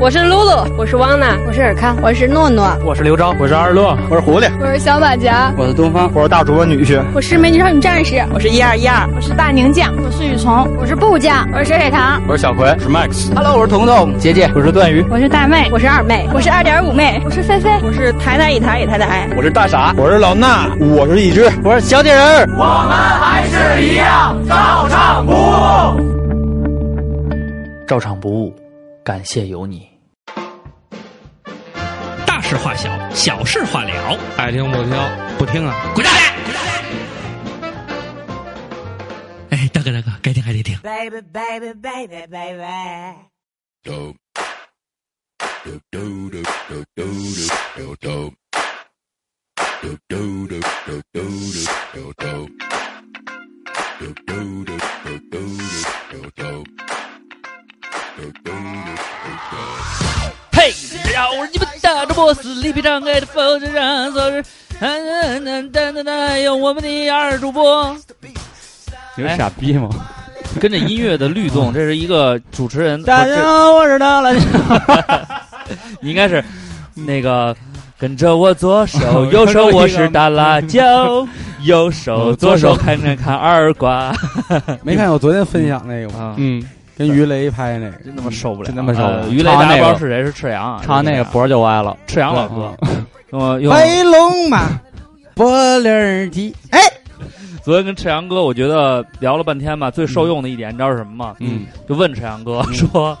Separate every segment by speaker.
Speaker 1: 我是露露，我是汪娜，
Speaker 2: 我是尔康，我是诺诺，
Speaker 3: 我是刘钊，
Speaker 4: 我是二乐，
Speaker 5: 我是狐狸，
Speaker 6: 我是小马甲，
Speaker 7: 我是东方，
Speaker 8: 我是大主播女婿，
Speaker 9: 我是美女少女战士，
Speaker 10: 我是一二一二，
Speaker 11: 我是大宁酱，
Speaker 12: 我是雨虫，
Speaker 13: 我是布酱，
Speaker 14: 我是水水糖，
Speaker 15: 我是小葵，
Speaker 16: 我是 Max。
Speaker 17: Hello，我是彤彤，
Speaker 18: 姐姐，
Speaker 19: 我是段鱼，
Speaker 20: 我是大妹，
Speaker 21: 我是二妹，
Speaker 22: 我是二点五妹，
Speaker 23: 我是菲菲，
Speaker 24: 我是台台以台以台台，
Speaker 25: 我是大傻，
Speaker 26: 我是老衲，
Speaker 27: 我是一只，
Speaker 28: 我是小铁人，
Speaker 29: 我们还是一样照常不
Speaker 30: 误，照常不误，感谢有你。
Speaker 31: 大事化小，小事化了。
Speaker 32: 爱听不听，不听啊，
Speaker 31: 滚蛋！哎，大哥大哥，该听还得听。Baby baby baby baby。嘿，让我你们打着 boss，力劈张开的风筝上，走着，噔噔噔噔噔，有我们的二主播。
Speaker 3: 你是傻逼吗？
Speaker 30: 跟着音乐的律动，这是一个主持人。
Speaker 3: 大家好，我是大蓝。
Speaker 30: 你应该是那个跟着我左手右手我是大辣椒，右手左手看看看二瓜。
Speaker 5: 没看我昨天分享那个吗？
Speaker 30: 嗯。
Speaker 5: 跟于雷拍那个，
Speaker 30: 真他妈受不了，
Speaker 5: 真他妈受不了。
Speaker 30: 于雷大家不知道是谁，是赤阳啊，
Speaker 5: 他那个脖就歪了，
Speaker 30: 赤阳
Speaker 5: 嗯
Speaker 30: 老哥。
Speaker 17: 飞龙马，波棱提。哎，
Speaker 30: 昨天跟赤阳哥，我觉得聊了半天吧，最受用的一点，你知道是什么吗？
Speaker 5: 嗯，
Speaker 30: 就问赤阳哥说，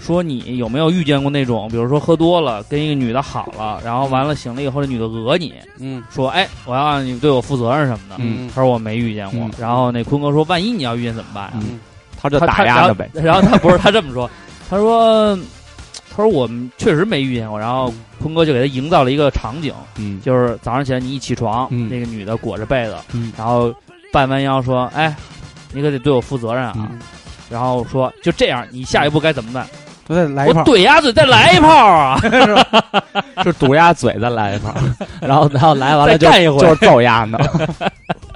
Speaker 30: 说你有没有遇见过那种，比如说喝多了跟一个女的好了，然后完了醒了以后，这女的讹你，
Speaker 5: 嗯，
Speaker 30: 说哎，我要让你对我负责任什么的。
Speaker 5: 嗯，
Speaker 30: 他说我没遇见过。然后那坤哥说，万一你要遇见怎么办啊？
Speaker 5: 嗯他就打压了呗
Speaker 30: 然，然 后他不是他这么说，他说，他说我们确实没遇见过。然后坤哥就给他营造了一个场景，
Speaker 5: 嗯，
Speaker 30: 就是早上起来你一起床，
Speaker 5: 嗯、
Speaker 30: 那个女的裹着被子，
Speaker 5: 嗯、
Speaker 30: 然后半弯腰说：“哎，你可得对我负责任啊。嗯”然后说就这样，你下一步该怎么办？
Speaker 5: 我再来一炮，
Speaker 30: 我怼鸭嘴，再来一炮啊！
Speaker 5: 是堵鸭嘴，再来一炮， 然后然后来完了就就是揍鸭呢，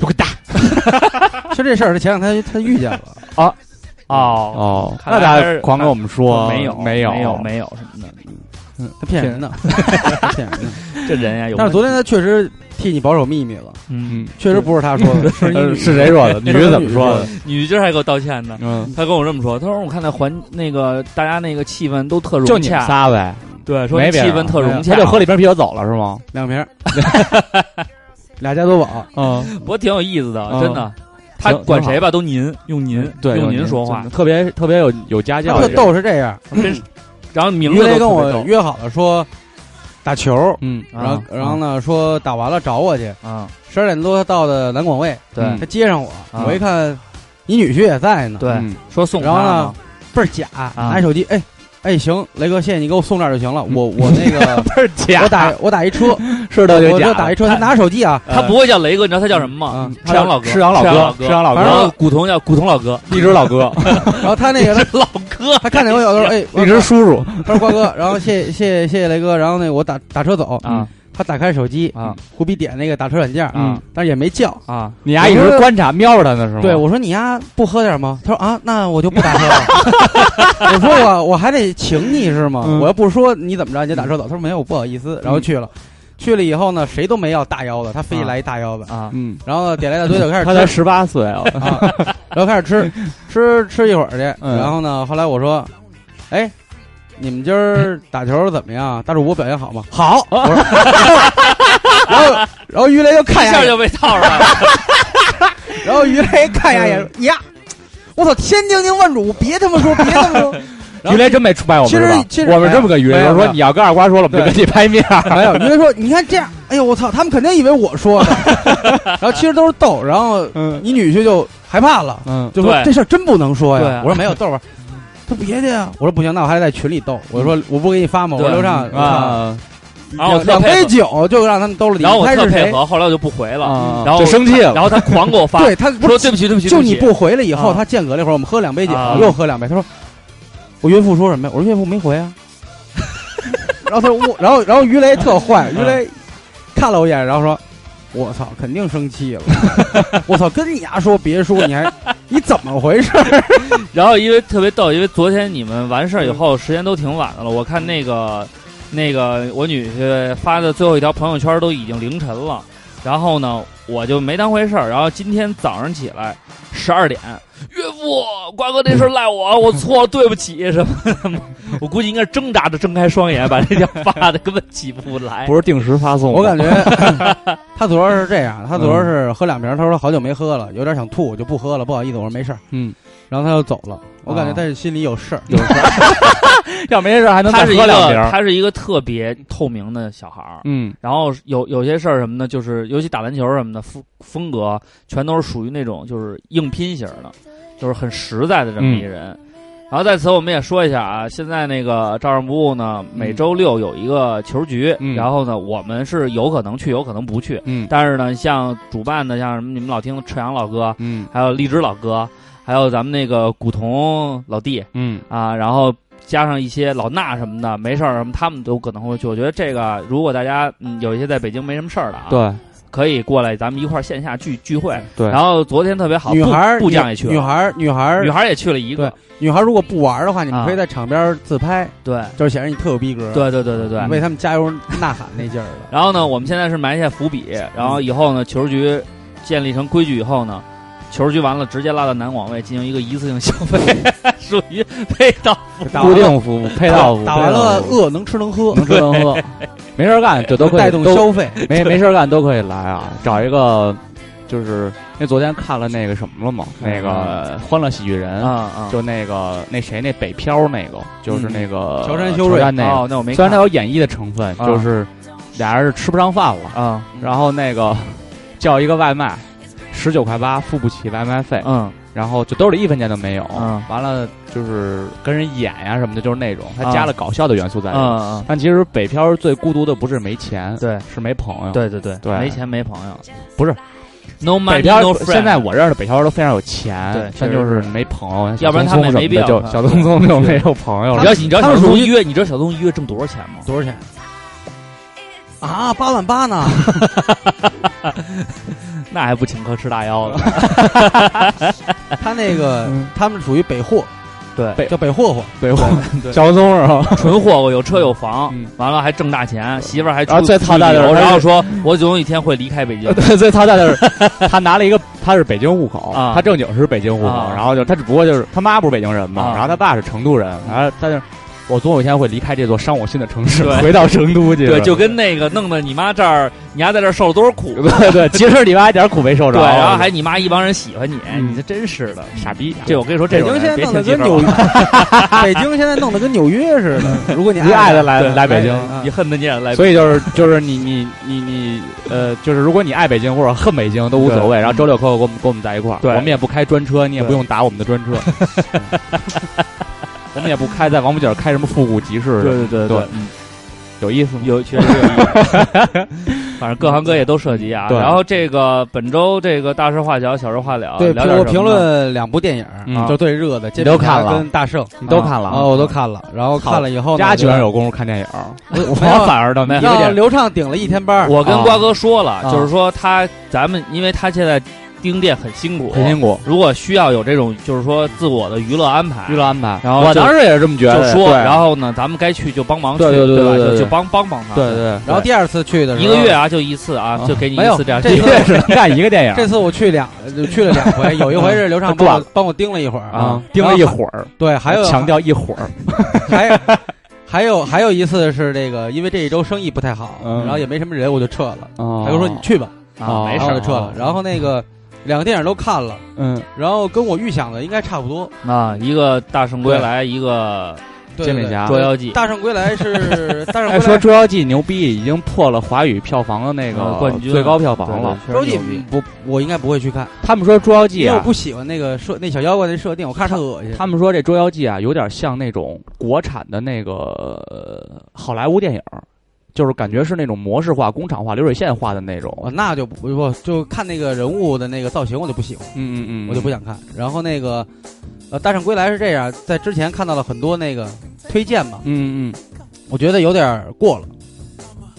Speaker 30: 就滚蛋。
Speaker 5: 就这事儿，前两天他遇见了
Speaker 30: 啊，哦
Speaker 5: 哦，那家狂跟我们说
Speaker 30: 没有
Speaker 5: 没有
Speaker 30: 没有没有什么的，
Speaker 5: 嗯，他骗人的，骗人的，
Speaker 30: 这人 呀有。
Speaker 5: 但是昨天他确实替你保守秘密了，
Speaker 30: 嗯，
Speaker 5: 确实不是他说的，是是谁说 的？
Speaker 30: 女
Speaker 5: 的怎么说的？
Speaker 30: 女今儿还给我道歉呢，
Speaker 5: 嗯，
Speaker 30: 他跟我这么说，他说我看那环那个大家那个气氛都特融洽，
Speaker 5: 就你们仨呗，
Speaker 30: 对，说
Speaker 5: 没嗯
Speaker 30: 气氛特融洽，
Speaker 5: 他就喝了一瓶啤酒走了是吗？
Speaker 30: 两
Speaker 5: 瓶， 俩加多宝，
Speaker 30: 嗯，我挺有意思的，真的。他管谁吧都您用您
Speaker 5: 嗯对
Speaker 30: 用您说话，
Speaker 5: 特别特别有有家教。
Speaker 30: 特
Speaker 5: 逗是这样，
Speaker 30: 然后明
Speaker 5: 于雷跟我约好了说打球，
Speaker 30: 嗯，
Speaker 5: 然后然后呢说打完了找我去
Speaker 30: 啊，
Speaker 5: 十二点多到的南广卫，
Speaker 30: 对，啊
Speaker 5: 他接上我，我一看你女婿也在呢，
Speaker 30: 对，说送，
Speaker 5: 然后呢倍儿假，
Speaker 30: 啊
Speaker 5: 拿手机哎。哎，行，雷哥，谢谢你给我送这儿就行了。 我我那个
Speaker 30: 倍儿假，
Speaker 5: 我打我打 一车，
Speaker 30: 是
Speaker 5: 的，我就打一车。他拿手机啊，
Speaker 30: 他不会叫雷哥，你知道他叫什么吗？
Speaker 5: 赤
Speaker 30: 阳老哥，
Speaker 5: 赤
Speaker 30: 阳
Speaker 5: 老
Speaker 30: 哥，
Speaker 5: 赤阳
Speaker 30: 老
Speaker 5: 哥。然
Speaker 30: 后古潼叫古潼老哥，
Speaker 5: 一直老哥。然后他 那个
Speaker 30: 老哥，
Speaker 5: 他看见我有的时候哎，
Speaker 30: 一直叔 叔。
Speaker 5: 他说瓜哥，然后谢谢谢谢雷哥，然后那我打打车走
Speaker 30: 啊。
Speaker 5: 他打开手机
Speaker 30: 啊，
Speaker 5: 胡逼点那个打车软件
Speaker 30: 啊，
Speaker 5: 但是也没叫
Speaker 30: 啊。
Speaker 5: 你
Speaker 30: 丫
Speaker 5: 一
Speaker 30: 直
Speaker 5: 观察瞄着他呢是吗？对，
Speaker 30: 我
Speaker 5: 说你丫不喝点吗？他说啊，那我就不打车 了。我说我我还得请你是吗？
Speaker 30: 嗯
Speaker 5: 我要不说你怎么着你就打车走。他说没有，我不好意思。然后去了，去了以后呢，谁都没要大腰子，他非来一大腰子
Speaker 30: 啊。
Speaker 5: 嗯，然后点了一大堆，就开始
Speaker 30: 他
Speaker 5: 才
Speaker 30: 十八岁啊，
Speaker 5: 然后开 始吃吃吃一会儿去。
Speaker 30: 嗯
Speaker 5: 然后呢，后来我说，哎。你们今儿打球怎么样？大主播表现好吗？好。我说 然后，然后于雷就看
Speaker 30: 一下就被套上了。
Speaker 5: 然后于雷看一眼说：“呀，我操！千叮咛万嘱，别他妈 说，别他妈说。”
Speaker 30: 于雷真没出卖我们，
Speaker 5: 其实其实
Speaker 30: 我们这么跟于雷说：“你要跟二瓜说了，我们就跟你拍面。”
Speaker 5: 没 哎有，于雷说：“你看这样，哎呦我操！他们肯定以为我说 的。”然后其实都是逗，然后
Speaker 3: 嗯
Speaker 5: 你女婿就害怕了，
Speaker 30: 嗯，
Speaker 5: 就说：“这事儿真不能说呀。”我说：“没有，
Speaker 30: 逗
Speaker 5: 吧。”他别去啊！我说不行，那我还得在群里斗。我说我不给你发吗？我刘畅
Speaker 30: 啊，
Speaker 5: 然后两杯酒就让他们兜了底。
Speaker 30: 然后我特配
Speaker 5: 谁？啊
Speaker 30: 合，后来我就不回了，然后
Speaker 5: 就
Speaker 30: 生
Speaker 5: 气了。
Speaker 30: 然后他狂给我发，
Speaker 5: 对他
Speaker 30: 说对不起对不起，
Speaker 5: 就你不回了以后，他间隔了一会儿，我们喝两杯酒，又喝两杯。他说我岳父说什么呀？我说岳父没回啊。 嗯然后他说我，然后然后于雷特坏，于雷看了我一眼，然后说我操，肯定生气了。 我操，跟你丫说别说，你还你怎么回 事？
Speaker 30: 然后因为特别逗，因为昨天你们完事儿以后时间都挺晚的了，我看那个那个我女婿发的最后一条朋友圈都已经凌晨了，然后呢我就没当回事儿，然后今天早上起来十二点，岳父瓜哥这事儿 赖我，我错了，对不起什么的嘛，我估计应该挣扎着睁开双眼把这条发的根本起不来，
Speaker 3: 不是定时发送的，
Speaker 5: 我 感觉他昨儿是这样，他昨儿是喝两瓶，他说好久没喝了，有点想吐，我就不喝了，不好意思，我说没事儿。
Speaker 3: 嗯，
Speaker 5: 然后他就走了。我感觉他心啊里有事儿，
Speaker 3: 要没事还能
Speaker 30: 他
Speaker 3: 再
Speaker 30: 是一
Speaker 3: 喝两
Speaker 30: 个
Speaker 3: 瓶。
Speaker 30: 他是一个特别透明的小孩儿，
Speaker 3: 嗯，
Speaker 30: 然后有有些事儿什么的，就是尤其打篮球什么的风风格，全都是属于那种就是硬拼型儿的，就是很实在的这么一人。
Speaker 3: 嗯
Speaker 30: 然后在此我们也说一下啊，现在那个照常不误呢，每周六有一个球局，
Speaker 3: 嗯
Speaker 30: 然后呢，我们是有可能去，有可能不去。
Speaker 3: 嗯
Speaker 30: 但是呢，像主办的，像什么你们老听的赤阳老哥，
Speaker 3: 嗯
Speaker 30: 还有荔枝老哥，还有咱们那个古潼老弟，
Speaker 3: 嗯，
Speaker 30: 啊，然后加上一些老衲什么的，没事儿什么，他们都可能会去。我觉得这个，如果大家嗯有一些在北京没什么事儿的啊，，
Speaker 3: 对
Speaker 30: 可以过来，咱们一块儿线下聚聚会。
Speaker 3: 对，
Speaker 30: 然后昨天特别好，
Speaker 5: 女孩儿
Speaker 30: 部部将也去了，
Speaker 5: 女孩儿女孩儿
Speaker 30: 女孩也去了一个，
Speaker 5: 女孩儿如果不玩的话，你
Speaker 30: 啊
Speaker 5: 们可以在场边自
Speaker 3: 啊
Speaker 5: 拍，
Speaker 30: 对，
Speaker 5: 就是显示你特有逼格，
Speaker 30: 对对对对对。
Speaker 5: 为他们加油呐喊那劲儿了。
Speaker 30: 然后呢，我们现在是埋下伏笔，然后以后呢，球局建立成规矩以后呢。球局完了，直接拉到南广卫进行一个一次性消费， 属于配套。
Speaker 5: 打
Speaker 3: 固
Speaker 5: 完了
Speaker 3: 定服务配套服务，
Speaker 5: 打完了饿能吃能喝，
Speaker 3: 能吃能喝，没事儿干这都可以
Speaker 5: 带动
Speaker 3: 都
Speaker 5: 消费。
Speaker 3: 没没事儿干都可以来啊，找一个就是因为昨天看了那个什么了嘛，那个《欢乐喜剧人》
Speaker 30: 嗯啊啊！
Speaker 3: 就那个那谁那北漂那个，就是那
Speaker 30: 嗯
Speaker 3: 个
Speaker 5: 乔杉修睿
Speaker 3: 那个，
Speaker 30: 哦，那我没
Speaker 3: 虽然
Speaker 30: 看
Speaker 3: 他有演绎的成分，
Speaker 30: 啊
Speaker 3: 就是俩人是吃不上饭了，
Speaker 30: 啊，
Speaker 3: 然后那个 叫一个外卖，十九块八付不起外卖费，
Speaker 30: 嗯
Speaker 3: 然后就兜里一分钱都没有
Speaker 30: 嗯，
Speaker 3: 完了就是跟人演呀什么的，就是那种他
Speaker 30: 啊
Speaker 3: 加了搞笑的元素在
Speaker 30: 嗯
Speaker 3: 里面。
Speaker 30: 嗯，
Speaker 3: 但其实北漂最孤独的不是没钱，
Speaker 30: 对，
Speaker 3: 是没朋友。，
Speaker 30: 对对对，
Speaker 3: 对
Speaker 30: 没钱没朋友，
Speaker 3: 不是
Speaker 30: no money
Speaker 3: 北漂
Speaker 30: no friend。
Speaker 3: 现在我认识的北漂都非常有钱，
Speaker 30: 对
Speaker 3: 但
Speaker 30: 确实
Speaker 3: 就是
Speaker 30: 是
Speaker 3: 没朋友，
Speaker 30: 要不然他们也没必要
Speaker 3: 小棕棕什么的就小东东就没有朋友
Speaker 30: 你
Speaker 3: 了
Speaker 30: 知。道你知道
Speaker 5: 他
Speaker 30: 小
Speaker 5: 们
Speaker 30: 东
Speaker 5: 属于
Speaker 30: 一月你知道小东一月挣多少钱吗？
Speaker 5: 多少钱？啊，八万 八呢？
Speaker 30: 那还不请客吃大腰子？
Speaker 5: 他那个他们属于北货，
Speaker 30: 对，
Speaker 5: 叫北霍霍，
Speaker 3: 嗯北漂小棕是吧？
Speaker 30: 纯霍霍，有车有房
Speaker 3: 嗯，
Speaker 30: 完了还挣大钱，媳妇儿还出
Speaker 3: 然后最操蛋的是
Speaker 30: 出旅游
Speaker 3: 他是
Speaker 30: 然后说我总有一天会离开北京。
Speaker 3: 对，最操蛋的是，他拿了一个，他是北京户口，
Speaker 30: 啊
Speaker 3: 他正经是北京户口，
Speaker 30: 啊
Speaker 3: 然后就他只不过就是他妈不是北京人嘛，
Speaker 30: 啊嗯
Speaker 3: 然后他爸是成都人，然后他就我总有一天会离开这座伤我心的城市
Speaker 30: 对，
Speaker 3: 回到成都去。
Speaker 30: 对，就跟那个弄得你妈这儿，你丫在这儿受了多少苦？
Speaker 3: 对对，其实你妈一点苦没受着，
Speaker 30: 对，然后还你妈一帮人喜欢你，
Speaker 3: 嗯
Speaker 30: 你这真是的，
Speaker 3: 傻逼。啊
Speaker 30: 这我跟你说，这
Speaker 5: 北
Speaker 30: 种
Speaker 5: 京现在
Speaker 30: 人别
Speaker 5: 弄
Speaker 30: 听
Speaker 5: 得
Speaker 30: 媳
Speaker 5: 跟
Speaker 30: 妇
Speaker 5: 纽
Speaker 30: 儿啊
Speaker 5: 约， 北京现在弄得跟纽约似的。如果你
Speaker 3: 你爱的来
Speaker 30: 对
Speaker 3: 来北京，
Speaker 5: 啊
Speaker 30: 你恨得你也来。
Speaker 3: 所以就是 就是你你你你呃，就是如果你爱北京或者恨北京都无所谓。然后周六可以跟我们跟我们在一块儿，
Speaker 30: 对
Speaker 3: 我们也不开专车，你也不
Speaker 30: 对
Speaker 3: 用打我们的专车，我们也不开在王府井开什么复古集市，
Speaker 30: 对对对
Speaker 3: 对，有意思吗？
Speaker 30: 有确实有，反正各行各业都涉及啊。
Speaker 3: 对
Speaker 30: 然后这个本周这个大事化小，小事化
Speaker 3: 啊
Speaker 30: 了，
Speaker 5: 对，
Speaker 30: 聊点
Speaker 5: 我
Speaker 30: 什么
Speaker 5: 评
Speaker 30: 呢
Speaker 5: 论两部电影
Speaker 3: 嗯，
Speaker 5: 就最热的，
Speaker 3: 你都看了
Speaker 5: 跟大圣
Speaker 3: 你都看了
Speaker 5: 啊，我都看了。然后看了以后呢，
Speaker 3: 家居然
Speaker 5: 我
Speaker 3: 有功夫看电影，
Speaker 5: 就
Speaker 3: 我
Speaker 5: 没有
Speaker 3: 反而倒没。
Speaker 5: 让刘畅顶了一天班儿，
Speaker 30: 我跟瓜哥说了，
Speaker 5: 啊
Speaker 30: 就是说他咱们，因为他现在盯店很辛苦，
Speaker 3: 很辛苦，
Speaker 30: 如果需要有这种就是说自我的娱乐安排，
Speaker 3: 娱乐安排。
Speaker 30: 然后
Speaker 3: 我
Speaker 30: 就
Speaker 3: 当时也是这么觉
Speaker 30: 就
Speaker 3: 得，
Speaker 30: 说，
Speaker 3: 对
Speaker 30: 然后呢，咱们该去就帮忙去，
Speaker 3: 对对对
Speaker 30: 吧？
Speaker 3: 对对
Speaker 30: 就
Speaker 3: 对
Speaker 30: 就帮帮帮他。
Speaker 3: 对对，
Speaker 5: 然后第二次去的时
Speaker 30: 一
Speaker 5: 候
Speaker 30: 个月，啊，就一次啊，
Speaker 3: 啊
Speaker 30: 就给你
Speaker 5: 没
Speaker 30: 一
Speaker 5: 有
Speaker 30: 次这样。
Speaker 5: 这
Speaker 3: 一
Speaker 5: 次
Speaker 3: 个月 只能看一个电
Speaker 5: 这
Speaker 3: 影
Speaker 5: 次我去两就去了两 回，有一回是刘畅帮
Speaker 3: 断
Speaker 5: 我帮我盯了一会儿
Speaker 3: 啊，盯了一会儿，
Speaker 5: 对，还有
Speaker 3: 强调一会儿，
Speaker 5: 还还有还有一次是这个，因为这一周生意不太好，
Speaker 3: 嗯哦
Speaker 5: 然后也没什么人，我就撤了。
Speaker 3: 他
Speaker 5: 他就说你去吧，
Speaker 3: 哦
Speaker 30: 啊，没
Speaker 5: 然
Speaker 30: 事
Speaker 5: 后
Speaker 30: 儿
Speaker 5: 我就撤了。然后那个两个电影都看了，
Speaker 3: 嗯，
Speaker 5: 然后跟我预想的应该差不多。
Speaker 30: 啊，一个大圣归来，一个
Speaker 5: 对
Speaker 3: 煎
Speaker 5: 对
Speaker 3: 饼
Speaker 5: 对
Speaker 3: 侠
Speaker 30: 捉妖记
Speaker 5: 啊大圣归来 是大圣
Speaker 3: 哎，
Speaker 5: 归
Speaker 3: 说《
Speaker 5: 来，
Speaker 3: 捉妖记》牛逼，已经破了华语票房的那个
Speaker 5: 啊
Speaker 30: 呃冠军
Speaker 3: 最高票
Speaker 30: 对
Speaker 3: 房了。
Speaker 5: 《
Speaker 30: 对
Speaker 5: 周
Speaker 30: 确
Speaker 5: 记
Speaker 30: 实牛逼》
Speaker 5: 不，我应该不会去看，
Speaker 3: 他们说《捉妖记
Speaker 5: 因》为我
Speaker 3: 啊
Speaker 5: 不，喜欢那个设那小妖怪那设定，我看着特恶心。
Speaker 3: 他们说这《捉妖记》啊，有点像那种国产的那个呃好莱坞电影儿，就是感觉是那种模式化、工厂化、流水线化的那种。
Speaker 5: 我那就不不就看那个人物的那个造型，我就不喜欢，
Speaker 3: 嗯嗯嗯
Speaker 5: 我就不想看。然后那个呃，《大圣归来》是这样，在之前看到了很多那个推荐嘛，
Speaker 3: 嗯嗯
Speaker 5: 我觉得有点儿过了。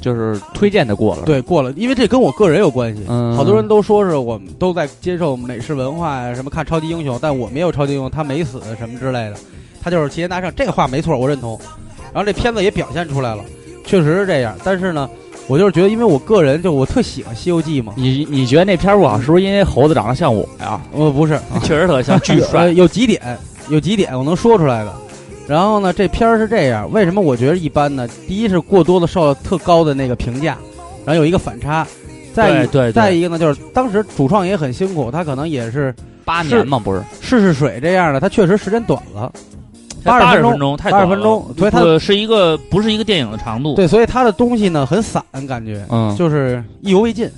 Speaker 3: 就是推荐的过了。，
Speaker 5: 对，过了，因为这跟我个人有关系。
Speaker 3: 嗯
Speaker 5: 好多人都说是我们都在接受美式文化呀，什么看超级英雄，但我没有超级英雄，他没死什么之类的，他就是齐天大圣，这个话没错，我认同。然后这片子也表现出来了，确实是这样。但是呢，我就是觉得，因为我个人就我特喜欢《西游记》嘛，
Speaker 3: 你你觉得那片儿不好，是不是因为猴子长得像我呀？
Speaker 5: 呃，不是，
Speaker 30: 确实特像，巨
Speaker 5: 有
Speaker 30: 帅
Speaker 5: 呃。有几点，有几点我能说出来的。然后呢，这片儿是这样，为什么我觉得一般呢？第一是过多的受了特高的那个评价，然后有一个反差。
Speaker 30: 对
Speaker 5: 再
Speaker 30: 对对
Speaker 5: 再一个呢，就是当时主创也很辛苦，他可能也是
Speaker 3: 八
Speaker 5: 是
Speaker 3: 年嘛，不是？
Speaker 5: 试试水这样的，他确实时间短了，
Speaker 30: 八
Speaker 5: 80
Speaker 30: 十
Speaker 5: 分
Speaker 30: 分钟，太
Speaker 5: 八
Speaker 30: 短
Speaker 5: 十
Speaker 30: 了
Speaker 5: 分，钟，所以他
Speaker 30: 不是一个不是一个电影的长度。
Speaker 5: 对，所以他的东西呢很散，感觉
Speaker 3: 嗯，
Speaker 5: 就是意犹未尽。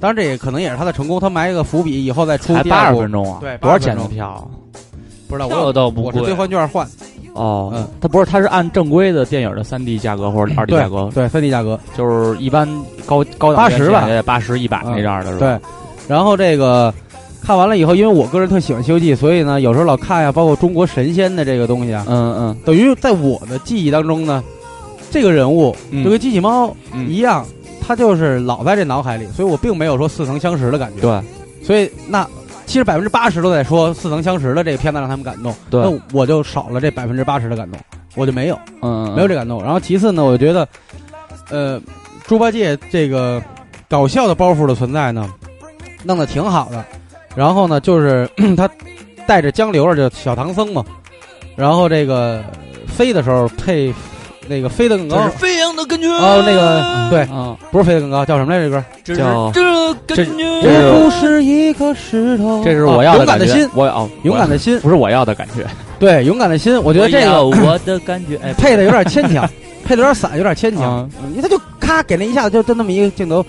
Speaker 5: 当然，这也可能也是他的成功，他埋一个伏笔，以后再出
Speaker 3: 才
Speaker 5: 第
Speaker 3: 八
Speaker 5: 二
Speaker 3: 十
Speaker 5: 部
Speaker 3: 分，钟啊？
Speaker 5: 对
Speaker 3: 多少
Speaker 5: 80
Speaker 3: 钱
Speaker 5: 分
Speaker 3: 的
Speaker 5: 钟
Speaker 3: 票？
Speaker 5: 不知道
Speaker 30: 票
Speaker 5: 我
Speaker 30: 倒不
Speaker 5: 我是
Speaker 30: 贵
Speaker 5: 兑，换券换，
Speaker 3: 哦，
Speaker 5: 嗯
Speaker 3: 它不是，它是按正规的电影的三 D 价格或者二 D
Speaker 5: 对
Speaker 3: 价格，
Speaker 5: 对，分地价格。
Speaker 3: 就是一般高高档
Speaker 5: 80吧嗯
Speaker 3: 八十一百那样的是吧？
Speaker 5: 对，然后这个看完了以后，因为我个人特喜欢《西游记》，所以呢，有时候老看呀，包括中国神仙的这个东西啊，
Speaker 3: 嗯嗯
Speaker 5: 等于在我的记忆当中呢，这个人物
Speaker 3: 嗯
Speaker 5: 就跟机器猫
Speaker 3: 嗯
Speaker 5: 一样，他就是老在这脑海里，所以我并没有说似曾相识的感觉。
Speaker 3: 对，
Speaker 5: 所以那其实百分之八十都在说似曾相识的这个片子让他们感动，
Speaker 3: 对
Speaker 5: 那我就少了这百分之八十的感动，我就没有。
Speaker 3: 嗯，
Speaker 5: 没有这感动。然后其次呢，我觉得，呃，猪八戒这个搞笑的包袱的存在呢，弄得挺好的。然后呢，就是 他带着江流儿，就小唐僧嘛，然后这个飞的时候配那个飞得更高。
Speaker 30: 就是飞扬的感觉。
Speaker 5: 哦，那个对，
Speaker 3: 嗯，
Speaker 5: 不是飞得更高，叫什么来着？这歌
Speaker 30: 这是
Speaker 3: 叫
Speaker 30: 这感
Speaker 3: 这是
Speaker 5: 我
Speaker 30: 觉。
Speaker 5: 不是一颗石头，
Speaker 3: 这是我要
Speaker 5: 啊勇
Speaker 3: 感
Speaker 5: 敢的
Speaker 3: 觉
Speaker 5: 心，，
Speaker 3: 我哦，
Speaker 5: 勇敢
Speaker 3: 的
Speaker 5: 的心，
Speaker 3: 不是我要的感觉，
Speaker 5: 对，勇敢的心。我觉得这个
Speaker 30: 我要我的感觉，哎，
Speaker 5: 配的有点牵强，配的有点散，有点牵强
Speaker 3: 啊。
Speaker 5: 嗯他就咔给那一下子就就那么一个镜头，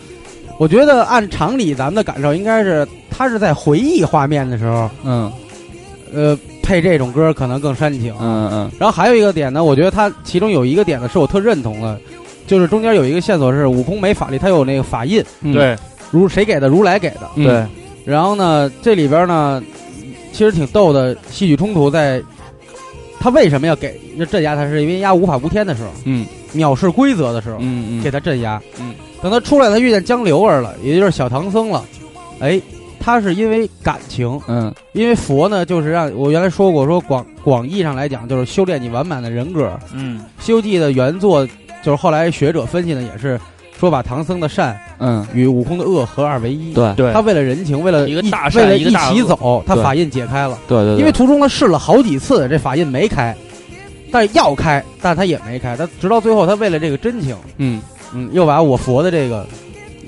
Speaker 5: 我觉得按常理咱们的感受应该是，他是在回忆画面的时候，
Speaker 3: 嗯
Speaker 5: 呃，配这种歌可能更煽情。
Speaker 3: 嗯嗯
Speaker 5: 然后还有一个点呢，我觉得他其中有一个点呢是我特认同的，就是中间有一个线索是悟空没法力，他有那个法印，
Speaker 3: 嗯，
Speaker 30: 对
Speaker 5: 如谁给的？如来给的。
Speaker 3: 嗯
Speaker 30: 对，
Speaker 5: 然后呢，这里边呢，其实挺逗的戏剧冲突在，他为什么要给镇压他？是因为压无法无天的时候，
Speaker 3: 嗯，
Speaker 5: 藐视规则的时候，
Speaker 3: 嗯
Speaker 5: 给
Speaker 3: 嗯
Speaker 5: 他镇压。
Speaker 3: 嗯，
Speaker 5: 等他出来，他遇见江流儿了，也就是小唐僧了。哎，他是因为感情，
Speaker 3: 嗯
Speaker 5: 因为佛呢，就是让我原来说过，说广广义上来讲，就是修炼你完满的人格。
Speaker 30: 嗯，
Speaker 5: 《西游记》的原作就是后来学者分析呢，也是说把唐僧的善
Speaker 3: 嗯，
Speaker 5: 与悟空的恶合二为一。
Speaker 3: 对对
Speaker 5: 他为了人情，为了
Speaker 30: 一个大善
Speaker 5: 为了
Speaker 30: 一个
Speaker 5: 一
Speaker 30: 大
Speaker 5: 起
Speaker 30: 恶
Speaker 5: 走，他
Speaker 3: 对
Speaker 5: 法印解开了，
Speaker 3: 对对，
Speaker 5: 因为途中他试了好几次，这法印没开，但是要开，但是他也没开，他直到最后，他为了这个真情，
Speaker 3: 嗯
Speaker 5: 嗯，又把我佛的这个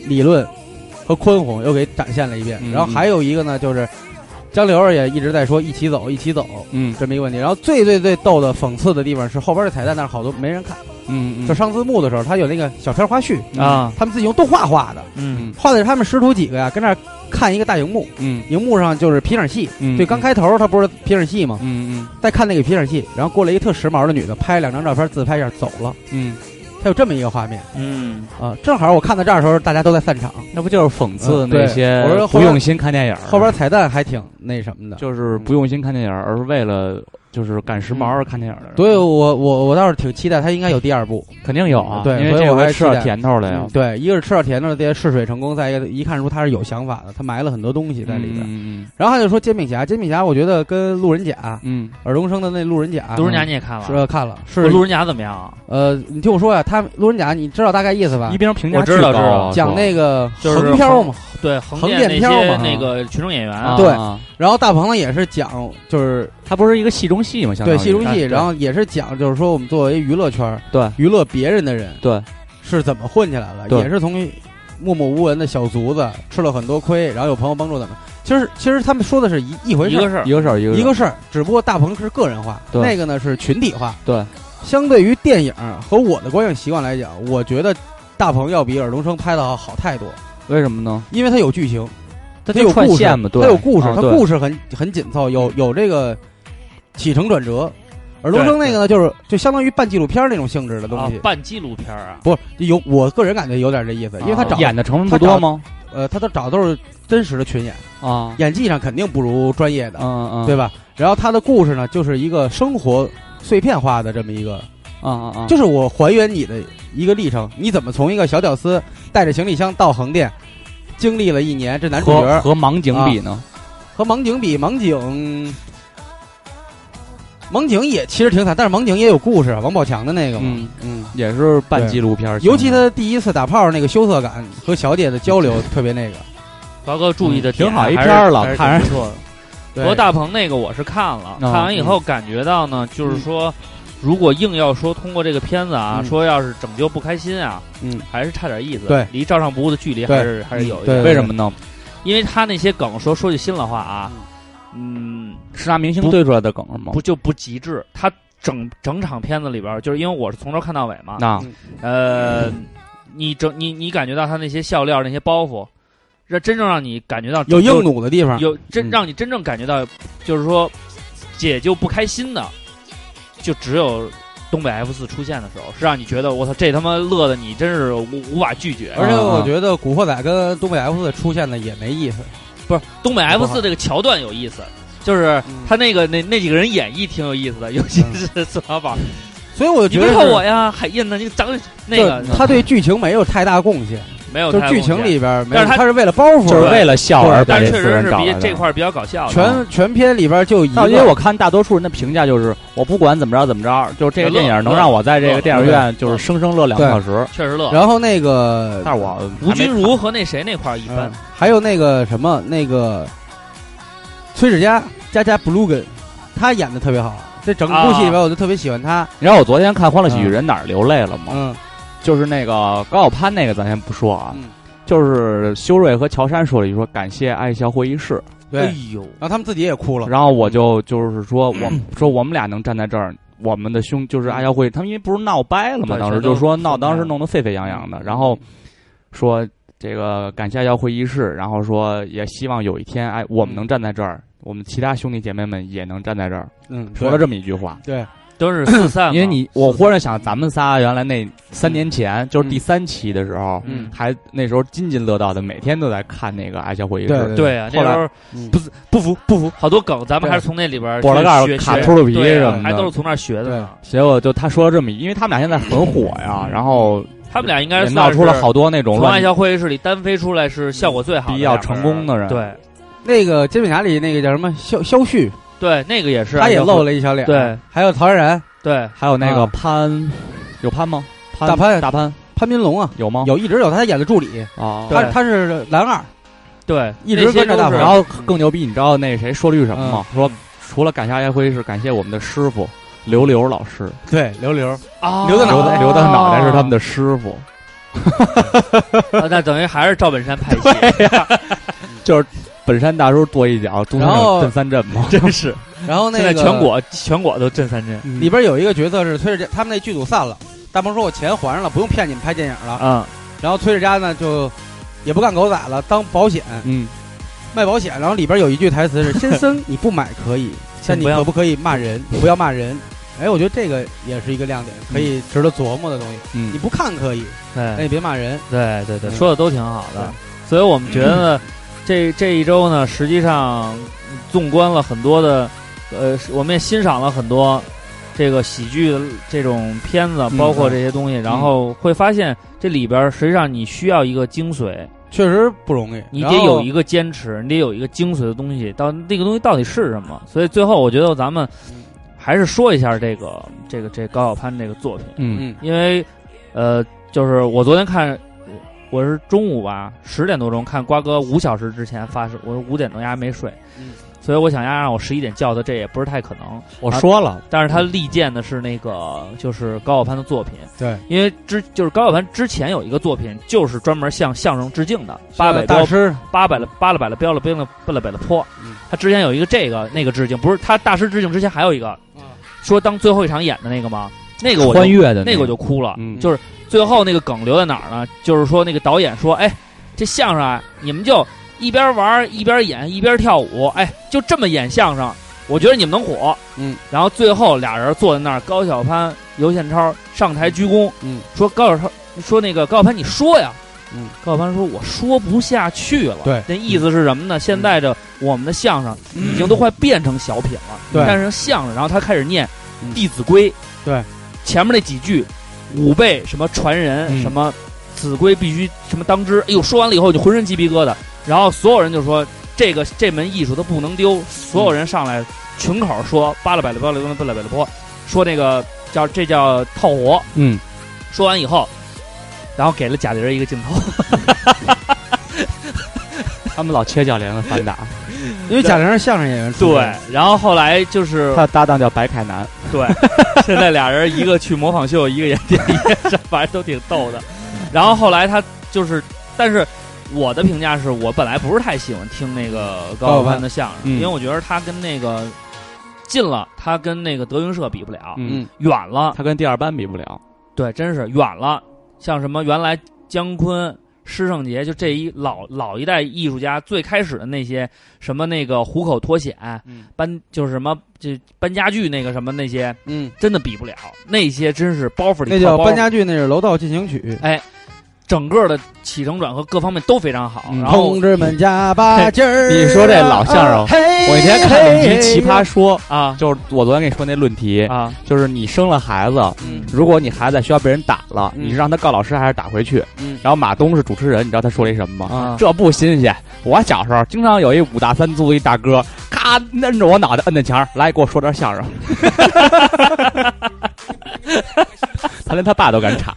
Speaker 5: 理论和宽宏又给展现了一遍。
Speaker 3: 嗯
Speaker 5: 然后还有一个呢，就是江流儿也一直在说一起走，一起走
Speaker 3: 嗯
Speaker 5: 这么一个问题。然后最最最逗的讽刺的地方是后边的彩蛋，但是好多没人看，
Speaker 3: 嗯
Speaker 5: 就上字幕的时候，他有那个小片花絮
Speaker 30: 啊，
Speaker 5: 他们自己用动画画的，
Speaker 30: 嗯，
Speaker 5: 画的是他们师徒几个呀，跟那儿看一个大荧幕，
Speaker 3: 嗯
Speaker 5: 荧幕上就是皮影戏。
Speaker 3: 嗯，
Speaker 5: 对，刚开头他不是皮影戏吗？
Speaker 3: 嗯
Speaker 5: 在看那个皮影戏，然后过来一特时髦的女的，拍两张照片自拍一下走了，
Speaker 3: 嗯嗯，
Speaker 5: 他有这么一个画面
Speaker 30: 嗯，
Speaker 5: 啊。正好我看到这儿的时候，大家都在散场，
Speaker 3: 那不就是讽刺
Speaker 5: 嗯
Speaker 3: 那
Speaker 5: 对
Speaker 3: 些
Speaker 5: 我说后
Speaker 3: 不
Speaker 5: 边
Speaker 3: 用心看电影儿，
Speaker 5: 后边彩蛋还挺那什么的。
Speaker 3: 就是不用心看电影儿，而是为了就是赶时髦而看电影儿的人，
Speaker 5: 所以我我我倒是挺期待他应该有第二部。
Speaker 3: 肯定有啊，
Speaker 5: 嗯对
Speaker 3: 因为
Speaker 5: 所以
Speaker 3: 这
Speaker 5: 我
Speaker 3: 回
Speaker 5: 还
Speaker 3: 吃到
Speaker 5: 期待
Speaker 3: 甜头啊了呀，
Speaker 5: 对，一个是吃到甜头的试水成功，再一个一看出他是有想法的，他埋了很多东西在里边。
Speaker 3: 嗯
Speaker 5: 然后他就说煎饼侠，煎饼侠我觉得跟路人甲
Speaker 3: 嗯
Speaker 5: 尔冬升的那路人甲，
Speaker 30: 路人甲你也看了？
Speaker 5: 是看了
Speaker 30: 我
Speaker 5: 是
Speaker 30: 路人甲怎么样啊？
Speaker 5: 呃，你听我说呀、他路人甲你知道大概意思吧
Speaker 3: 嗯，一？边评价
Speaker 30: 我知道
Speaker 3: 巨高
Speaker 30: 知道
Speaker 3: 啊
Speaker 5: 讲
Speaker 3: 说
Speaker 5: 那个
Speaker 30: 就是
Speaker 5: 横漂嘛，
Speaker 30: 对，
Speaker 5: 横
Speaker 30: 横
Speaker 5: 店
Speaker 2: 那
Speaker 5: 漂
Speaker 30: 些
Speaker 5: 嘛嗯
Speaker 30: 那个群众演员
Speaker 3: 啊
Speaker 5: 对
Speaker 3: 啊
Speaker 5: 然后大鹏呢也是讲，就是
Speaker 3: 它不是一个戏中戏吗？相当
Speaker 5: 对
Speaker 3: 于
Speaker 5: 戏中戏，
Speaker 30: 哎对
Speaker 5: 然后也是讲，就是说我们作为娱乐圈儿
Speaker 3: 对
Speaker 5: 娱乐别人的人
Speaker 3: 对
Speaker 5: 是怎么混起来的，
Speaker 3: 对
Speaker 5: 也是从默默无闻的小卒子吃了很多亏，然后有朋友帮助他们。其实其实他们说的是一一回
Speaker 30: 一
Speaker 5: 事
Speaker 30: 个
Speaker 5: 儿，
Speaker 30: 事儿
Speaker 3: 一，个事儿一个
Speaker 5: 一
Speaker 3: 事
Speaker 5: 个事儿，只不过大鹏是个人化，
Speaker 3: 对
Speaker 5: 那个呢是群体化。
Speaker 3: 对，
Speaker 5: 相对于电影儿和我的观影习惯来讲，我觉得大鹏要比尔冬升拍的好太多，
Speaker 3: 儿为什么呢？
Speaker 5: 因为他有剧情。
Speaker 3: 它
Speaker 5: 它有
Speaker 3: 串
Speaker 5: 故事
Speaker 3: 线嘛，对，
Speaker 5: 它有故事，
Speaker 3: 啊
Speaker 5: 它
Speaker 3: 对
Speaker 5: 故事很很紧凑，有有这个起承转折。而龙生那个呢，就是就相当于半纪录片那种性质的东
Speaker 30: 啊
Speaker 5: 西，，
Speaker 30: 半纪录片儿啊，
Speaker 5: 不是有我个人感觉有点这意思，因为他
Speaker 3: 啊
Speaker 5: 找
Speaker 3: 演的成分
Speaker 5: 他
Speaker 3: 不多
Speaker 5: 找
Speaker 3: 吗？
Speaker 5: 呃，他都找的都是真实的群演，
Speaker 3: 啊，
Speaker 5: 演技上肯定不如专业的，
Speaker 3: 嗯嗯，
Speaker 5: 对吧？然后他的故事呢，就是一个生活碎片化的这么一个
Speaker 3: 啊啊啊！
Speaker 5: 就是我还原你的一个历程，你怎么从一个小屌丝带着行李箱到横店，经历了一年，这男主
Speaker 3: 和
Speaker 5: 角啊
Speaker 3: 和盲井比呢？
Speaker 5: 和盲井比，盲井，盲井也其实挺惨，但是盲井也有故事，啊王宝强的那个嘛，
Speaker 3: 嗯
Speaker 5: 嗯，
Speaker 3: 也是半纪录片儿，
Speaker 5: 尤其他第一次打炮那个羞涩感和小姐的交流特别那个，
Speaker 30: 华哥注意的
Speaker 5: 嗯
Speaker 3: 嗯挺
Speaker 30: 点
Speaker 3: 好一
Speaker 30: 还是
Speaker 3: 片儿了
Speaker 30: 还是
Speaker 3: 看
Speaker 30: 挺不错的。不过
Speaker 5: 对，嗯
Speaker 30: 大鹏那个我是看了，看完以后感觉到呢，就是说，如果硬要说通过这个片子啊，
Speaker 5: 嗯
Speaker 30: 说要是拯救不开心啊，
Speaker 5: 嗯，
Speaker 30: 还是差点意思。
Speaker 5: 对
Speaker 30: 离照上不误的距离还是还是有一
Speaker 5: 对
Speaker 30: 点。
Speaker 3: 为什么呢？
Speaker 30: 因为他那些梗说说句心里话啊，嗯，
Speaker 3: 是拿明星堆出来的梗是吗？
Speaker 30: 不就不极致。他整整场片子里边儿，就是因为我是从头看到尾嘛，
Speaker 3: 那
Speaker 30: 呃，你整你你感觉到他那些笑料那些包袱，让真正让你感觉到拯
Speaker 5: 有
Speaker 30: 救
Speaker 5: 硬弩的地方，
Speaker 30: 有真
Speaker 5: 嗯
Speaker 30: 让你真正感觉到，就是说解救不开心的，就只有东北 F 四出现的时候，是让你觉得我操，这他妈乐的你真是无无法拒绝。
Speaker 5: 而且我
Speaker 3: 啊
Speaker 5: 觉得《古惑仔》跟东北 F 四出现的也没意思，
Speaker 30: 不是东北 F 四这个桥段有意思，就是
Speaker 5: 嗯
Speaker 30: 他那个那那几个人演绎挺有意思的，尤其是宋小宝，
Speaker 5: 所以嗯我
Speaker 30: 你
Speaker 5: 觉
Speaker 30: 不
Speaker 5: 得
Speaker 30: 看
Speaker 5: 是
Speaker 30: 我呀，海燕呢，你长那个嗯
Speaker 5: 就他对剧情没有太大贡献，
Speaker 30: 没有
Speaker 5: 就
Speaker 30: 太
Speaker 5: 是剧
Speaker 30: 贡
Speaker 5: 情
Speaker 30: 献，
Speaker 5: 里边没
Speaker 30: 但
Speaker 5: 有，
Speaker 30: 是他
Speaker 5: 他是为了包袱，
Speaker 3: 就是为了笑而把
Speaker 30: 啊
Speaker 3: 这
Speaker 30: 但确
Speaker 3: 四
Speaker 30: 实
Speaker 3: 人
Speaker 30: 是
Speaker 3: 找
Speaker 30: 比
Speaker 3: 来
Speaker 30: 这
Speaker 3: 的。
Speaker 30: 块儿比较搞笑的。
Speaker 5: 全全片里边就一
Speaker 3: 那
Speaker 5: 个，
Speaker 3: 因为我看大多数人的评价就是，我不管怎么着怎么着，就是这个电影能让我在这个电影院就是生生乐两个小时。
Speaker 30: 确实乐。
Speaker 5: 然后那个
Speaker 3: 但是我
Speaker 30: 吴君如和那谁那块儿一般
Speaker 5: 嗯，，还有那个什么那个崔始佳佳佳 b l u g e n 他演的特别好。这整部戏里边，
Speaker 30: 啊
Speaker 5: 我就特别喜欢他。
Speaker 3: 你知道我昨天看《欢乐喜剧人》哪儿流泪了吗？
Speaker 5: 嗯，
Speaker 3: 就是那个高晓攀那个，咱先不说啊
Speaker 5: 嗯，
Speaker 3: 就是修睿和乔杉说了一句说感谢爱笑会议室，
Speaker 5: 对。
Speaker 30: 哎呦，
Speaker 5: 然后他们自己也哭了。
Speaker 3: 然后我就就是说我说我们俩能站在这儿。我们的兄就是爱笑会，他们因为不是闹掰了嘛，
Speaker 30: 对
Speaker 3: 当时
Speaker 30: 全都
Speaker 3: 就说闹，
Speaker 30: 分开了
Speaker 3: 当时弄得沸沸扬扬的，然后说这个感谢爱笑会议室，然后说也希望有一天，哎，我们能站在这儿，我们其他兄弟姐妹们也能站在这儿，
Speaker 5: 嗯，
Speaker 3: 说了这么一句话，啊
Speaker 5: 对
Speaker 30: 都是四散嘛，
Speaker 3: 因为你，我忽然想，咱们仨原来那三年前，就是第三期的时候，
Speaker 5: 嗯
Speaker 3: 还那时候津津乐道的，每天都在看那个《爱笑会议室》，
Speaker 5: 对
Speaker 30: 对啊，那
Speaker 3: 呃后来
Speaker 30: 时候
Speaker 5: 嗯
Speaker 30: 不是不服不服，好多梗咱们还是从那里边儿
Speaker 3: 波
Speaker 30: 去
Speaker 3: 了盖
Speaker 30: 学
Speaker 3: 儿卡
Speaker 30: 学
Speaker 3: 秃噜皮
Speaker 30: 对
Speaker 3: 什
Speaker 30: 啊
Speaker 3: 么
Speaker 30: 还都是
Speaker 3: 的。
Speaker 30: 从那儿学的
Speaker 5: 对
Speaker 30: 呢。
Speaker 3: 结果就他说了这么一，因为他们俩现在很火 呀，然后
Speaker 30: 他们俩应该
Speaker 3: 也
Speaker 30: 是
Speaker 3: 闹出了好多那种
Speaker 30: 从爱
Speaker 3: 乱
Speaker 30: 笑会议室里单飞出来是效果最好的
Speaker 3: 比
Speaker 30: 两
Speaker 3: 较
Speaker 30: 个
Speaker 3: 成
Speaker 30: 人，
Speaker 3: 功的人。，
Speaker 30: 对
Speaker 5: 那个《煎饼侠》里那个叫什么肖肖旭，
Speaker 30: 对，那个也是，
Speaker 5: 他也
Speaker 30: 爱笑会
Speaker 5: 露了一小脸。
Speaker 30: 对，
Speaker 5: 还有陶然然、
Speaker 30: 对，
Speaker 3: 还有那个
Speaker 5: 啊
Speaker 3: 潘，有潘吗？潘
Speaker 5: 大潘
Speaker 3: 大潘
Speaker 5: 潘斌龙啊，
Speaker 3: 有吗？
Speaker 5: 有一直有他演的助理，
Speaker 3: 啊。
Speaker 30: 对
Speaker 5: 他他是男二，
Speaker 30: 对，
Speaker 5: 一直跟着大
Speaker 30: 那些都是
Speaker 3: 然后更牛逼，你知道那谁说了句什么
Speaker 30: 嗯
Speaker 3: 吗？说除了感谢爱笑会议室，感谢我们的师傅刘刘老师。
Speaker 5: 对刘刘，
Speaker 30: 啊，
Speaker 5: 留在脑袋
Speaker 3: 刘大脑袋是
Speaker 30: 哦
Speaker 3: 他们的师傅，
Speaker 30: 啊，那等于还是赵本 山派系，
Speaker 3: 就是本山大叔跺一脚，中山
Speaker 5: 然后
Speaker 3: 镇三镇嘛。
Speaker 30: 真是。
Speaker 5: 然后
Speaker 30: 现
Speaker 5: 那
Speaker 30: 在
Speaker 5: 个
Speaker 30: 全国全国都震三震
Speaker 5: 里边有一个角色是崔世佳，他们那剧组散了，大鹏说我钱还上了，不用骗你们拍电影
Speaker 3: 嗯
Speaker 5: 了。
Speaker 30: 啊，
Speaker 5: 然后崔世佳呢就也不干狗仔了，当保险
Speaker 3: 嗯，
Speaker 5: 卖保险。然后里边有一句台词是：“先生，你不买可以，但你
Speaker 30: 不要
Speaker 5: 可不可以骂人？不要骂人。”哎，我觉得这个也是一个亮点，可以值得琢磨的东西。
Speaker 3: 嗯
Speaker 5: 你不看可以，
Speaker 30: 对
Speaker 5: 但你别骂人。
Speaker 30: 对对对，
Speaker 5: 嗯
Speaker 30: 说的都挺好的，所以我们觉得 这这一周呢，实际上嗯纵观了很多的，呃，是我们也欣赏了很多这个喜剧的这种片子，
Speaker 5: 嗯
Speaker 30: 包括这些东西，然后会发现这里边儿实际上你需要一个精髓，
Speaker 5: 确实不容易，
Speaker 30: 你
Speaker 5: 然
Speaker 30: 得
Speaker 5: 后
Speaker 30: 有一个坚持，你得有一个精髓的东西，到那个东西到底是什么？所以最后我觉得咱们
Speaker 5: 嗯
Speaker 30: 还是说一下这个这个这高晓攀这个作品，
Speaker 3: 嗯
Speaker 5: 嗯
Speaker 30: 因为，呃，就是我昨天看，我是中午吧，十点多钟看瓜哥五小时之前发誓，我说五点钟丫没睡，
Speaker 5: 嗯
Speaker 30: 所以我想丫让我十一点叫他，这也不是太可能。
Speaker 3: 我说了，
Speaker 30: 但是他
Speaker 5: 嗯
Speaker 30: 力荐的是那个就是高晓攀的作品，
Speaker 5: 对，
Speaker 30: 因为之就是高晓攀之前有一个作品，就是专门向相声致敬的，八
Speaker 5: 八
Speaker 30: 百
Speaker 5: 百
Speaker 30: 标
Speaker 5: 大师，
Speaker 30: 八百了八了百了标了冰了奔了百了坡
Speaker 5: 嗯，
Speaker 30: 他之前有一个这个那个致敬，不是他大师致敬之前还有一个，
Speaker 5: 嗯
Speaker 30: 说当最后一场演的那个吗？那个我就
Speaker 3: 穿越的
Speaker 30: 那个我就哭了，
Speaker 3: 嗯
Speaker 30: 就是最后那个梗留在哪儿呢？就是说那个导演说，哎，这相声啊，你们就一边玩儿一边演一边跳舞，哎，就这么演相声，我觉得你们能火。
Speaker 5: 嗯，
Speaker 30: 然后最后俩人坐在那儿，高晓攀、尤宪超上台鞠躬，
Speaker 5: 嗯，
Speaker 30: 说高晓超说那个高晓攀你说呀。
Speaker 5: 嗯，
Speaker 30: 高晓攀说：“我说不下去了。”
Speaker 5: 对
Speaker 30: 那意思是什么呢？现在这我们的相声已经都快变成小品了，
Speaker 5: 对
Speaker 30: 但是相声，然后他开始念
Speaker 5: 嗯
Speaker 30: 《弟子规》，
Speaker 5: 对，
Speaker 30: 前面那几句，五倍什么传人、
Speaker 3: 嗯
Speaker 30: 什么子规必须什么当知，哎呦，说完了以后就浑身鸡皮疙瘩。然后所有人就说这个这门艺术它不能丢，所有人上来群口说巴拉百拉巴拉巴拉巴拉巴拉波，说那个叫这叫套活。
Speaker 3: 嗯，
Speaker 30: 说完以后，然后给了贾玲儿一个镜头。
Speaker 3: 他们老切贾玲的反打，
Speaker 5: 因为贾玲是相声演员出
Speaker 30: 对
Speaker 5: 身，，
Speaker 30: 然后后来就是
Speaker 3: 他的搭档叫白凯南，
Speaker 30: 对，现在俩人一个去模仿秀，一个演电影，反正都挺逗的。然后后来他就是，但是我的评价是我本来不是太喜欢听那个高晓攀的相声，
Speaker 3: 嗯
Speaker 30: 因为我觉得他跟那个近了，他跟那个德云社比不了；
Speaker 3: 嗯，
Speaker 30: 远了，
Speaker 3: 他跟第二班比不了，
Speaker 30: 对，真是远了。像什么原来姜昆、施圣杰，就这一老老一代艺术家最开始的那些什么那个虎口脱险、
Speaker 3: 嗯
Speaker 30: 搬就是什么这搬家具那个什么那些。
Speaker 5: 嗯，
Speaker 30: 真的比不了，那些真是包袱里
Speaker 5: 那
Speaker 30: 套
Speaker 5: 叫
Speaker 30: 包袱
Speaker 5: 搬家具，那是楼道进行曲。
Speaker 30: 整个的起承转合各方面都非常好。
Speaker 3: 嗯
Speaker 30: 然后
Speaker 5: 同志们加把劲儿啊！啊
Speaker 3: 你说这老相声我
Speaker 5: 我
Speaker 3: 以前看了一集《奇葩说》，
Speaker 30: 啊
Speaker 3: 就是我昨天跟你说那论题，
Speaker 30: 啊，
Speaker 3: 就是你生了孩子，
Speaker 5: 嗯
Speaker 3: 如果你孩子在学校被人打了，
Speaker 5: 嗯
Speaker 3: 你是让他告老师还是打回去？
Speaker 5: 嗯
Speaker 3: 然后马东是主持人，你知道他说了一什么吗？
Speaker 30: 啊
Speaker 3: 这不新鲜，我小时候经常有一五大三粗的一大哥，咔摁着我脑袋摁在墙上，来给我说点相声。 他连他爸都敢插，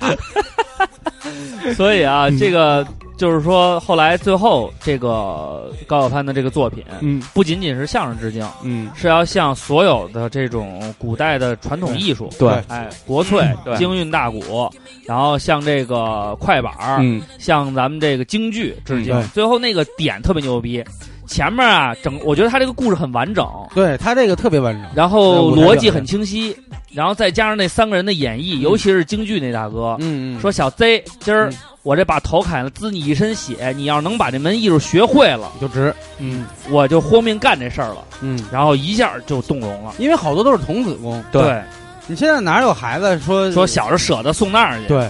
Speaker 30: 所以啊，
Speaker 5: 嗯
Speaker 30: 这个就是说，后来最后这个高晓攀的这个作品，
Speaker 3: 嗯
Speaker 30: 不仅仅是相声致敬，
Speaker 3: 嗯，
Speaker 30: 是要向所有的这种古代的传统艺
Speaker 5: 嗯
Speaker 30: 术，
Speaker 3: 对，
Speaker 30: 哎，国粹
Speaker 3: 对、
Speaker 30: 京韵大鼓，然后向这个快板儿，
Speaker 3: 嗯
Speaker 30: 向咱们这个京剧致敬
Speaker 5: 嗯对。
Speaker 30: 最后那个点特别牛逼，前面啊，整我觉得他这个故事很完整，
Speaker 5: 对他这个特别完整，
Speaker 30: 然后逻辑很清晰，然后再加上那三个人的演绎，尤其是京剧那大哥、
Speaker 5: 嗯
Speaker 30: 说：“小 Z，今儿
Speaker 5: 嗯
Speaker 30: 我这把头砍了，滋你一身血，你要是能把这门艺术学会了，
Speaker 5: 就值，
Speaker 30: 嗯，我就豁命干这事儿了。
Speaker 5: 嗯，”
Speaker 30: 然后一下就动容了。
Speaker 5: 因为好多都是童子功，你现在哪有孩子说
Speaker 30: 说小时候舍得送那儿去，
Speaker 5: 对，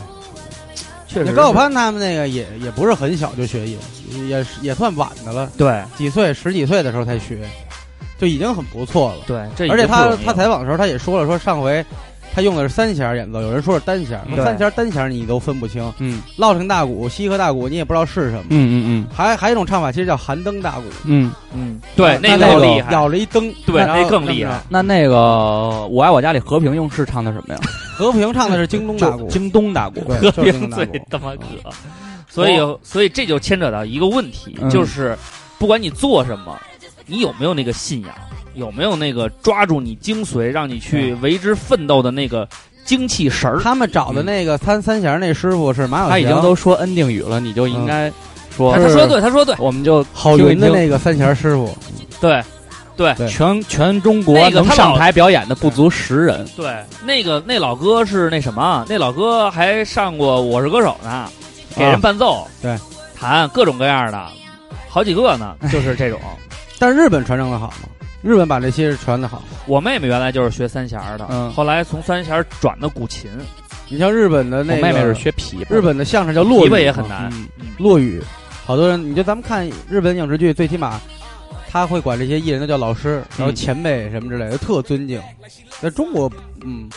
Speaker 30: 确实
Speaker 5: 那
Speaker 30: 是
Speaker 5: 高晓攀他们那个也也不是很小就学艺，也是也算晚的了，
Speaker 30: 对
Speaker 5: 几岁十几岁的时候才学，就已经很不错了。
Speaker 30: 对，这已
Speaker 5: 而且
Speaker 30: 经不
Speaker 5: 他
Speaker 30: 容易
Speaker 5: 他
Speaker 30: 了
Speaker 5: 采访的时候他也说了，说上回他用的是三弦演奏，有人说是单弦，
Speaker 3: 嗯
Speaker 5: 三弦单弦你都分不清，
Speaker 3: 嗯
Speaker 5: 落成大鼓、西河大鼓你也不知道是什么。
Speaker 3: 嗯嗯
Speaker 5: 还还有一种唱法，其实叫寒灯大鼓，
Speaker 3: 嗯。
Speaker 30: 嗯，对
Speaker 5: 那
Speaker 30: 个
Speaker 5: 那
Speaker 30: 厉害，
Speaker 5: 咬了一灯，
Speaker 30: 对
Speaker 5: 然后
Speaker 30: 那更厉害。
Speaker 3: 那那个《我爱我家》里和平用是唱的什么呀？
Speaker 5: 和平唱的是京东大鼓，
Speaker 3: 京东大鼓。
Speaker 5: 对，
Speaker 30: 和
Speaker 5: 就是京
Speaker 30: 平
Speaker 5: 东大
Speaker 30: 最
Speaker 5: 鼓。
Speaker 30: 他妈可。所以，所以这就牵扯到一个问题，
Speaker 3: 嗯
Speaker 30: 就是不管你做什么，你有没有那个信仰，有没有那个抓住你精髓，让你去为之奋斗的那个精气神儿？
Speaker 5: 他们找的那个三三弦那师傅是马小
Speaker 3: 他已经
Speaker 5: 祥
Speaker 3: 都说 N 定语了，你就应该嗯说
Speaker 30: 他，他说得对，他说得
Speaker 3: 我们就
Speaker 5: 郝云的那个三弦师傅，
Speaker 30: 对，对，
Speaker 5: 对
Speaker 3: 全全中国
Speaker 30: 那个
Speaker 3: 能
Speaker 30: 他
Speaker 3: 上
Speaker 30: 老
Speaker 3: 台表演的不足十人。
Speaker 30: 对，那个那老哥是那什么，啊那老哥还上过《我是歌手》呢，给人伴奏，
Speaker 5: 对，
Speaker 30: 弹各种各样的，好几个呢，就是这种。
Speaker 5: 但是日本传承的好吗？日本把这些传的好。
Speaker 30: 我妹妹原来就是学三弦儿的，
Speaker 3: 嗯
Speaker 30: 后来从三弦儿转的古琴，
Speaker 5: 你像日本的那
Speaker 3: 我
Speaker 5: 个，
Speaker 3: 妹妹是学琵琶，
Speaker 5: 日本的相声叫落
Speaker 30: 琵
Speaker 5: 语嘛，嗯
Speaker 30: 琶也很难。
Speaker 5: 落语，好多人，你就咱们看日本影视剧，最起码他会管这些艺人都叫老师，然后前辈什么之类的，特尊敬。在中国，嗯，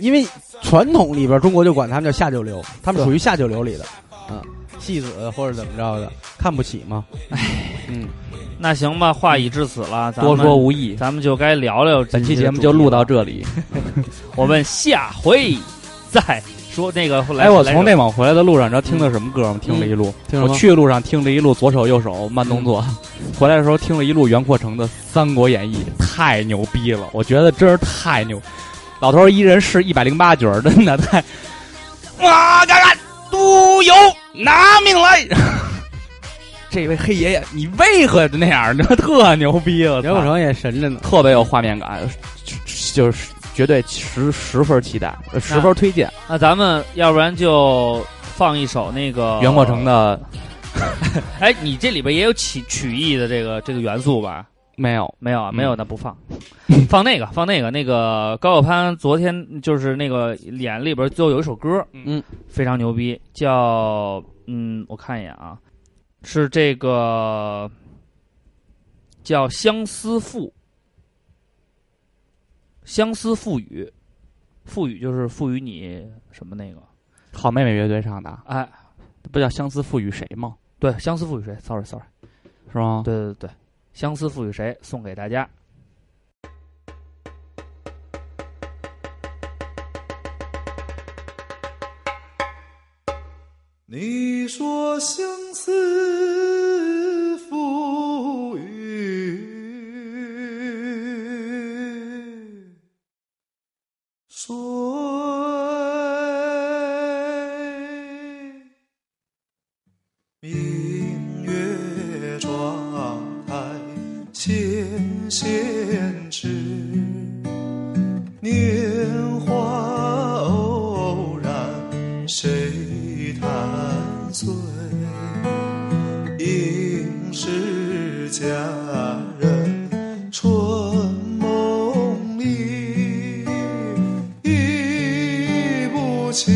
Speaker 5: 因为传统里边，中国就管他们叫下九流，他们属于下九流里的，啊，戏子或者怎么着的，看不起嘛。
Speaker 30: 那行吧，话已至此了，咱
Speaker 3: 多
Speaker 30: 们
Speaker 3: 说无益。
Speaker 30: 咱们就该聊聊这
Speaker 3: 本期
Speaker 30: 些
Speaker 3: 节目
Speaker 30: 主
Speaker 3: 就
Speaker 30: 题
Speaker 3: 录
Speaker 30: 了
Speaker 3: 到，这里。
Speaker 30: 我们下回再说那个。来
Speaker 3: 哎，我
Speaker 30: 来嗯
Speaker 3: 从
Speaker 30: 首
Speaker 3: 那往回来的路上，你知道听的什么歌吗？听了一路，
Speaker 5: 听什
Speaker 3: 我
Speaker 5: 么？
Speaker 3: 去路上听了一路左手右手慢动作，
Speaker 30: 嗯
Speaker 3: 回来的时候听了一路袁阔成的《三国演义》，太牛逼了！我觉得真是太牛。老头儿一人试一百零八局儿， 真的太。哇嘎嘎，都有拿命来！ 这位黑爷爷，你为何那样？你知道特牛逼了，
Speaker 5: 袁
Speaker 3: 操
Speaker 5: 阔成也神着呢。
Speaker 3: 特别有画面感，就是绝对十十分期待，呃十分推荐
Speaker 30: 那咱们要不然就放一首那个
Speaker 3: 袁阔成。的
Speaker 30: 哎，你这里边也有曲曲艺的这个这个元素吧？
Speaker 3: 没有，
Speaker 30: 没有啊，
Speaker 3: 嗯
Speaker 30: 没有，那不放， 放那个，放那个，那个高晓攀昨天就是那个演里边最后有一首歌，
Speaker 5: 嗯，
Speaker 30: 非常牛逼，叫嗯，我看一眼啊，是这个叫《相思赋》，《相思赋语》，赋予就是赋予你什么那个，
Speaker 3: 好妹妹乐队唱的啊，
Speaker 30: 哎，
Speaker 3: 不叫相思赋予谁吗？
Speaker 30: 对，相思赋予谁？sorry sorry，
Speaker 3: 是吗？
Speaker 30: 对对对，相思赋予谁送给大家。
Speaker 2: 你说相思赋予谁？明月窗台纤纤指，年华偶然谁弹碎？应是佳人春梦里，忆不起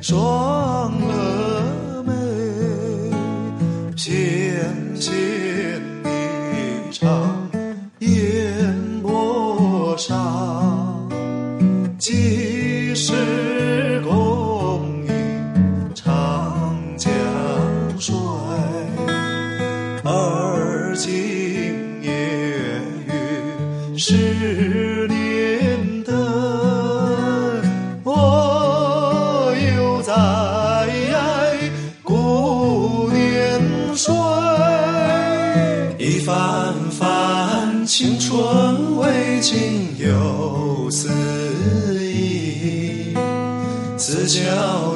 Speaker 2: 双蛾眉，纤纤一场烟波上。几时共饮长江水？而今夜雨是连灯，我犹在故年岁，一番番青春未尽又思忆，此皎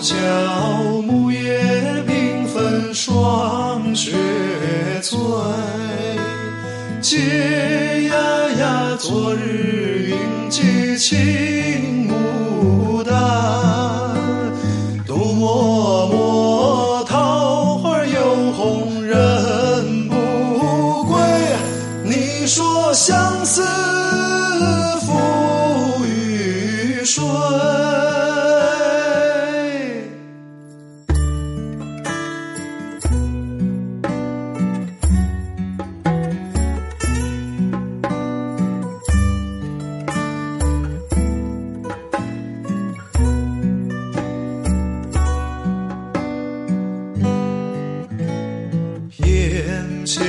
Speaker 2: 皎木叶缤纷霜雪催，嗟呀呀，昨日云髻青牡丹，独默默桃花又红人不归。你说相思赋予谁？眼前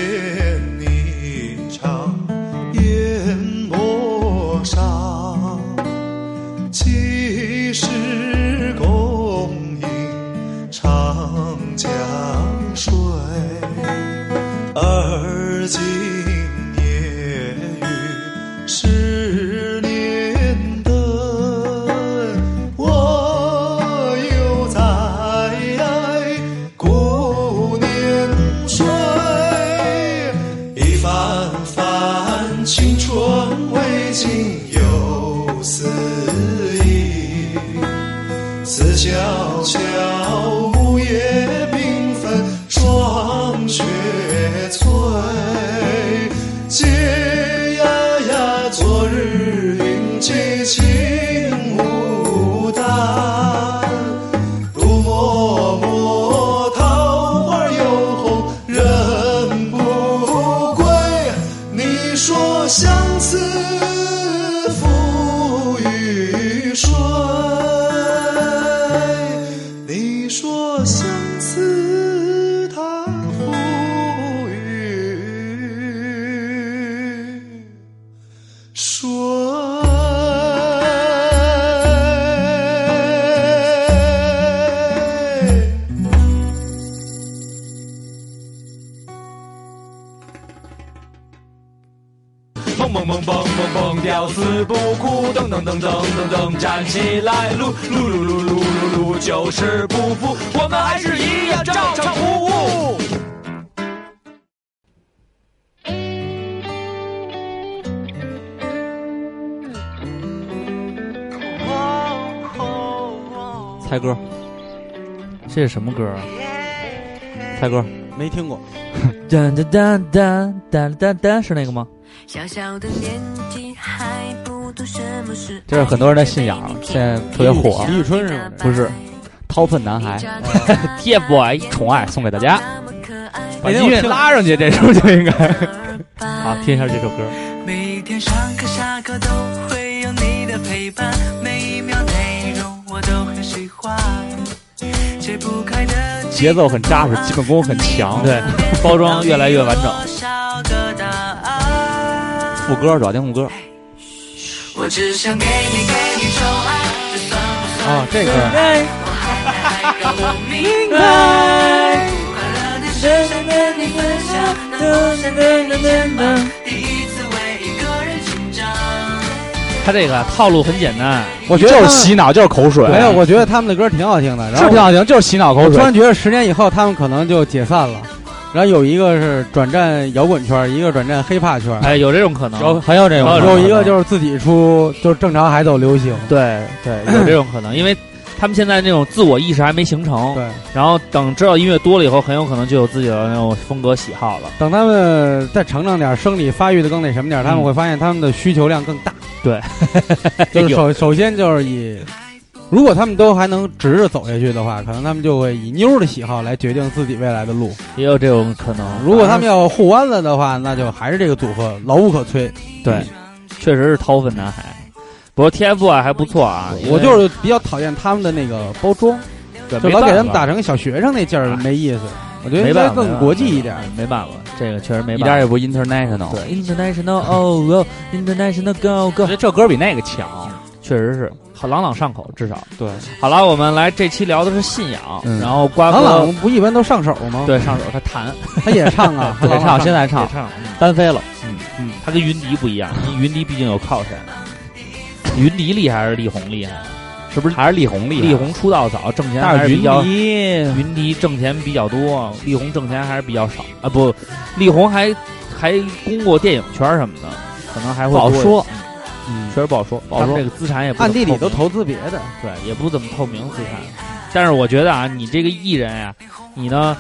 Speaker 2: 一场烟波上，几时共饮长江水？而今夜雨是连灯，我犹在故年岁，一番番青春未尽又思忆，此皎皎木叶缤纷霜雪催，嗟呀呀，昨日云髻青牡丹。独默默，桃花又红人不归。你说相思赋予谁？你说相思它赋予谁？
Speaker 4: 蹦蹦蹦蹦蹦蹦，吊死不哭，噔噔噔噔噔噔，站起来，撸撸撸撸撸撸撸，就是不服，我们还是一样照常服务。
Speaker 3: 猜歌，
Speaker 30: 这是什么歌啊？
Speaker 3: 猜歌，
Speaker 5: 没听过。
Speaker 30: 噔噔噔噔噔噔噔，是那个吗？
Speaker 6: 小小的年纪还不懂什么是
Speaker 3: 这是很多人的信仰，现在特别火。
Speaker 5: 李宇春是吗？
Speaker 3: 不是，掏粪男孩，
Speaker 30: TFBOYS
Speaker 3: 宠爱送给大家，把
Speaker 5: 哎
Speaker 3: 音乐拉上去，这时候就应该。
Speaker 6: 好
Speaker 30: 好，听一下这首歌。
Speaker 6: 每天上课下课都会
Speaker 7: 有你的陪伴，每一秒内容我都很喜欢。解不开的
Speaker 3: 节奏很扎实，基本功很强，
Speaker 30: 对，包装越来越完整。
Speaker 3: 副歌主要听副歌。
Speaker 7: 我只想给你给你宠爱，这算不算
Speaker 3: 哦
Speaker 5: 啊这个
Speaker 7: 爱我还让我明白。快乐的事想跟你分享，能不想给你肩膀？第一次为一个人成长。
Speaker 30: 他这个套路很简单，
Speaker 5: 我觉得
Speaker 3: 就是洗脑，就是口水。
Speaker 5: 没有，我觉得他们的歌挺好听的，然后
Speaker 3: 是挺好听，就是洗脑口
Speaker 5: 我
Speaker 3: 水
Speaker 5: 突。然觉得十年以后他们可能就解散了，然后有一个是转战摇滚圈，一个转战黑怕圈，
Speaker 30: 哎，有这种可
Speaker 3: 哦
Speaker 30: 能，
Speaker 5: 嗯有
Speaker 30: 很有这
Speaker 5: 有一个就是自己出，就是正常还走流行。
Speaker 30: 对对， 有这种可能，因为他们现在那种自我意识还没形成，
Speaker 5: 对，
Speaker 30: 然后等知道音乐多了以后，很有可能就有自己的那种风格喜好了。
Speaker 5: 等他们再成长点儿，生理发育的更那什么点儿，
Speaker 30: 嗯
Speaker 5: 他们会发现他们的需求量更 大。
Speaker 30: 对， 哎
Speaker 5: 就是首首先就是以，如果他们都还能直着走下去的话，可能他们就会以妞儿的喜好来决定自己未来的路。
Speaker 30: 也有这种可能。
Speaker 5: 如果他们要互弯了的话，那就还是这个组合牢不可摧。
Speaker 30: 对，确实是掏粪男孩。不过 TF 啊还不错啊，因为
Speaker 5: 我就是比较讨厌他们的那个包装，
Speaker 30: 对
Speaker 5: 就
Speaker 30: 没
Speaker 5: 老给
Speaker 30: 办
Speaker 5: 他
Speaker 30: 法
Speaker 5: 们
Speaker 30: 啊
Speaker 5: 打成小学生那劲儿，没意思。我觉得
Speaker 30: 没
Speaker 5: 应该
Speaker 30: 办法，
Speaker 5: 更国际一点。
Speaker 30: 没办法，这个确实没办法，
Speaker 3: 一点也不 international。
Speaker 30: 对 international 哦 g international go go，
Speaker 3: 我觉得这歌比那个强。
Speaker 30: 确实是好朗朗上口，至少
Speaker 3: 对。
Speaker 30: 好了，我们来这期聊的是信仰，
Speaker 3: 嗯
Speaker 30: 然后瓜
Speaker 5: 郎
Speaker 30: 哥
Speaker 5: 朗不一般都上手吗？
Speaker 30: 对上手他弹，，
Speaker 5: 他也唱啊
Speaker 30: 对
Speaker 5: 郎朗
Speaker 30: 唱
Speaker 5: 手
Speaker 30: 现在
Speaker 5: 也
Speaker 30: 唱
Speaker 5: 唱。
Speaker 3: 单飞了，
Speaker 30: 嗯嗯，他跟云迪不一样，云迪毕竟有靠 山，云迪厉害还是力宏厉害？
Speaker 3: 是不是还是力宏厉害？
Speaker 30: 力宏出道早，挣钱
Speaker 3: 但
Speaker 30: 还
Speaker 3: 是
Speaker 30: 是比较
Speaker 3: 云迪
Speaker 30: 云迪挣钱比较多，力宏挣钱还是比较少啊。不，力宏还还攻过电影圈什么的，可能还会
Speaker 3: 不好
Speaker 30: 多一
Speaker 3: 说
Speaker 30: 些，
Speaker 3: 嗯
Speaker 30: 确实不好说。
Speaker 3: 不好
Speaker 30: 他们
Speaker 3: 说
Speaker 30: 这个资产也不
Speaker 5: 暗地里
Speaker 30: 怎
Speaker 5: 都
Speaker 30: 么透
Speaker 5: 投资别的。
Speaker 30: 明，对，也不怎么透明资产。但是我觉得啊，你这个艺人呀、你呢，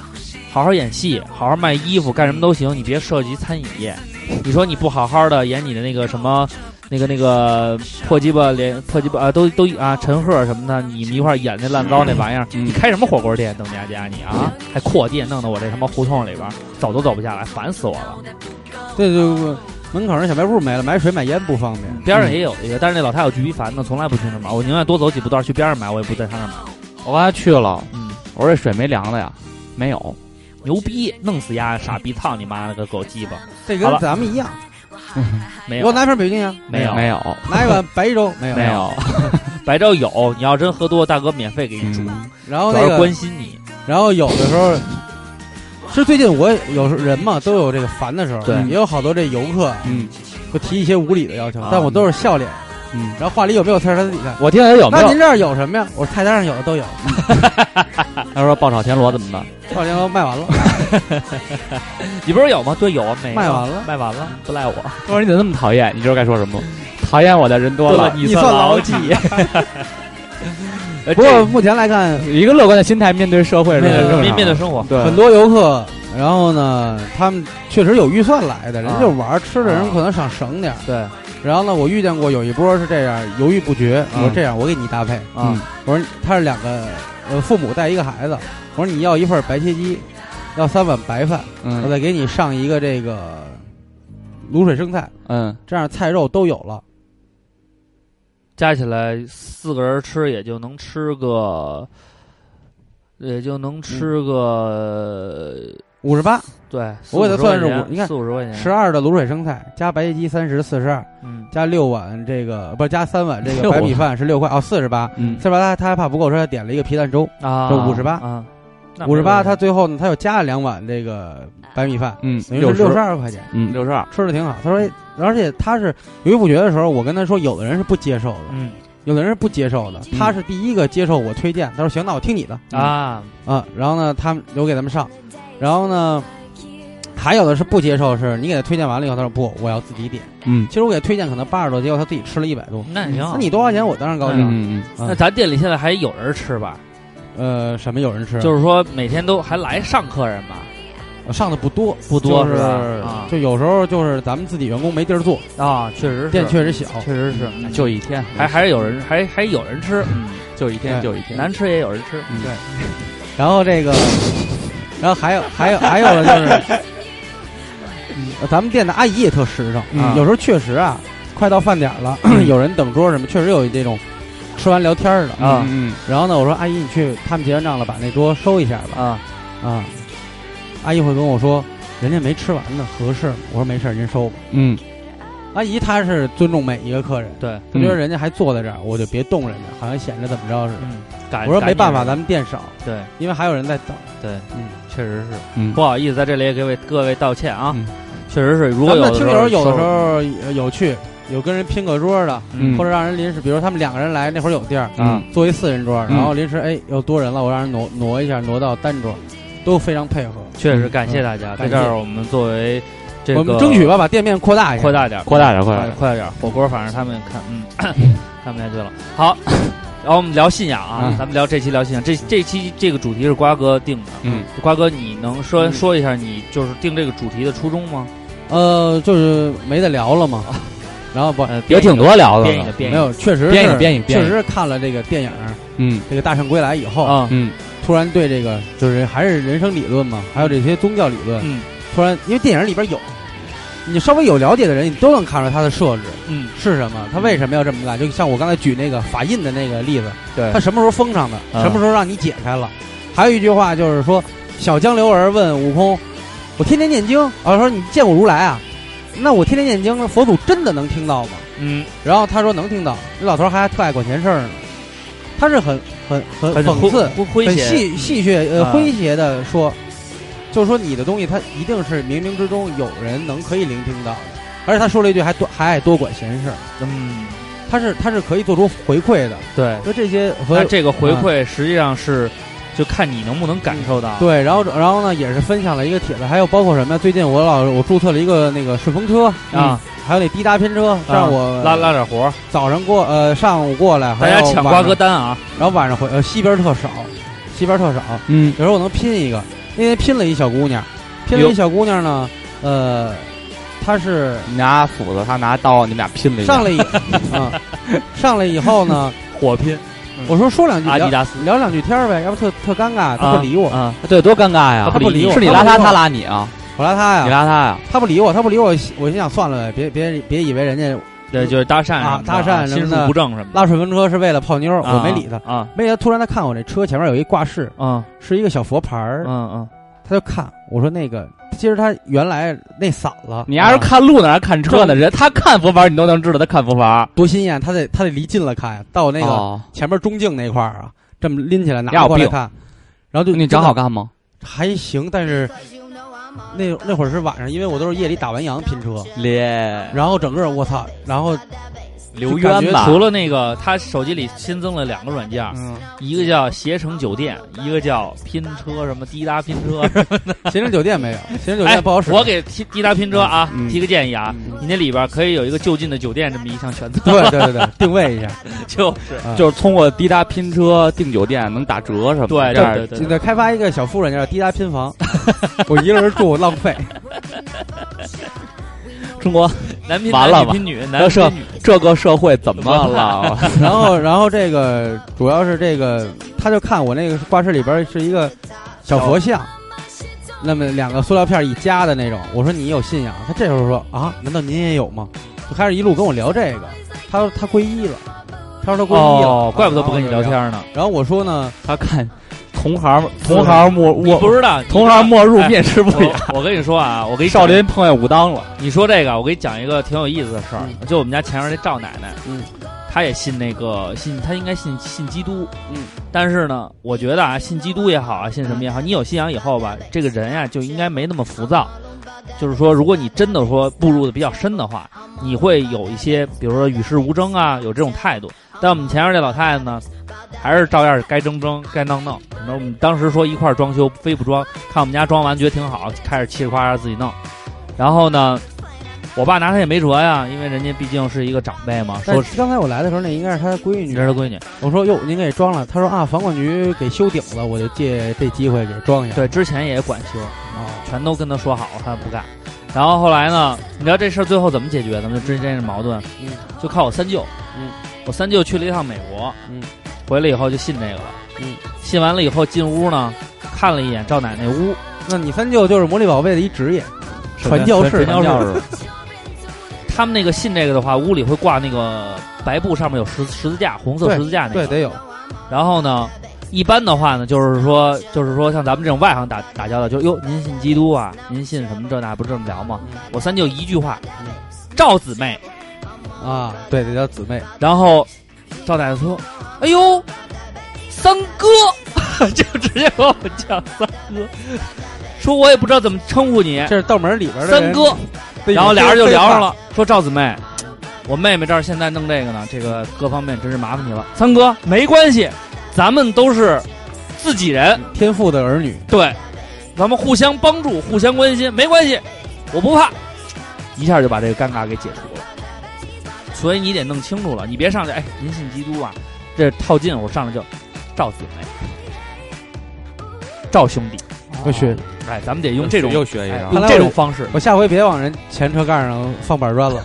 Speaker 30: 好好演戏，好好卖衣服，干什么都行，你别涉及餐饮业。你说你不好好的演你的那个什么，那个那个破鸡巴连破鸡巴啊，都都啊，陈赫什么的，你们一块儿演那烂糟那玩意儿，你开什么火锅店？邓家佳，你啊，还扩店，弄得我这他妈胡同里边儿走都走不下来，烦死我了。
Speaker 5: 对对，我门口那小卖部没了，买水买烟不方便。
Speaker 30: 边上也有一个，但是那老太有巨逼烦的，从来不去那儿买，我宁愿多走几步道儿去边上买，我也不在他那儿买。
Speaker 3: 我刚才去了，
Speaker 30: 嗯，
Speaker 3: 我说这水没凉的呀，没有。
Speaker 30: 牛逼，弄死丫傻逼，操你妈了个狗鸡巴！
Speaker 5: 这
Speaker 30: 好
Speaker 5: 跟
Speaker 30: 了
Speaker 5: 咱们一样，
Speaker 30: 没
Speaker 5: 我
Speaker 30: 有，
Speaker 5: 拿瓶北京洋，
Speaker 30: 没有，
Speaker 3: 没有，
Speaker 5: 拿 一碗白粥，没有
Speaker 30: 没有， 白粥有，你要真喝多，大哥免费给你煮，
Speaker 3: 嗯
Speaker 5: 然后
Speaker 30: 主
Speaker 5: 那
Speaker 30: 要是
Speaker 5: 个
Speaker 30: 关，心你。
Speaker 5: 然后有的时候，其实最近我也有时候人嘛都有这个烦的时候，
Speaker 30: 对
Speaker 5: 也有好多这游客
Speaker 3: 嗯
Speaker 5: 会提一些无理的要求
Speaker 30: 啊，哦
Speaker 5: 但我都是笑脸。
Speaker 3: 嗯，
Speaker 5: 然后话里有没有词儿他自己看。
Speaker 3: 我听他有没
Speaker 5: 那
Speaker 3: 有
Speaker 5: 您？这儿有什么呀？我菜单上有的都有，
Speaker 3: 他说爆炒田螺怎么办？
Speaker 5: 少年包卖完了。
Speaker 30: 你不是有吗？对，有啊，没
Speaker 5: 卖完了
Speaker 30: 卖完了，不赖我。
Speaker 3: 他说你怎么那么讨厌？你知道该说什么吗？讨厌我的人多了，
Speaker 5: 你算牢记。
Speaker 30: 呃
Speaker 5: 不过目前来看，
Speaker 3: 以一个乐观的心态面对社会
Speaker 30: 这
Speaker 3: 是很 正常的
Speaker 30: 面
Speaker 5: 面对
Speaker 30: 面对生活，
Speaker 3: 对
Speaker 5: 很多游客，然后呢，他们确实有预算来的，人
Speaker 3: 啊
Speaker 5: 家就玩儿吃的，人可能想省点儿。
Speaker 30: 对，
Speaker 5: 然后呢，我遇见过有一波是这样犹豫不决，我说
Speaker 3: 嗯
Speaker 5: 这样我给你搭配
Speaker 3: 嗯，
Speaker 5: 我说他是两个呃父母带一个孩子，我说你要一份白切鸡，要三碗白饭，我
Speaker 3: 嗯
Speaker 5: 再给你上一个这个卤水生菜，
Speaker 3: 嗯，
Speaker 5: 这样菜肉都有了。
Speaker 30: 加起来四个人吃也就能吃个，也就能吃
Speaker 5: 嗯
Speaker 30: 个，
Speaker 5: 五十八，
Speaker 30: 对，四
Speaker 5: 我给他
Speaker 30: 五十
Speaker 5: 算是
Speaker 30: 块钱
Speaker 5: 五你看
Speaker 30: 四五十
Speaker 3: 嗯
Speaker 30: 块钱，
Speaker 5: 十二的卤水生菜加白切鸡三十，四十二，
Speaker 30: 嗯，
Speaker 5: 加六碗这个不是加三碗这个
Speaker 3: 六
Speaker 5: 白米饭是六块哦，四十八，
Speaker 3: 嗯
Speaker 5: 四十八他他还怕不够吃，他点了一个皮蛋粥，
Speaker 30: 啊，
Speaker 5: 这58
Speaker 30: 啊，那
Speaker 5: 五十八
Speaker 30: 没问题
Speaker 5: 他
Speaker 30: 啊
Speaker 5: 最后呢他又加了两碗这个白米饭，
Speaker 3: 嗯，
Speaker 5: 等于是
Speaker 3: 十
Speaker 5: 六十，二块钱，
Speaker 3: 嗯，六十二，
Speaker 5: 吃的挺好。他说，哎
Speaker 30: 嗯
Speaker 5: 而且他是犹豫不决的时候，我跟他说，有的人是不接受的，
Speaker 30: 嗯
Speaker 5: 有的人是不接受的，
Speaker 3: 嗯
Speaker 5: 他是第一个接受我推荐，他说行，那我听你的
Speaker 30: 啊，
Speaker 5: 啊。然后呢，他们我给他们上，然后呢。还有的是不接受，是你给他推荐完了以后，他说不，我要自己点。
Speaker 3: 嗯
Speaker 5: 其实我给他推荐可能八十多，结果他自己吃了一百多，
Speaker 30: 那也挺好
Speaker 5: 嗯那。你多花钱，我当然高兴。
Speaker 3: 嗯嗯
Speaker 5: 啊
Speaker 30: 那咱店里现在还有人吃吧？
Speaker 5: 呃，什么有人吃？
Speaker 30: 就是说每天都还来上客人吧？
Speaker 5: 我上的不多，
Speaker 30: 不多
Speaker 5: 就是
Speaker 30: 是吧啊
Speaker 5: 就有时候就是咱们自己员工没地儿坐，
Speaker 30: 啊，确实是，
Speaker 5: 店确实小，
Speaker 30: 确实是，
Speaker 3: 嗯，就一天，
Speaker 30: 还还是有人，还还有人吃，
Speaker 3: 就一天，
Speaker 5: 对
Speaker 3: 就一天，
Speaker 30: 难吃也有人吃，
Speaker 3: 嗯
Speaker 5: 对然后这个，然后还有还有还有的 就是，嗯咱们店的阿姨也特实诚，
Speaker 3: 嗯
Speaker 5: 有时候确实啊，快到饭点儿了，
Speaker 30: 嗯
Speaker 5: 有人等桌什么，确实有这种吃完聊天儿的
Speaker 30: 啊
Speaker 5: 嗯，然后呢，我说阿姨，你去，他们结完账了，把那桌收一下吧。
Speaker 30: 啊
Speaker 5: 啊，阿姨会跟我说，人家没吃完呢，合适吗。我说没事儿，您收吧。
Speaker 3: 嗯，
Speaker 5: 阿姨她是尊重每一个客人，
Speaker 30: 对
Speaker 5: 她觉得
Speaker 30: 嗯
Speaker 5: 人家还坐在这儿，我就别动人家，好像显着怎么着似的。
Speaker 30: 感
Speaker 5: 嗯我说
Speaker 30: 哎感
Speaker 5: 没办
Speaker 30: 念
Speaker 5: 法，
Speaker 30: 人
Speaker 5: 咱们店少，
Speaker 30: 对，
Speaker 5: 因为还有人在等。
Speaker 30: 对，
Speaker 5: 嗯，
Speaker 30: 确实是，
Speaker 3: 嗯
Speaker 30: 不好意思，在这里也给各位道歉啊，确实是，如果
Speaker 5: 嗯咱
Speaker 30: 有
Speaker 5: 们听友有的
Speaker 30: 时
Speaker 5: 时
Speaker 30: 候
Speaker 5: 候有去，有跟人拼个桌的，
Speaker 30: 嗯
Speaker 5: 或者让人临时，比如他们两个人来那会儿有地儿，
Speaker 30: 嗯
Speaker 5: 坐一四人桌，
Speaker 30: 嗯
Speaker 5: 然后临时哎又多人了，我让人挪挪一下，挪到单桌，都非常配合。
Speaker 30: 确实感谢大家，
Speaker 5: 嗯
Speaker 30: 在
Speaker 5: 感
Speaker 30: 这
Speaker 5: 谢
Speaker 30: 儿我们作为这个，
Speaker 5: 我们争取吧，把店面扩大一下，
Speaker 30: 扩大点儿，
Speaker 5: 扩大点儿扩大嗯
Speaker 30: 啊
Speaker 5: 点儿
Speaker 30: 扩大点儿。火锅反正他们看，嗯， 看不下去了。好，然后我们聊信仰啊，
Speaker 3: 嗯
Speaker 30: 咱们聊这期聊信仰。这这期这个主题是瓜哥定的，
Speaker 3: 嗯，
Speaker 30: 瓜哥你能说
Speaker 5: 嗯
Speaker 30: 说一下你就是定这个主题的初衷吗？
Speaker 5: 呃，就是没得聊了嘛。 然后不
Speaker 30: 嗯呃
Speaker 3: 有挺多聊的了编一个
Speaker 5: 没
Speaker 3: 编一个
Speaker 5: 有，确实是
Speaker 3: 编一个编一个编一
Speaker 5: 确
Speaker 3: 个
Speaker 5: 实是看了这个电影，
Speaker 3: 嗯，
Speaker 5: 这个《大圣归来》以后
Speaker 30: 啊
Speaker 3: 嗯，
Speaker 5: 突然对这个就是还是人生理论嘛，还有这些宗教理论，
Speaker 30: 嗯，
Speaker 5: 突然因为电影里边有，你稍微有了解的人，你都能看出来它的设置，
Speaker 30: 嗯，
Speaker 5: 是什么，它为什么要这么干？就像我刚才举那个法印的那个例子，
Speaker 30: 对
Speaker 5: 它什么时候封上的，
Speaker 30: 啊
Speaker 5: 什么时候让你解开了？还有一句话就是说，小江流儿问悟空，我天天念经，啊，说你见过如来啊？那我天天念经，那佛祖真的能听到吗？
Speaker 30: 嗯，
Speaker 5: 然后他说能听到，这老头儿还特爱管闲事儿呢。他是很很很
Speaker 30: 很
Speaker 5: 讽刺、
Speaker 30: 诙诙
Speaker 5: 很
Speaker 30: 谐
Speaker 5: 戏戏谑呃
Speaker 30: 啊
Speaker 5: 诙谐的说，就是说你的东西，它一定是冥冥之中有人能可以聆听到的。而且他说了一句还多还爱多管闲事儿，
Speaker 30: 嗯，
Speaker 5: 他是他是可以做出回馈的。
Speaker 30: 对，
Speaker 5: 就这些和
Speaker 30: 那这个
Speaker 5: 嗯
Speaker 30: 回馈实际上是，就看你能不能感受到。
Speaker 5: 对，然后然后呢，也是分享了一个帖子，还有包括什么呀？最近我老我注册了一个那个顺风车嗯
Speaker 30: 啊，
Speaker 5: 还有那滴答拼车，
Speaker 30: 啊，
Speaker 5: 让我
Speaker 30: 拉拉点活儿，
Speaker 5: 早上过呃上午过来，
Speaker 30: 大家
Speaker 5: 嗯还有
Speaker 30: 抢
Speaker 5: 晚
Speaker 30: 瓜
Speaker 5: 上
Speaker 30: 哥单啊。
Speaker 5: 然后晚上回呃西边特少，西边特少，
Speaker 3: 嗯，
Speaker 5: 有时候我能拼一个。那天拼了一小姑娘，拼了
Speaker 3: 哟
Speaker 5: 一小姑娘呢，呃，她是
Speaker 3: 你拿斧子，他拿刀，你们俩拼了一下
Speaker 5: 上来以啊、上来以后呢，嗯
Speaker 30: 火拼。
Speaker 5: 我说说两句，
Speaker 3: 阿迪
Speaker 5: 聊
Speaker 3: 达斯
Speaker 5: 聊两句天儿呗，要不特特尴尬，她
Speaker 3: 啊
Speaker 5: 不理我，
Speaker 30: 啊，
Speaker 3: 对，多尴尬呀！
Speaker 5: 他不理我
Speaker 3: 是你拉他，他拉你啊？
Speaker 5: 我拉她呀，
Speaker 3: 你拉他呀？
Speaker 5: 她不理我，她不理我，我心想算了呗，别别别以为人家
Speaker 30: 对，就是搭讪
Speaker 5: 啊
Speaker 30: 什么的
Speaker 5: 搭讪什
Speaker 30: 心
Speaker 5: 么
Speaker 30: 术
Speaker 5: 的，
Speaker 30: 不正什么的。
Speaker 5: 拉顺风车是为了泡妞儿，我没理她。
Speaker 30: 啊，
Speaker 5: 没理她，突然她看我这车前面有一挂饰，
Speaker 30: 嗯，
Speaker 5: 是一个小佛牌
Speaker 3: 啊
Speaker 5: 儿，
Speaker 30: 嗯嗯，
Speaker 5: 她就看我说那个，其实她原来那散了，
Speaker 3: 你还是
Speaker 30: 啊
Speaker 3: 看路呢，还是看车呢？人他看佛牌，你都能知道他看佛牌。
Speaker 5: 多心眼，他得他得离近了看，到那
Speaker 3: 哦
Speaker 5: 个前面中镜那块儿啊，这么拎起来
Speaker 3: 你俩
Speaker 5: 拿
Speaker 3: 有
Speaker 5: 过来
Speaker 3: 病
Speaker 5: 看，然后就
Speaker 3: 你长好看吗？
Speaker 5: 还行，但是那那会儿是晚上，因为我都是夜里打完烊拼车，
Speaker 3: 咧，
Speaker 5: 然后整个我操，然后
Speaker 3: 刘渊吧？
Speaker 30: 除了那个，他手机里新增了两个软
Speaker 5: 嗯
Speaker 30: 件，
Speaker 3: 嗯
Speaker 30: 一个叫携程酒店，一个叫拼车什么滴答拼车。
Speaker 5: 携程酒店 没有，携程酒
Speaker 30: 哎
Speaker 5: 店不好使。
Speaker 30: 我给滴滴答拼车啊
Speaker 5: 嗯
Speaker 30: 提个建议啊，你那里边可以有一个就近的酒店这么一项选择。
Speaker 5: 对对对对，定位一下，
Speaker 30: 就是
Speaker 5: 啊
Speaker 3: 就是通过滴答拼车订酒店能打折什么的？
Speaker 30: 对
Speaker 3: 这样
Speaker 30: 对对
Speaker 5: 就得开发一个小副软件叫滴答 拼房，我一个人住浪费。
Speaker 3: 中国
Speaker 30: 男拼
Speaker 3: 完了
Speaker 30: 男
Speaker 3: 吧？
Speaker 30: 拼女，男
Speaker 3: 这
Speaker 30: 拼
Speaker 3: 社
Speaker 30: 女，
Speaker 3: 这个社会怎么 了？
Speaker 5: 然后，然后这个主要是这个，他就看我那个挂饰里边是一个小佛像，那么两个塑料片一夹的那种。我说你有信仰，他这时候说啊，难道您也有吗？就开始一路跟我聊这个。他说他皈依了，他说他皈依了，
Speaker 30: 哦，怪不得不跟你聊
Speaker 5: 然后我就
Speaker 30: 天
Speaker 5: 聊。
Speaker 30: 呢。
Speaker 5: 然后我说呢，
Speaker 3: 他看同行同行莫
Speaker 30: 你
Speaker 5: 哎
Speaker 30: 不
Speaker 3: 我
Speaker 30: 知道，你
Speaker 3: 同行莫入
Speaker 30: 哎
Speaker 3: 面试不雅。
Speaker 30: 我我跟你说啊，我给你
Speaker 3: 少林碰见武当了，
Speaker 30: 你说这个，我给你讲一个挺有意思的事儿，就我们家前面那赵奶奶，
Speaker 5: 嗯，
Speaker 30: 她也信那个信，她应该信信基督，
Speaker 5: 嗯，
Speaker 30: 但是呢，我觉得啊，信基督也好啊，信什么也好，你有信仰以后吧，这个人呀、就应该没那么浮躁。就是说，如果你真的说步入的比较深的话，你会有一些，比如说与世无争啊，有这种态度。但我们前面这老太太呢，还是照样该争争，该闹闹。那我们当时说一块儿装修，非不装，看我们家装完觉得挺好，开始嘁哩夸嚓自己弄。然后呢，我爸拿他也没辙呀，因为人家毕竟是一个长辈嘛，
Speaker 5: 但
Speaker 30: 说
Speaker 5: 是刚才我来的时候，那应该是他的闺
Speaker 30: 你
Speaker 5: 女
Speaker 30: 这。是闺女。
Speaker 5: 我说哟，您给装了。他说啊，房管局给修顶了，我就借这机会给装一下。
Speaker 30: 对，之前也管修，
Speaker 5: 哦，
Speaker 30: 全都跟他说好，他不干。然后后来呢，你知道这事儿最后怎么解决的吗？就之间的矛盾，
Speaker 5: 嗯
Speaker 30: 就靠我三舅。
Speaker 5: 嗯，
Speaker 30: 我三舅去了一趟美国，
Speaker 5: 嗯，
Speaker 30: 回来以后就信这个了。
Speaker 5: 嗯，
Speaker 30: 信完了以后进屋呢，看了一眼赵奶奶屋，
Speaker 5: 那你三舅就是魔力宝贝的一职业，传教士
Speaker 30: 传教士，他们那个信这个的话，屋里会挂那个白布，上面有十十字架，红色
Speaker 5: 对
Speaker 30: 十字架那个。
Speaker 5: 对得有。
Speaker 30: 然后呢，一般的话呢，就是说，就是说，像咱们这种外行打打交道，就哟，您信基督啊，您信什么这那，不是这么聊吗？我三舅一句话，赵姊妹
Speaker 5: 啊，对，这叫姊妹。
Speaker 30: 然后赵大爷说：“哎呦，三哥， 就直接把我叫三哥，说我也不知道怎么称呼你。”
Speaker 5: 这是道门里边的
Speaker 30: 三
Speaker 5: 人
Speaker 30: 哥，
Speaker 5: 被
Speaker 30: 然后
Speaker 5: 你
Speaker 30: 俩人就
Speaker 5: 这
Speaker 30: 聊上了，说赵姊妹，我妹妹这儿现在弄这个呢，这个各方面真是麻烦你了。三哥，没关系，咱们都是自己人，
Speaker 5: 天赋的儿女，
Speaker 30: 对，咱们互相帮助，互相关心，没关系，我不怕。一下就把这个尴尬给解除了。所以你得弄清楚了，你别上来，哎，您信基督啊？这套近我上来就赵姊妹、赵兄弟，
Speaker 5: 又学，
Speaker 30: 哎，咱们得用这种
Speaker 5: 又
Speaker 3: 学一个啊
Speaker 30: 哎
Speaker 5: 看
Speaker 30: 用
Speaker 5: 来
Speaker 30: 这
Speaker 5: 我
Speaker 30: 种方式。
Speaker 5: 我下回别往人前车盖上放板 砖了。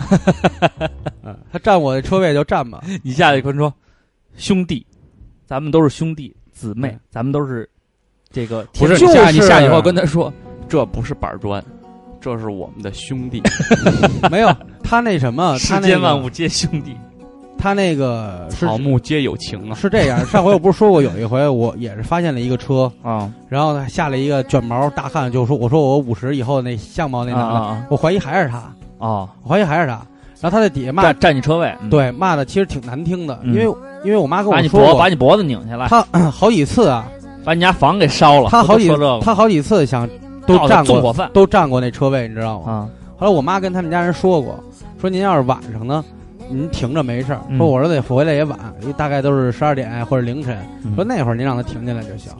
Speaker 5: 嗯他占我的车位就占吧。
Speaker 30: 你下去跟说，兄弟，咱们都是兄弟姊妹，咱们都是这个
Speaker 3: 不是，
Speaker 30: 就
Speaker 3: 你下
Speaker 30: 是
Speaker 3: 你下去以后 跟他说，这不是板砖，这是我们的兄弟。
Speaker 5: 没有他那什 么，他
Speaker 30: 世
Speaker 5: 那
Speaker 30: 间
Speaker 5: 个
Speaker 30: 万物皆兄弟，
Speaker 5: 他那个是
Speaker 3: 草木皆有情啊，
Speaker 5: 是这 样，上回我不是说过有一回我也是发现了一个车
Speaker 30: 啊，
Speaker 5: 然后呢下了一个卷毛大汉，就说我说我五十以后那相貌那男
Speaker 30: 啊啊啊
Speaker 5: 的，我怀疑还是他，
Speaker 30: 哦，
Speaker 5: 我怀疑还是他。然后他在底下骂
Speaker 30: 占，占你车位，嗯，
Speaker 5: 对骂的其实挺难听的，
Speaker 30: 嗯
Speaker 5: 因为因为我妈跟
Speaker 30: 把
Speaker 5: 我
Speaker 30: 你
Speaker 5: 说
Speaker 30: 脖
Speaker 5: 过
Speaker 30: 把你脖子拧下来，
Speaker 5: 他好几次啊，
Speaker 30: 把你家房给烧了，
Speaker 5: 他好几
Speaker 30: 哦不都说这个
Speaker 5: 他好几次想都
Speaker 30: 闹得
Speaker 5: 占
Speaker 30: 纵火
Speaker 5: 过
Speaker 30: 犯
Speaker 5: 都占过那车位，你知道
Speaker 30: 啊，
Speaker 5: 吗？后来我妈跟他们家人说过，说您要是晚上呢，您停着没事儿。
Speaker 30: 嗯
Speaker 5: 说我儿子也回来也晚，因为大概都是十二点或者凌晨。
Speaker 30: 嗯
Speaker 5: 说那会儿您让他停下来就行。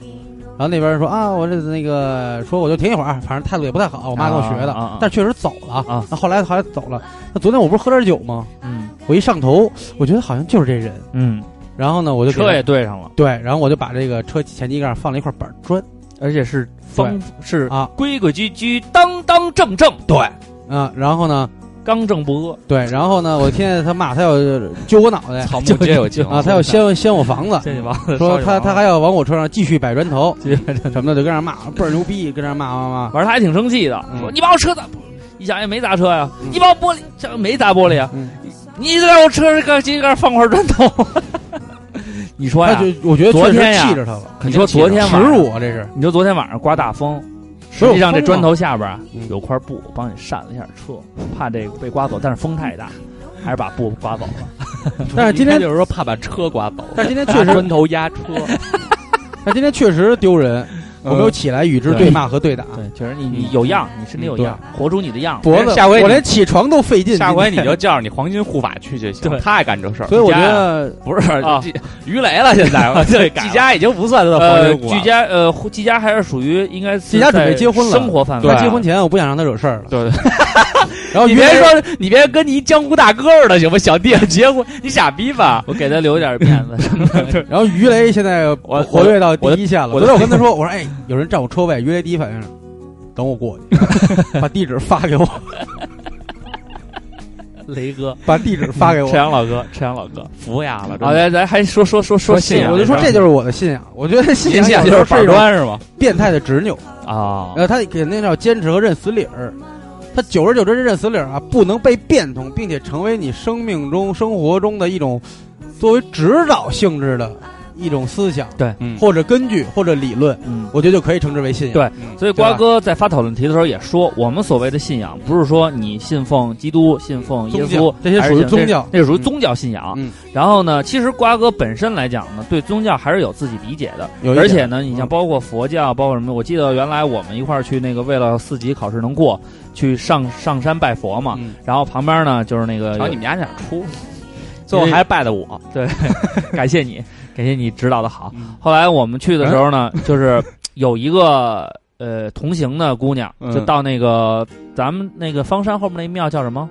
Speaker 5: 然后那边人说啊，我这那个说我就停一会儿，反正态度也不太好，我妈跟我学的，
Speaker 30: 啊啊啊啊
Speaker 5: 但确实走了。
Speaker 30: 啊
Speaker 5: 那后来后来走了。那昨天我不是喝点酒吗？
Speaker 30: 嗯
Speaker 5: 我一上头，我觉得好像就是这人。
Speaker 30: 嗯，
Speaker 5: 然后呢，我就给他
Speaker 30: 车也对上了，
Speaker 5: 对，然后我就把这个车前机盖放了一块板砖。
Speaker 30: 而且是方是
Speaker 5: 啊
Speaker 30: 规规矩矩，当当正正，
Speaker 5: 对，啊，然后呢，
Speaker 30: 刚正不阿，
Speaker 5: 对，然后呢，我听见他骂，他要揪我脑袋，
Speaker 3: 哎草木皆有情
Speaker 5: 啊，他要掀掀我房子，
Speaker 30: 这你王子
Speaker 5: 说他他还
Speaker 30: 要
Speaker 5: 要往我车上继续摆砖 头，什么的，就跟那骂，倍儿牛逼，跟那骂骂骂。
Speaker 30: 玩，他还挺生气的，
Speaker 5: 嗯
Speaker 30: 说你把我车砸，一想也没砸车呀、你把我玻璃这没砸玻璃啊，
Speaker 5: 嗯
Speaker 30: 你在我车上盖机盖放块砖头， 你说
Speaker 5: 他
Speaker 3: 啊
Speaker 30: 呀
Speaker 5: 就？我觉得
Speaker 30: 昨
Speaker 5: 确
Speaker 30: 天
Speaker 5: 实
Speaker 30: 呀
Speaker 5: 气着他了，
Speaker 30: 你说昨天
Speaker 5: 耻
Speaker 30: 晚
Speaker 5: 辱
Speaker 30: 上，
Speaker 5: 啊，这 是。
Speaker 30: 你说昨天晚上刮大风，
Speaker 5: 不是
Speaker 30: 实际上这
Speaker 5: 风啊
Speaker 30: 砖头下边啊
Speaker 5: 嗯
Speaker 30: 有块布，我帮你扇了一下车，怕这个被刮走，但是风太大，还是把布刮走了。
Speaker 5: 但是今天
Speaker 3: 一开始就是说怕把车刮走，
Speaker 5: 但是 今天确
Speaker 3: 拿
Speaker 5: 实，
Speaker 3: 砖头压车， 嗯
Speaker 5: 但今天确实丢人，我没有起来与之对骂和对打，
Speaker 30: 对，确实你你有样，你身体有
Speaker 5: 啊嗯
Speaker 30: 样，活出你的样。
Speaker 5: 脖子
Speaker 3: 下哎回你
Speaker 5: 我连起床都费劲。
Speaker 3: 下回你
Speaker 5: 今天
Speaker 3: 就，叫上你黄金护法去就行
Speaker 30: 对。
Speaker 3: 他爱干这事儿，
Speaker 5: 所以我觉
Speaker 3: 居家
Speaker 5: 得
Speaker 3: 不是
Speaker 30: 啊
Speaker 3: 季于雷了，现 在
Speaker 30: 对改了
Speaker 3: 季家已经不算他的黄
Speaker 30: 呃，
Speaker 3: 金护
Speaker 30: 居
Speaker 3: 法。
Speaker 30: 家呃，居家还是属于应该
Speaker 5: 季
Speaker 30: 居
Speaker 5: 啊家准备结婚了
Speaker 30: 生活范围
Speaker 5: 他。结婚前我不想让他惹事儿了，
Speaker 3: 对对，
Speaker 5: 然后
Speaker 3: 你
Speaker 5: 约
Speaker 3: 别
Speaker 5: 人
Speaker 3: 说，你别跟你一江湖大哥似的，行吗？小弟结婚，你傻逼吧？
Speaker 30: 我给他留点面子， 什么的
Speaker 5: 然后于雷现在
Speaker 3: 我
Speaker 5: 活跃到第一线了。
Speaker 3: 我
Speaker 5: 昨
Speaker 3: 的
Speaker 5: 天我跟他说，我说哎，有人占我车位，于雷第一反应是等我过去，把地址发给我，
Speaker 30: 雷哥，
Speaker 5: 把地址发给我
Speaker 30: 陈。阳老哥，陈阳老哥。
Speaker 3: 服呀了，
Speaker 30: 好，咱咱还说说说说信仰，
Speaker 5: 我就说这就是我的信仰，我觉得信
Speaker 3: 您
Speaker 5: 仰
Speaker 3: 想
Speaker 5: 有
Speaker 3: 就
Speaker 5: 时
Speaker 3: 是
Speaker 5: 候是
Speaker 3: 板
Speaker 5: 一种
Speaker 3: 砖是吗？
Speaker 5: 变态的执拗，
Speaker 30: 啊，
Speaker 5: 呃，他肯定要坚持和认死理儿。他久而久之认死理儿啊，不能被变通，并且成为你生命中、生活中的一种作为指导性质的一种思想，
Speaker 30: 对
Speaker 3: 嗯
Speaker 5: 或者根据或者理论，
Speaker 30: 嗯。
Speaker 5: 我觉得就可以称之为信仰。
Speaker 30: 对
Speaker 3: 嗯，
Speaker 30: 所以瓜哥在发讨论题的时候也说，我们所谓的信仰，不是说你信奉基督、信奉耶
Speaker 5: 宗
Speaker 30: 稣
Speaker 5: 教，这些
Speaker 30: 还是
Speaker 5: 属于
Speaker 30: 信奉
Speaker 5: 宗教
Speaker 30: 这这属于宗教信仰。
Speaker 5: 嗯
Speaker 30: 然后呢，其实瓜哥本身来讲呢，对宗教还是有自己理解的，
Speaker 5: 有一
Speaker 30: 而
Speaker 5: 点
Speaker 30: 且呢，你像
Speaker 5: 嗯
Speaker 30: 包括佛教，包括什么，我记得原来我们一块儿去那个为了四级考试能过，去上上山拜佛嘛，
Speaker 5: 嗯
Speaker 30: 然后旁边呢就是那个
Speaker 3: 瞧你们家那点 出息，最后还是拜的我。
Speaker 30: 感谢你，感谢你指导的好
Speaker 3: 嗯。
Speaker 30: 后来我们去的时候呢，就是有一个呃同行的姑娘，
Speaker 3: 嗯
Speaker 30: 就到那个咱们那个方山后面那庙叫什么？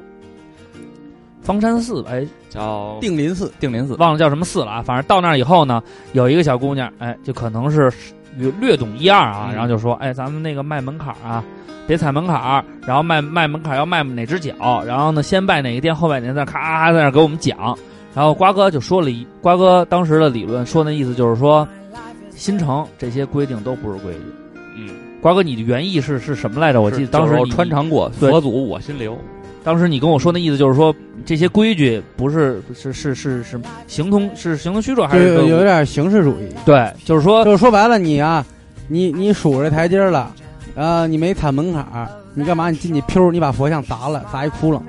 Speaker 30: 方山寺，哎，
Speaker 3: 叫
Speaker 5: 定林寺
Speaker 3: 定林寺，
Speaker 30: 忘了叫什么寺了啊。反正到那儿以后呢，有一个小姑娘，哎，就可能是略略懂一二啊，
Speaker 3: 嗯
Speaker 30: 然后就说，哎，咱们那个卖门槛儿啊，别踩门槛儿，然后卖卖门槛儿要卖哪只脚，然后呢，先拜哪个店，后拜哪个店，咔在那儿给我们讲。然后瓜哥就说了一，瓜哥当时的理论说那意思就是说，新城这些规定都不是规矩。
Speaker 3: 嗯，
Speaker 30: 瓜哥，你的原意是是什么来着？我记得当时
Speaker 3: 是
Speaker 30: 你
Speaker 3: 穿肠过，
Speaker 30: 对
Speaker 3: 佛祖我心留。
Speaker 30: 当时你跟我说那意思就是说，这些规矩不是是是是是形同是形同虚设，还
Speaker 5: 就是有
Speaker 30: 说
Speaker 5: 有点形式主义。
Speaker 30: 对，就是说，
Speaker 5: 就是说白了，你啊，你你数着台阶儿了，啊，你没踩门槛儿，你干嘛？你进去，噗，你把佛像砸了，砸一窟窿，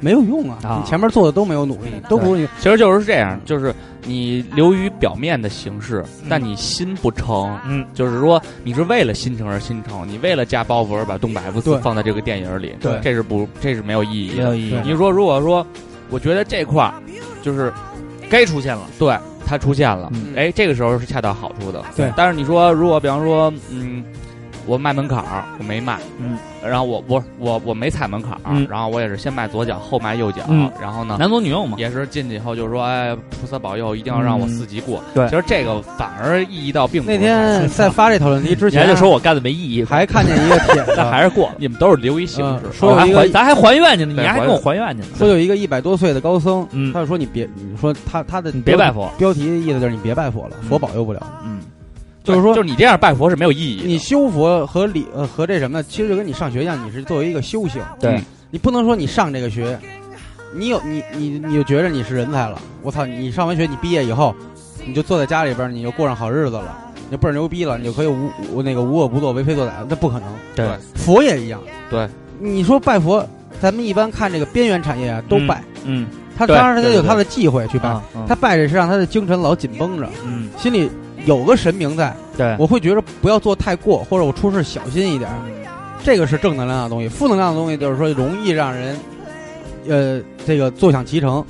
Speaker 5: 没有用啊！
Speaker 3: 啊
Speaker 5: 你前面做的都没有努力，都不如你。
Speaker 3: 其实就是这样，就是你流于表面的形式，但你心不诚。
Speaker 30: 嗯，
Speaker 3: 就是说你是为了心诚而心诚，你为了加包袱而把东百不
Speaker 30: 对
Speaker 3: 斯放在这个电影里，
Speaker 30: 对
Speaker 3: 这是不，这是没有意义的，
Speaker 30: 没有意义
Speaker 3: 对你说如果说，我觉得这块儿就是
Speaker 30: 该出现了，
Speaker 3: 对，它出现了
Speaker 30: 嗯，
Speaker 3: 哎，这个时候是恰到好处的。
Speaker 30: 对
Speaker 3: 但是你说如果比方说，嗯，我卖门槛儿，我没卖，
Speaker 30: 嗯，
Speaker 3: 然后我我我我没踩门槛儿，
Speaker 30: 嗯
Speaker 3: 然后我也是先迈左脚后迈右脚，
Speaker 30: 嗯
Speaker 3: 然后
Speaker 5: 啊
Speaker 3: 呢，
Speaker 30: 男左女右嘛
Speaker 3: 也是进去以后就是说，哎，菩萨保佑，一定要让我
Speaker 30: 嗯
Speaker 3: 四级过。
Speaker 30: 对
Speaker 3: 其实这个反而意义到并不
Speaker 5: 那天嗯在发这讨论题之前，
Speaker 3: 你还就说我干的没意义，
Speaker 5: 还看见一个 帖子，
Speaker 3: 那还是过，你们都是留一形式
Speaker 5: 嗯，说有一个
Speaker 3: 还还咱还还愿去呢，
Speaker 5: 对
Speaker 3: 你还跟我还愿去呢，
Speaker 5: 说有一个一百多岁的高僧，他就说你别，嗯你说他他的
Speaker 3: 别拜佛
Speaker 5: 标题的意思就是你别拜佛了，佛保佑不了。
Speaker 30: 嗯，
Speaker 5: 就是说，
Speaker 3: 就是你这样拜佛是没有意义的。
Speaker 5: 你修佛和理呃和这什么呢？其实就跟你上学一样，你是作为一个修行，
Speaker 3: 对
Speaker 5: 嗯你不能说你上这个学，你有你你你就觉着你是人才了。我操，你上完学你毕业以后，你就坐在家里边，你就过上好日子了，你就倍儿牛逼了，你就可以无无那个无恶不作为非作歹，那不可能。
Speaker 3: 对
Speaker 5: 佛也一样，
Speaker 3: 对，
Speaker 5: 你说拜佛，咱们一般看这个边缘产业啊，都拜。
Speaker 30: 嗯，
Speaker 5: 他
Speaker 30: 对
Speaker 5: 当然他
Speaker 30: 对
Speaker 5: 有他
Speaker 30: 对
Speaker 5: 的忌讳去拜
Speaker 30: 啊嗯，
Speaker 5: 他拜着是让他的精神老紧绷着，
Speaker 30: 嗯，
Speaker 5: 心里有个神明在。
Speaker 30: 对
Speaker 5: 我会觉得不要做太过，或者我出事小心一点儿，这个是正能量的东西。负能量的东西就是说容易让人，呃，这个坐享其成。哦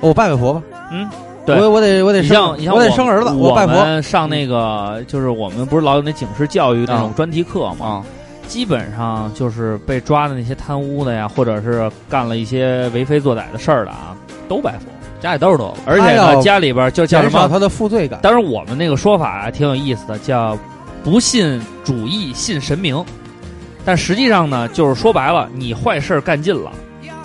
Speaker 5: 我拜拜佛吧，
Speaker 30: 嗯，对，
Speaker 5: 我我得我得
Speaker 30: 你
Speaker 5: 生
Speaker 30: 像你像
Speaker 5: 我得
Speaker 30: 们
Speaker 5: 生儿子，
Speaker 30: 我
Speaker 5: 拜佛。
Speaker 30: 们上那个就是我们不是老有那警示教育
Speaker 5: 啊
Speaker 30: 那种专题课嘛，基本上就是被抓的那些贪污的呀，或者是干了一些为非作歹的事儿的啊，都拜佛，家里都是都，而且
Speaker 5: 哎
Speaker 30: 呢，
Speaker 5: 呦
Speaker 30: 家里边就叫什
Speaker 5: 减少
Speaker 30: 么
Speaker 5: 他的负罪感。
Speaker 30: 当然，我们那个说法啊挺有意思的，叫“不信主义，信神明”。但实际上呢，就是说白了，你坏事儿干尽了，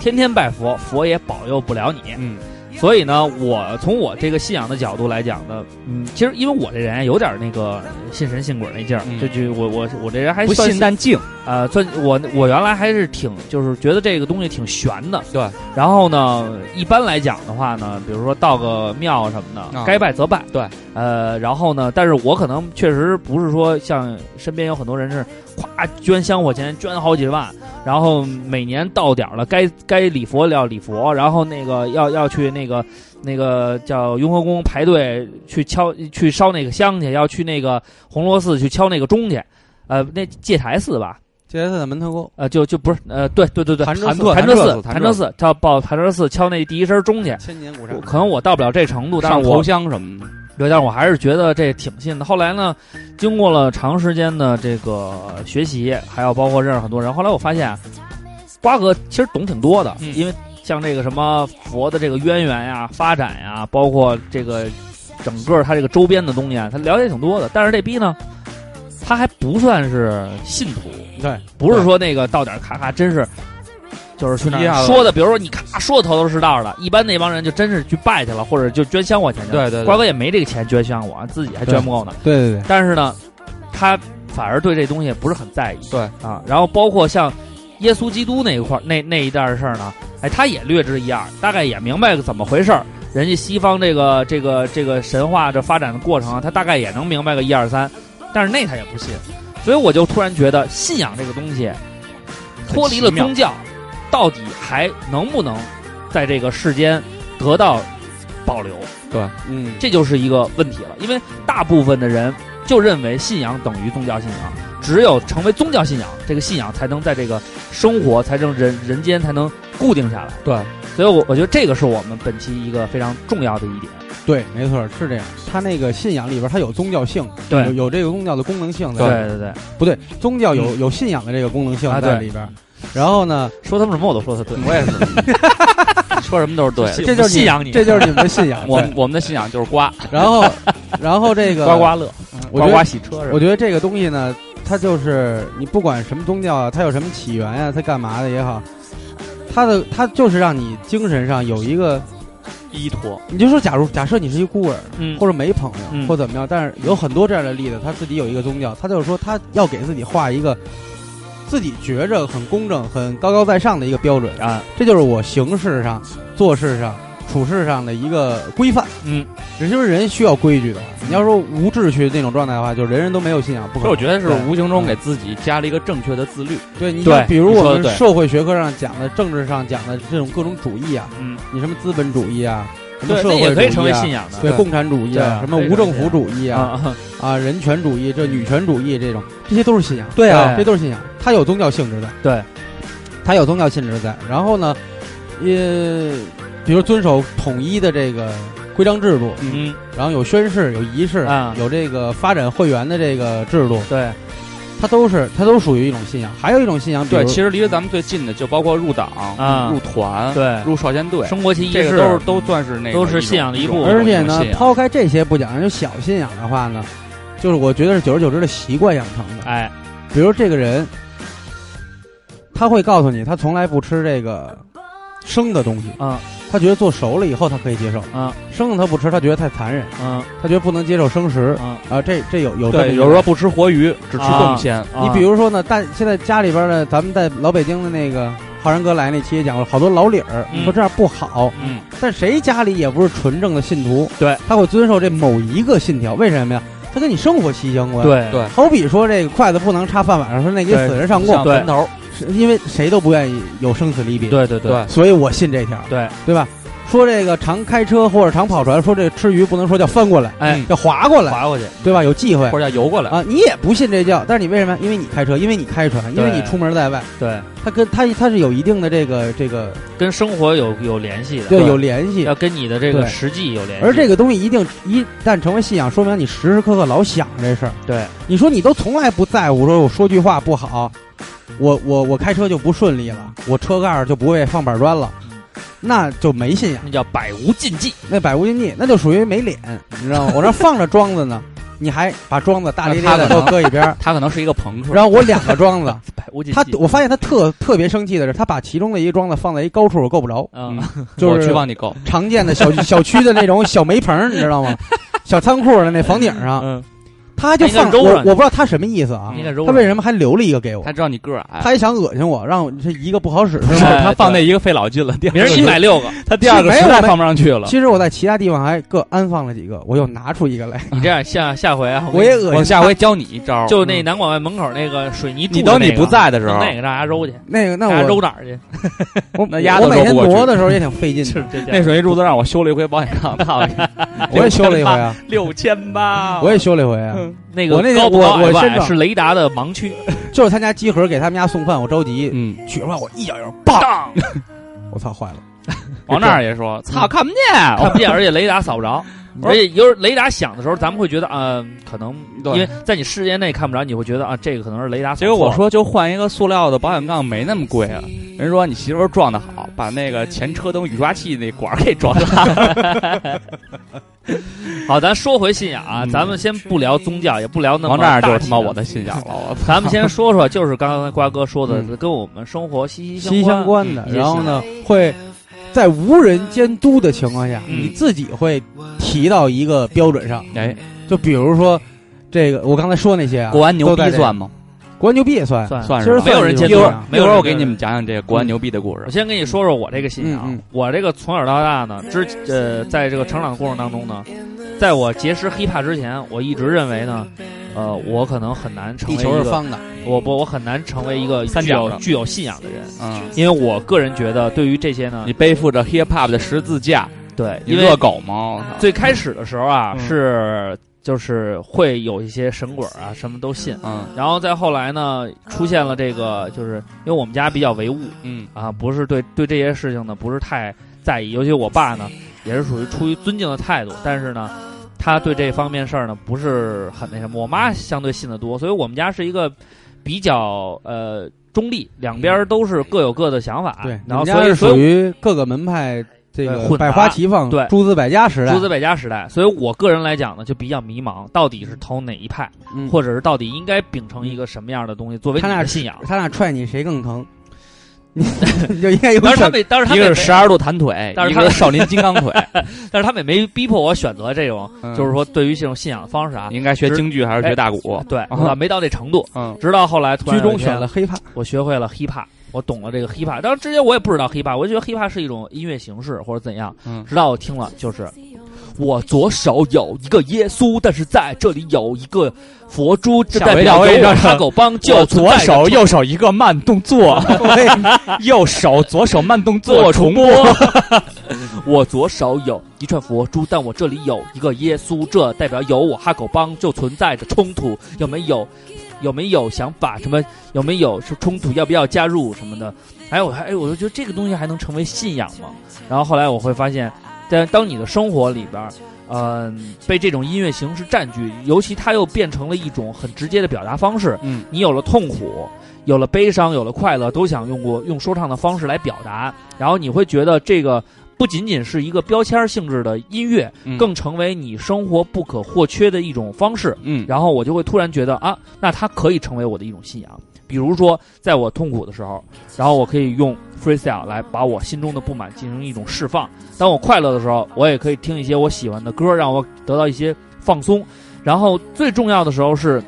Speaker 30: 天天拜佛，佛也保佑不了你。
Speaker 3: 嗯，
Speaker 30: 所以呢，我从我这个信仰的角度来讲呢，嗯，其实因为我这人有点那个信神信鬼那劲儿，
Speaker 3: 嗯
Speaker 30: 就就我我我这人还
Speaker 3: 不
Speaker 30: 算
Speaker 3: 信但敬，
Speaker 30: 呃，算我我原来还是挺就是觉得这个东西挺悬的，
Speaker 3: 对。
Speaker 30: 然后呢，一般来讲的话呢，比如说到个庙什么的，
Speaker 3: 啊
Speaker 30: 该拜则拜，
Speaker 3: 对。
Speaker 30: 呃，然后呢，但是我可能确实不是说像身边有很多人是咵捐香火钱，捐好几万，然后每年到点儿了，该该礼佛要礼佛，然后那个要要去那个那个叫雍和宫排队去敲去烧那个香去，要去那个红螺寺去敲那个钟去，呃，那戒台寺吧，
Speaker 5: 戒台寺在门头沟，
Speaker 30: 呃，就就不是呃，对对对对，
Speaker 5: 潭
Speaker 30: 潭
Speaker 5: 柘寺
Speaker 30: 柘
Speaker 5: 潭柘寺
Speaker 30: 寺，
Speaker 5: 潭
Speaker 30: 潭
Speaker 5: 柘
Speaker 30: 柘
Speaker 5: 寺
Speaker 30: 寺，他报潭柘寺敲那第一声钟去，
Speaker 5: 千年古
Speaker 30: 我可能我到不了这程度，但
Speaker 3: 上
Speaker 30: 是我
Speaker 3: 头香什么的。
Speaker 30: 对，但是我还是觉得这挺信的。后来呢，经过了长时间的这个学习，还有包括认识很多人，后来我发现啊，瓜哥其实懂挺多的，因为像这个什么佛的这个渊源呀、发展呀，包括这个整个他这个周边的东西啊，他了解挺多的。但是这逼呢，他还不算是信徒，
Speaker 5: 对，
Speaker 30: 不是说那个到点儿咔咔，真是就是去那
Speaker 3: 一下子
Speaker 30: 儿说的，比如说你咔说的头头是道的，一般那帮人就真是去拜去了，或者就捐香火钱去了。
Speaker 3: 对对对
Speaker 30: 瓜哥也没这个钱捐香火，自己还捐不够呢。
Speaker 5: 对对对，
Speaker 30: 但是呢，他反而对这东西不是很在意。
Speaker 3: 对
Speaker 30: 啊，然后包括像耶稣基督那一块儿那那一代的事儿呢，哎，他也略知一二，大概也明白个怎么回事儿。人家西方这个这个这个神话这发展的过程啊，他大概也能明白个一二三，但是那他也不信，所以我就突然觉得信仰这个东西脱离了宗教，到底还能不能在这个世间得到保留？
Speaker 3: 对，
Speaker 5: 嗯，
Speaker 30: 这就是一个问题了，因为大部分的人就认为信仰等于宗教信仰，只有成为宗教信仰，这个信仰才能在这个生活，才能人人间才能固定下来。
Speaker 5: 对，
Speaker 30: 所以我我觉得这个是我们本期一个非常重要的一点。
Speaker 5: 对，没错，是这样。他那个信仰里边，它有宗教性，
Speaker 30: 对
Speaker 5: 有有这个宗教的功能性在
Speaker 30: 对对
Speaker 5: 里边。
Speaker 30: 对，
Speaker 5: 不对，宗教
Speaker 3: 嗯
Speaker 5: 有有信仰的这个功能性
Speaker 30: 啊
Speaker 5: 在
Speaker 30: 对
Speaker 5: 里边。然后呢，
Speaker 30: 说他们什么我都说他对，
Speaker 3: 我也是，说什么都是对的，
Speaker 5: 这就是
Speaker 3: 信仰你，
Speaker 5: 这就是你们的信 仰
Speaker 3: 我
Speaker 5: 对
Speaker 3: 们我们的信仰就是瓜，
Speaker 5: 然后， 然后这个
Speaker 3: 刮刮乐，
Speaker 5: 我觉
Speaker 3: 刮
Speaker 5: 得
Speaker 3: 刮洗车是吧，
Speaker 5: 我觉得这个东西呢，它就是你不管什么宗教啊，它有什么起源啊呀、它干嘛的也好，它的它就是让你精神上有一个，
Speaker 3: 依托，
Speaker 5: 你就说假如假设你是一孤儿，
Speaker 30: 嗯
Speaker 5: 或者没朋友、
Speaker 30: 嗯
Speaker 5: 或怎么样，但是有很多这样的例子，他自己有一个宗教，他就是说他要给自己画一个自己觉着很公正、很高高在上的一个标准
Speaker 30: 啊，
Speaker 5: 这就是我行事上、做事上、处事上的一个规范。
Speaker 30: 嗯，
Speaker 5: 只就是人需要规矩的。你要说无秩序那种状态的话，就人人都没有信仰，不
Speaker 3: 所以
Speaker 5: 可能。
Speaker 3: 我觉得是
Speaker 5: 对
Speaker 3: 无形中给自己加了一个正确的自律。
Speaker 5: 对，你
Speaker 3: 对
Speaker 5: 像，比如我们
Speaker 3: 说
Speaker 5: 社会学科上讲的、政治上讲的这种各种主义啊，
Speaker 30: 嗯，
Speaker 5: 你什么资本主义啊，什么
Speaker 30: 对
Speaker 5: 社会
Speaker 30: 那也可以
Speaker 5: 主义啊
Speaker 30: 成为信仰的
Speaker 5: 对，
Speaker 30: 对
Speaker 5: 共产主义
Speaker 30: 对
Speaker 5: 啊
Speaker 30: 啊，
Speaker 5: 什么
Speaker 30: 可以
Speaker 5: 无政
Speaker 30: 成为
Speaker 5: 府主义
Speaker 30: 信
Speaker 5: 啊
Speaker 30: 仰，
Speaker 5: 啊，人权主义、这女权主义这种，这些都是信仰。
Speaker 30: 对啊
Speaker 5: 这都是信仰，它有宗教性质在。
Speaker 30: 对，
Speaker 5: 它有宗教性质在。然后呢，也比如遵守统一的这个规章制度，
Speaker 30: 嗯，
Speaker 5: 然后有宣誓、有仪式，
Speaker 30: 啊
Speaker 5: 有这个发展会员的这个制度，
Speaker 30: 对，
Speaker 5: 它都是它都属于一种信仰。还有一种信仰，比
Speaker 3: 对，
Speaker 5: 如
Speaker 3: 其实离咱们最近的就包括入党、
Speaker 5: 啊
Speaker 3: 入团、
Speaker 30: 对
Speaker 3: 入少先队、
Speaker 30: 升国旗仪
Speaker 3: 这
Speaker 30: 式
Speaker 3: 个都是都算是那个
Speaker 30: 都是
Speaker 3: 一种
Speaker 30: 信仰的一啊部
Speaker 3: 种
Speaker 5: 而且
Speaker 3: 种
Speaker 5: 呢
Speaker 3: 信，仰
Speaker 5: 抛开这些不讲，就小信仰的话呢，就是我觉得是久而久之的习惯养成的。
Speaker 30: 哎，
Speaker 5: 比如这个人，他会告诉你，他从来不吃这个生的东西，
Speaker 30: 嗯，
Speaker 5: 他觉得做熟了以后他可以接受，
Speaker 30: 嗯，
Speaker 5: 生的他不吃，他觉得太残忍，
Speaker 30: 嗯，
Speaker 5: 他觉得不能接受生食，
Speaker 30: 嗯
Speaker 5: 啊，这这有有这么
Speaker 3: 对，
Speaker 5: 一
Speaker 3: 有
Speaker 5: 个
Speaker 3: 时候不吃活鱼，只吃
Speaker 5: 啊
Speaker 3: 冻鲜。
Speaker 30: 啊
Speaker 5: 你比如说呢，大现在家里边呢，咱们在老北京的那个浩然哥来那期也讲过，好多老理儿、
Speaker 30: 嗯
Speaker 5: 说这样不好，
Speaker 30: 嗯，
Speaker 5: 但谁家里也不是纯正的信徒，
Speaker 30: 对，
Speaker 5: 他会遵守这某一个信条，为什么呀？他跟你生活息息相关，
Speaker 30: 对对
Speaker 5: 好比说这个筷子不能插饭碗上，说那给
Speaker 30: 对
Speaker 5: 死人上供，
Speaker 30: 像坟头，
Speaker 5: 是因为谁都不愿意有生死离别，
Speaker 30: 对对对对
Speaker 5: 所以我信这条，
Speaker 30: 对
Speaker 5: 对吧？说这个常开车或者常跑船，说这个吃鱼不能说叫翻过来，
Speaker 30: 哎
Speaker 5: 叫划过来，
Speaker 30: 划过去，
Speaker 5: 对吧？有忌讳，
Speaker 30: 或者叫游过来
Speaker 5: 啊。你也不信这教，但是你为什么？因为你开车，因为你开船，因为
Speaker 30: 对
Speaker 5: 你出门在外，
Speaker 30: 对，
Speaker 5: 它跟它它是有一定的这个这个，
Speaker 30: 跟生活有有联系的，
Speaker 5: 对有联系
Speaker 30: 要跟你的这个
Speaker 5: 对
Speaker 30: 实际有联系。
Speaker 5: 而这个东西一定一旦成为信仰，说明你时时刻刻老想这事儿。
Speaker 30: 对，
Speaker 5: 你说你都从来不在乎，说我说句话不好，我我我开车就不顺利了，我车盖儿就不会放板砖了，那就没信仰，
Speaker 30: 那叫百无禁忌，
Speaker 5: 那百无禁忌，那就属于没脸，你知道吗？我这放着桩子呢，你还把桩子大咧咧
Speaker 3: 那
Speaker 5: 的
Speaker 3: 他
Speaker 5: 给我
Speaker 3: 可能
Speaker 5: 搁一边儿，
Speaker 3: 他可能是一个朋克。
Speaker 5: 然后我两个桩子
Speaker 30: 百无禁忌
Speaker 5: 他我发现他特特别生气的是，他把其中的一个桩子放在一高处，我够不
Speaker 3: 啊
Speaker 5: 着，
Speaker 30: 嗯，
Speaker 5: 就是
Speaker 3: 我去帮你够
Speaker 5: 常见的小小区的那种小煤棚，你知道吗？小仓库的那房顶
Speaker 3: 啊
Speaker 5: 上，他就
Speaker 3: 嗯应
Speaker 5: 放
Speaker 3: 该
Speaker 5: 我
Speaker 3: 揉上嗯
Speaker 5: 我不知道他什么意思啊
Speaker 3: 应该揉，
Speaker 5: 他
Speaker 3: 上
Speaker 5: 为什么还留了一个给我
Speaker 3: 他？知道你个儿矮，
Speaker 5: 他也想恶心我，让我这一个不好使是
Speaker 3: 不是
Speaker 5: 吗？
Speaker 3: 他放那一个费老劲了，第
Speaker 5: 明
Speaker 3: 二
Speaker 5: 儿
Speaker 3: 个
Speaker 5: 你买
Speaker 30: 六个
Speaker 3: 他第二个
Speaker 5: 其
Speaker 3: 实
Speaker 5: 实没有
Speaker 3: 在
Speaker 5: 没
Speaker 3: 放不上去了。
Speaker 5: 其实我在其他地方还各安放了几个，我又拿出一个来，
Speaker 30: 你这样下下回啊，
Speaker 5: 我也恶心。
Speaker 30: 我
Speaker 3: 下回教你一招嗯
Speaker 30: 就那南广外门口那个水泥柱
Speaker 5: 你
Speaker 30: 子那个，
Speaker 5: 等你不在的时候
Speaker 30: 弄那个让家揉去，
Speaker 5: 那个那
Speaker 30: 让它
Speaker 5: 我
Speaker 30: 揉哪儿去？
Speaker 5: 我
Speaker 3: 那鸭子
Speaker 5: 我每
Speaker 3: 揉
Speaker 5: 天
Speaker 3: 不过去
Speaker 5: 挪的时候也挺费劲的，！
Speaker 3: 那水泥柱子让我修了一回保险 杠，操你
Speaker 5: 我也修了一回啊
Speaker 30: 六千八，
Speaker 5: 我也修了一回啊
Speaker 30: 嗯那个
Speaker 5: 我那天
Speaker 30: 高不高
Speaker 5: 我我
Speaker 30: 矮不矮
Speaker 5: 身上
Speaker 30: 是雷达的盲区，
Speaker 5: 就是他家集合给他们家送饭，我着急，
Speaker 3: 嗯，
Speaker 5: 取出来我一脚油，棒，我操坏了。
Speaker 30: 往那儿也 说，
Speaker 3: 操，看不见，
Speaker 30: 看不见，而且雷达扫 不着，而且有时候雷达响的时候，咱们会觉得啊、呃可能因
Speaker 3: 对
Speaker 30: 为在你视线内看不着，你会觉得啊，这个可能是雷达扫
Speaker 3: 结
Speaker 30: 错了。
Speaker 3: 果我说就换一个塑料的保险杠，没那么贵啊。人说你媳妇儿撞的好，把那个前车灯雨刷器那管儿给撞 烂了。
Speaker 30: 好，咱说回信仰啊，咱们先不聊宗教，也不聊那么
Speaker 3: 嗯王炸就是
Speaker 30: 大
Speaker 3: 他
Speaker 30: 气
Speaker 3: 妈
Speaker 30: 的
Speaker 3: 我的信仰了，我 操
Speaker 30: 咱们先说说，就是刚才瓜哥说的，
Speaker 5: 嗯
Speaker 30: 跟我们生活息
Speaker 5: 息息
Speaker 30: 息
Speaker 5: 相关
Speaker 30: 关嗯
Speaker 5: 的
Speaker 30: 一，些
Speaker 5: 然后
Speaker 30: 信仰
Speaker 5: 呢，会在无人监督的情况下，
Speaker 30: 嗯
Speaker 5: 你自己会提到一个标准上。
Speaker 3: 哎，
Speaker 5: 就比如说这个，我刚才说那些啊，
Speaker 3: 国安牛
Speaker 5: 都在
Speaker 3: 逼
Speaker 5: 这
Speaker 3: 算吗？
Speaker 5: 国安牛逼也算，
Speaker 30: 算
Speaker 3: 算
Speaker 5: 其
Speaker 3: 是
Speaker 5: 实
Speaker 3: 吧
Speaker 5: 算是一种啊
Speaker 3: 一会
Speaker 5: 信
Speaker 3: 儿
Speaker 30: 啊
Speaker 5: 仰
Speaker 3: 一会儿我给你们讲讲这个国安牛逼的故事
Speaker 30: 我。先跟你说说我这个信仰，
Speaker 5: 嗯嗯
Speaker 30: 我这个从小到大呢，之呃，在这个成长的过程当中呢，在我结识 hiphop 之前，我一直认为呢，呃，我可能很难成为
Speaker 5: 地球是
Speaker 30: 一个啊
Speaker 5: 方的，
Speaker 30: 我不，我很难成为一个
Speaker 3: 三
Speaker 30: 具
Speaker 3: 角
Speaker 30: 有
Speaker 3: 的
Speaker 30: 具有信仰的人，
Speaker 3: 嗯，
Speaker 30: 因为我个人觉得对于这些呢
Speaker 3: 你，背负着 hip hop 的十字架，
Speaker 30: 对，
Speaker 3: 你
Speaker 30: 因为
Speaker 3: 热狗吗？我操
Speaker 30: 最开始的时候啊，
Speaker 3: 嗯
Speaker 30: 是就是会有一些神鬼啊，什么都信，
Speaker 3: 嗯
Speaker 30: 然后再后来呢，出现了这个，就是因为我们家比较唯物，
Speaker 3: 嗯
Speaker 30: 啊，不是对对这些事情呢不是太在意，尤其我爸呢也是属于出于尊敬的态度，但是呢，他对这方面事儿呢不是很那什么。我妈相对信得多，所以我们家是一个比较呃中立，两边儿都是各有各的想法，
Speaker 5: 嗯对，
Speaker 30: 然后
Speaker 5: 你
Speaker 30: 所
Speaker 5: 们家
Speaker 30: 以
Speaker 5: 是
Speaker 30: 所
Speaker 5: 属
Speaker 30: 以
Speaker 5: 于各个门派
Speaker 30: 对
Speaker 5: 这个
Speaker 30: 混
Speaker 5: 百
Speaker 30: 杂
Speaker 5: 花齐放，
Speaker 30: 对
Speaker 5: 诸子百家时代
Speaker 30: 诸，子百家时代，所以我个人来讲呢就比较迷茫，到底是投哪一派，
Speaker 5: 嗯
Speaker 3: 嗯
Speaker 30: 或者是到底应该秉承一个什么样的东西作为
Speaker 5: 他
Speaker 30: 你
Speaker 5: 俩
Speaker 30: 的信仰。
Speaker 5: 他俩踹你谁更疼？ 你就应该有
Speaker 30: 但是
Speaker 5: 小
Speaker 30: 他们，但是他
Speaker 3: 一
Speaker 30: 们
Speaker 3: 个
Speaker 30: 也
Speaker 3: 是
Speaker 30: 没
Speaker 3: 十二度弹腿，
Speaker 30: 但是
Speaker 3: 一
Speaker 30: 他
Speaker 3: 个
Speaker 30: 们
Speaker 3: 是少林金刚 腿，
Speaker 30: 但是他们也没逼迫我选择这种，
Speaker 3: 嗯
Speaker 30: 就是说对于这种信仰的方式啊，
Speaker 3: 应该学
Speaker 30: 只
Speaker 3: 京剧还是学大鼓
Speaker 30: 哎？对，
Speaker 3: 嗯啊
Speaker 30: 啊没到这程度。
Speaker 3: 嗯，
Speaker 30: 直到后来突然
Speaker 3: 居中
Speaker 30: 有一天
Speaker 3: 选了
Speaker 5: hiphop，
Speaker 30: 我学会了 hiphop，我懂了这个 hiphop。当然之前我也不知道 hiphop，我就觉得 hiphop 是一种音乐形式或者怎样。
Speaker 3: 嗯
Speaker 30: 直到我听了就是。我左手有一个耶稣，但是在这里有一个佛珠，这代表有我哈狗帮就
Speaker 3: 我左手右手一个慢动 作， 右手左手慢动作重播。
Speaker 30: 我左手有一串佛珠，但我这里有一个耶稣，这代表有我哈狗帮就存在着冲突。有没有？有没有想法什么？有没有是冲突？要不要加入什么的？哎，我还哎，我就觉得这个东西还能成为信仰吗？然后后来我会发现，在当你的生活里边儿，嗯、被这种音乐形式占据，尤其它又变成了一种很直接的表达方式。
Speaker 3: 嗯，
Speaker 30: 你有了痛苦，有了悲伤，有了快乐，都想用过用说唱的方式来表达。然后你会觉得这个不仅仅是一个标签性质的音乐，
Speaker 3: 嗯
Speaker 30: 更成为你生活不可或缺的一种方式。
Speaker 3: 嗯
Speaker 30: 然后我就会突然觉得啊，那它可以成为我的一种信仰。比如说，在我痛苦的时候，然后我可以用 freestyle 来把我心中的不满进行一种释放；当我快乐的时候，我也可以听一些我喜欢的歌，让我得到一些放松。然后最重要的时候是，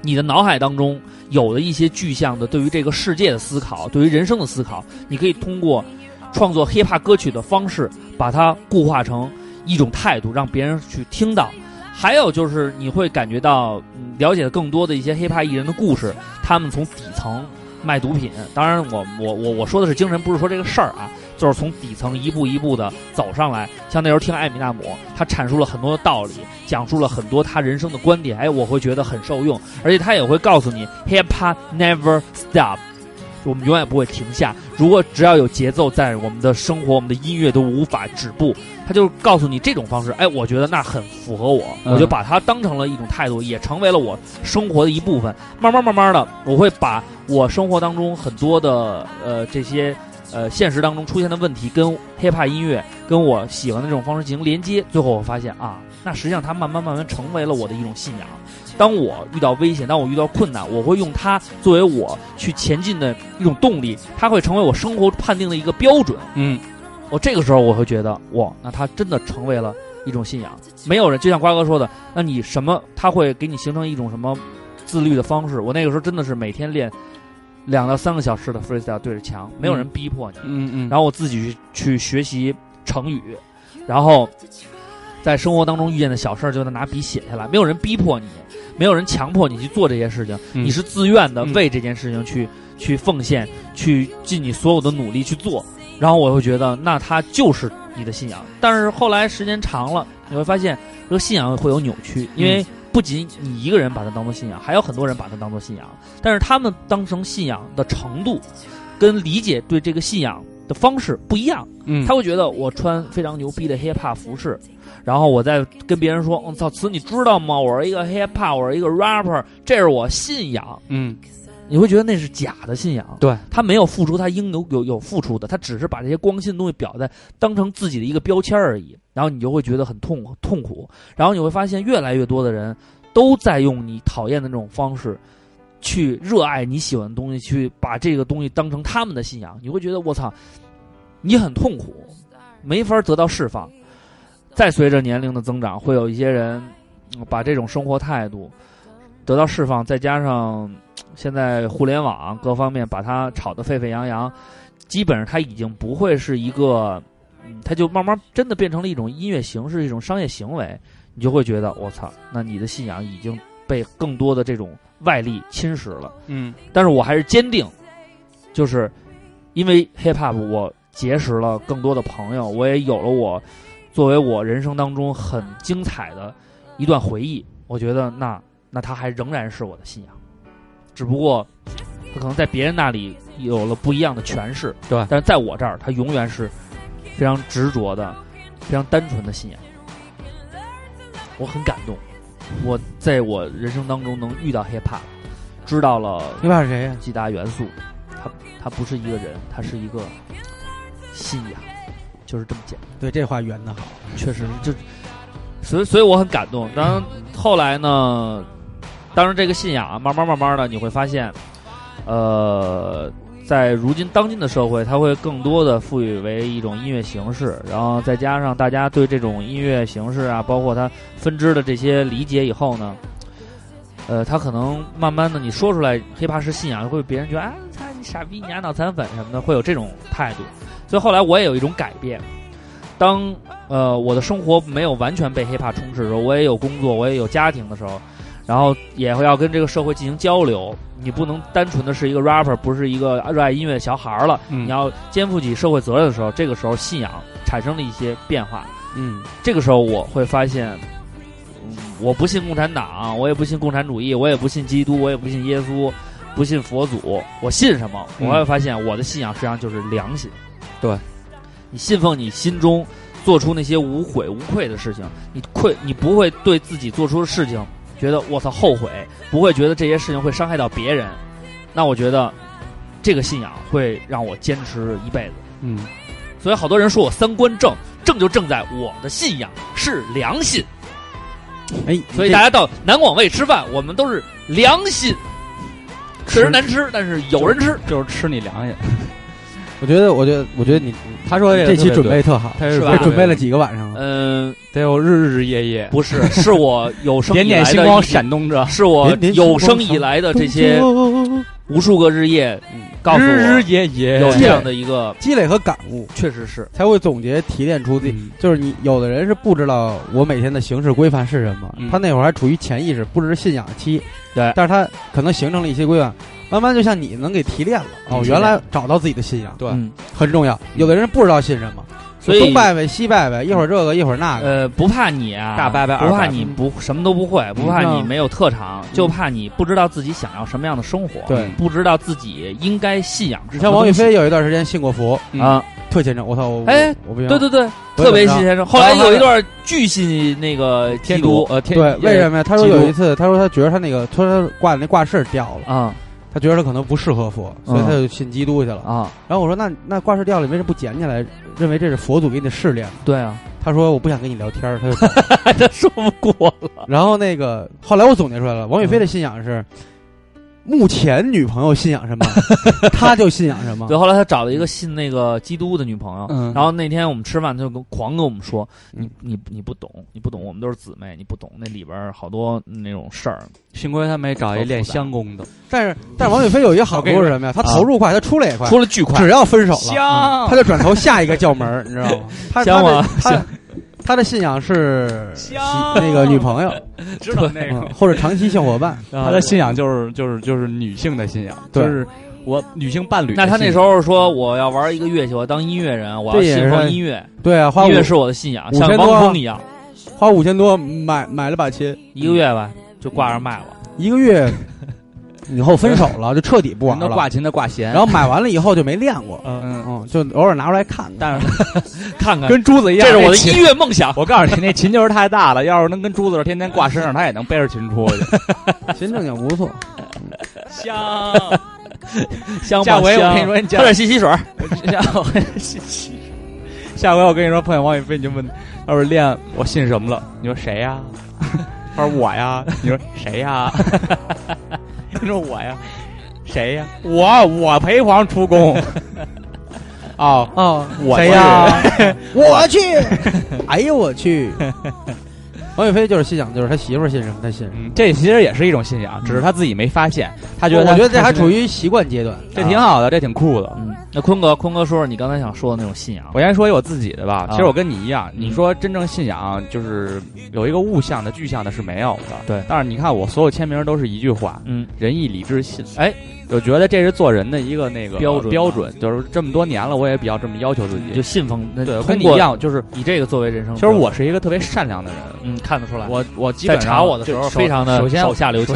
Speaker 30: 你的脑海当中有的一些具象的对于这个世界的思考，对于人生的思考，你可以通过创作 hiphop 歌曲的方式，把它固化成一种态度，让别人去听到。还有就是你会感觉到，嗯了解更多的一些 hiphop 艺人的故事，他们从底层卖毒品。当然我，我我我说的是精神，不是说这个事儿啊，就是从底层一步一步的走上来。像那时候听艾米纳姆，他阐述了很多道理，讲述了很多他人生的观点，哎，我会觉得很受用，而且他也会告诉你，hiphop never stop。我们永远不会停下。如果只要有节奏在，我们的生活、我们的音乐都无法止步。他就告诉你这种方式，哎，我觉得那很符合我，
Speaker 3: 嗯
Speaker 30: 我就把它当成了一种态度，也成为了我生活的一部分。慢慢慢慢的，我会把我生活当中很多的呃这些呃现实当中出现的问题，跟 hiphop 音乐，跟我喜欢的这种方式进行连接。最后我发现啊，那实际上它慢慢慢慢成为了我的一种信仰。当我遇到危险，当我遇到困难，我会用它作为我去前进的一种动力，它会成为我生活判定的一个标准。
Speaker 3: 嗯，
Speaker 30: 我这个时候我会觉得，哇，那它真的成为了一种信仰。没有人，就像瓜哥说的，那你什么，它会给你形成一种什么自律的方式。我那个时候真的是每天练两到三个小时的 freestyle 对着墙，没有人逼迫你。
Speaker 3: 嗯嗯
Speaker 30: 然后我自己去去学习成语，然后在生活当中遇见的小事儿就能拿笔写下来，没有人逼迫你，没有人强迫你去做这些事情，
Speaker 3: 嗯
Speaker 30: 你是自愿的为这件事情去、去奉献，去尽你所有的努力去做。然后我会觉得，那它就是你的信仰。但是后来时间长了，你会发现这个信仰会有扭曲，因为
Speaker 3: 嗯
Speaker 30: 不仅你一个人把它当做信仰，还有很多人把它当做信仰。但是他们当成信仰的程度，跟理解对这个信仰的方式不一样。
Speaker 3: 嗯
Speaker 30: 他会觉得我穿非常牛逼的 hiphop 服饰，然后我再跟别人说：“我、嗯操，词你知道吗？我是一个 hiphop，我是一个 rapper，这是我信仰。”
Speaker 3: 嗯，
Speaker 30: 你会觉得那是假的信仰。
Speaker 3: 对，
Speaker 30: 他没有付出他应有有有付出的，他只是把这些光鲜的东西表在当成自己的一个标签而已。然后你就会觉得很痛痛苦，然后你会发现越来越多的人都在用你讨厌的那种方式。去热爱你喜欢的东西，去把这个东西当成他们的信仰，你会觉得我操，你很痛苦，没法得到释放。再随着年龄的增长，会有一些人嗯把这种生活态度得到释放，再加上现在互联网各方面把它炒得沸沸扬扬，基本上它已经不会是一个，嗯，它就慢慢真的变成了一种音乐形式，一种商业行为，你就会觉得我操，那你的信仰已经被更多的这种外力侵蚀了。
Speaker 3: 嗯，
Speaker 30: 但是我还是坚定，就是因为 hip hop，我结识了更多的朋友，我也有了我作为我人生当中很精彩的一段回忆。我觉得那那它还仍然是我的信仰，只不过它可能在别人那里有了不一样的诠释，
Speaker 3: 对
Speaker 30: 但是在我这儿，它永远是非常执着的、非常单纯的信仰。我很感动，我在我人生当中能遇到 hiphop，知道了
Speaker 5: hiphop 是谁呀？
Speaker 30: 几大元素，它它不是一个人，它是一个信仰，就是这么简单。
Speaker 5: 对这话圆的好，
Speaker 30: 确实就所以所以我很感动。然后后来呢，当然这个信仰啊慢慢慢慢的你会发现，呃，在如今当今的社会，它会更多的赋予为一种音乐形式，然后再加上大家对这种音乐形式啊，包括它分支的这些理解以后呢，呃，它可能慢慢的你说出来黑怕是信仰，会别人觉得啊，操你傻逼，你丫脑残粉什么的，会有这种态度。所以后来我也有一种改变，当呃我的生活没有完全被黑怕充斥的时候，我也有工作，我也有家庭的时候，然后也会要跟这个社会进行交流。你不能单纯的是一个 rapper，不是一个热爱音乐的小孩儿了。
Speaker 3: 嗯
Speaker 30: 你要肩负起社会责任的时候，这个时候信仰产生了一些变化。
Speaker 5: 嗯，
Speaker 30: 这个时候我会发现，嗯我不信共产党，我也不信共产主义，我也不信基督，我也不信耶稣，不信佛祖，我信什么？我
Speaker 5: 嗯
Speaker 30: 会发现我的信仰实际上就是良心。
Speaker 5: 对，
Speaker 30: 你信奉你心中做出那些无悔无愧的事情，你愧你不会对自己做出的事情觉得我操后悔，不会觉得这些事情会伤害到别人。那我觉得这个信仰会让我坚持一辈子。
Speaker 3: 嗯，
Speaker 30: 所以好多人说我三观正，正就正在我的信仰是良心。
Speaker 5: 哎，
Speaker 30: 所以大家到南广味吃饭，我们都是良心。确实难吃，但是有人吃，
Speaker 3: 就是吃你良心。
Speaker 5: 我觉得，我觉得，我觉得你
Speaker 3: 他说这个
Speaker 5: 这期
Speaker 3: 特别
Speaker 5: 准备
Speaker 3: 对
Speaker 5: 特好，
Speaker 3: 他是
Speaker 5: 这
Speaker 3: 吧
Speaker 5: 准备了几个晚上了？
Speaker 30: 嗯，
Speaker 3: 得有日日夜夜，
Speaker 30: 不 是，是我有生以来
Speaker 3: 点点
Speaker 30: 的
Speaker 3: 星光闪动
Speaker 5: 啊
Speaker 3: 着，
Speaker 30: 是我有生以来的这些无数个日夜，嗯告诉我
Speaker 5: 日日夜夜
Speaker 30: 有这样的一个
Speaker 5: 积累和感悟，
Speaker 30: 确实是
Speaker 5: 才会总结提炼出自己。就是你有的人是不知道我每天的行事规范是什么，
Speaker 30: 嗯
Speaker 5: 他那会儿还处于潜意识，不知信仰期，
Speaker 30: 对，
Speaker 5: 但是他可能形成了一些规范，慢慢就像你能给提炼了哦，
Speaker 30: 嗯
Speaker 5: 原来找到自己的信仰，对
Speaker 30: 嗯
Speaker 5: 很重要。有的人不知道信什么，
Speaker 30: 所以
Speaker 5: 东拜拜西拜拜，一会儿这个一会儿那个，
Speaker 30: 呃，不怕你啊，
Speaker 5: 大拜拜
Speaker 30: 不
Speaker 5: 二
Speaker 30: 怕
Speaker 5: 拜拜
Speaker 30: 你不什么都不会，不怕
Speaker 5: 嗯
Speaker 30: 你没有特长，就怕你不知道自己想要什么样的生活，
Speaker 5: 对
Speaker 30: 不知道自己应该信仰什
Speaker 5: 你
Speaker 30: 么东西。
Speaker 5: 像王宇飞有一段时间信过佛
Speaker 30: 啊，
Speaker 5: 特虔诚，我操，我
Speaker 30: 哎
Speaker 5: 我不行，
Speaker 30: 对对对，
Speaker 5: 我也
Speaker 30: 特别
Speaker 5: 怎么
Speaker 30: 信
Speaker 5: 着
Speaker 30: 先生。后来有一段巨信那个
Speaker 5: 天
Speaker 30: 基督，
Speaker 5: 对，为什么呀？他说有一
Speaker 30: 次
Speaker 5: 次，他说他觉得他那个，他说他挂的那挂饰掉了
Speaker 30: 啊，
Speaker 5: 他觉得他可能不适合佛，所以
Speaker 30: 嗯
Speaker 5: 他就信基督去了
Speaker 30: 啊。
Speaker 5: 然后我说那那挂饰掉了，你为什么不捡起来？认为这是佛祖给你的试炼。
Speaker 30: 对啊，
Speaker 5: 他说我不想跟你聊天儿，他就 他
Speaker 30: 说不过了。
Speaker 5: 然后那个后来我总结出来了，王宇飞的信仰是。
Speaker 30: 嗯
Speaker 5: 目前女朋友信 仰什么，他就信仰什么。
Speaker 30: 对，后来他找了一个信那个基督的女朋友，
Speaker 5: 嗯
Speaker 30: 然后那天我们吃饭，他就跟狂跟我们说：“
Speaker 3: 嗯
Speaker 30: 你你你不懂，你不懂，我们都是姊妹，你不懂那里边儿好多那种事儿。”
Speaker 3: 幸亏他没找一练香功的，
Speaker 5: 但是但是王宇飞有一个好处是什么呀？他投入快，他出来也快，
Speaker 30: 出来巨快
Speaker 5: 只要分手了，
Speaker 30: 香
Speaker 5: 嗯他就转头下一个叫门儿，你知道 吗？他
Speaker 30: 香吗
Speaker 5: 他的他他的信仰是喜那个女朋友，
Speaker 30: 哎
Speaker 3: 知道那个
Speaker 5: 嗯或者长期小伙伴，
Speaker 3: 他的信仰就是就是就是女性的信仰，
Speaker 5: 对
Speaker 3: 就是我女性伴侣的信
Speaker 30: 那
Speaker 3: 仰。
Speaker 30: 他那时候说：“我要玩一个乐器，我要当音乐人，我要
Speaker 5: 这也
Speaker 30: 信奉
Speaker 5: 是
Speaker 30: 音乐。”
Speaker 5: 对啊花
Speaker 30: 音乐
Speaker 5: 五
Speaker 30: 是我的信仰，
Speaker 5: 五
Speaker 30: 像
Speaker 5: 千多
Speaker 30: 汪
Speaker 5: 啊
Speaker 30: 峰一样，
Speaker 5: 花五千多买买了把琴，
Speaker 30: 一个月吧就挂上卖了。
Speaker 5: 一个月 以后分手了，就彻底不玩了。
Speaker 3: 人都挂琴的挂弦
Speaker 5: 然后买完了以后就没练过，
Speaker 3: 嗯
Speaker 5: 嗯，就偶尔拿出来看看。
Speaker 30: 但是看看
Speaker 3: 跟珠子一样，
Speaker 30: 这是我的
Speaker 3: 那琴
Speaker 30: 音乐梦想。
Speaker 3: 我告诉你，那琴就是太大了，要是能跟珠子天天挂身上，他也能背着琴出 去。
Speaker 5: 琴正经不错，
Speaker 30: 香香
Speaker 3: 下
Speaker 30: 吧
Speaker 3: 回我
Speaker 30: 香
Speaker 3: 跟你说，你讲
Speaker 30: 喝点洗洗水儿。
Speaker 3: 下回洗洗。下回我跟你说碰见王宇飞，你就问，要是练我信什么了？你说谁 呀、他说我呀。你说谁呀、他说我呀。谁呀、我我陪皇出宫。 哦
Speaker 5: 哦
Speaker 3: 我
Speaker 5: 谁呀
Speaker 3: 去
Speaker 5: 我去， 哎呦我去！ 王宇飞就是信仰，就是他媳妇儿信什么，他信什么。
Speaker 3: 这其实也是一种信仰，只是他自己没发现。他觉得他
Speaker 5: 我觉得这还处于习惯阶段，啊
Speaker 3: 这挺好的，这挺酷的。
Speaker 30: 嗯，那坤哥，坤哥说说你刚才想说的那种信仰。
Speaker 3: 我先说一我自己的吧，其实
Speaker 30: 啊
Speaker 3: 我跟你一样，你说真正信仰就是有一个物象的、具象的是没有的。
Speaker 30: 对，
Speaker 3: 但是你看我所有签名都是一句话，
Speaker 30: 嗯，
Speaker 3: 仁义礼智信。
Speaker 30: 哎，
Speaker 3: 我觉得这是做人的一个那个
Speaker 30: 标准
Speaker 3: 标准，就是这么多年了，我也比较这么要求自己，
Speaker 30: 就信奉。
Speaker 3: 对，我
Speaker 30: 通
Speaker 3: 跟你
Speaker 30: 过
Speaker 3: 一样，就是
Speaker 30: 以这个作为人生
Speaker 3: 其实我
Speaker 30: 标准
Speaker 3: 是一个特别善良的人，
Speaker 30: 嗯看得出来，
Speaker 3: 我我基
Speaker 30: 在
Speaker 3: 本上
Speaker 30: 查我的
Speaker 3: 就
Speaker 30: 时候
Speaker 3: 首
Speaker 30: 非常的
Speaker 3: 首先
Speaker 30: 手下留情。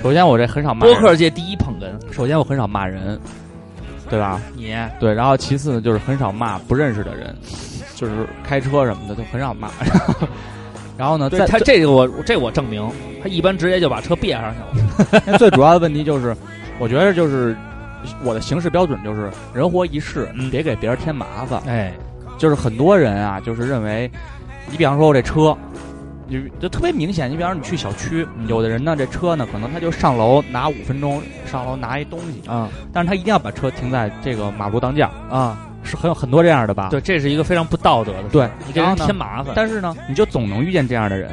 Speaker 3: 首先我这很少骂
Speaker 30: 播
Speaker 3: 人
Speaker 30: 客界第一捧哏，
Speaker 3: 首先我很少骂人，对吧？
Speaker 30: 你
Speaker 3: 对，然后其次呢，就是很少骂不认识的人，就是开车什么的都很少骂。 然后然后呢，
Speaker 30: 对
Speaker 3: 在
Speaker 30: 他这个我这我证明，他一般直接就把车别上去了。
Speaker 3: 那最主要的问题就是，我觉得就是我的行事标准就是人活一世，别给别人添麻烦。
Speaker 30: 嗯哎，
Speaker 3: 就是很多人啊，就是认为，你比方说我这车，你就特别明显。你比方说你去小区，
Speaker 30: 嗯
Speaker 3: 有的人呢这车呢可能他就上楼拿五分钟，上楼拿一东西
Speaker 30: 啊，
Speaker 3: 但是他一定要把车停在这个马路当间儿
Speaker 30: 啊，
Speaker 3: 是很有很多这样的吧？
Speaker 30: 对，这是一个非常不道德的事。
Speaker 3: 对，
Speaker 30: 你给
Speaker 3: 然
Speaker 30: 人
Speaker 3: 后呢
Speaker 30: 添麻烦。
Speaker 3: 但是呢，你就总能遇见这样的人。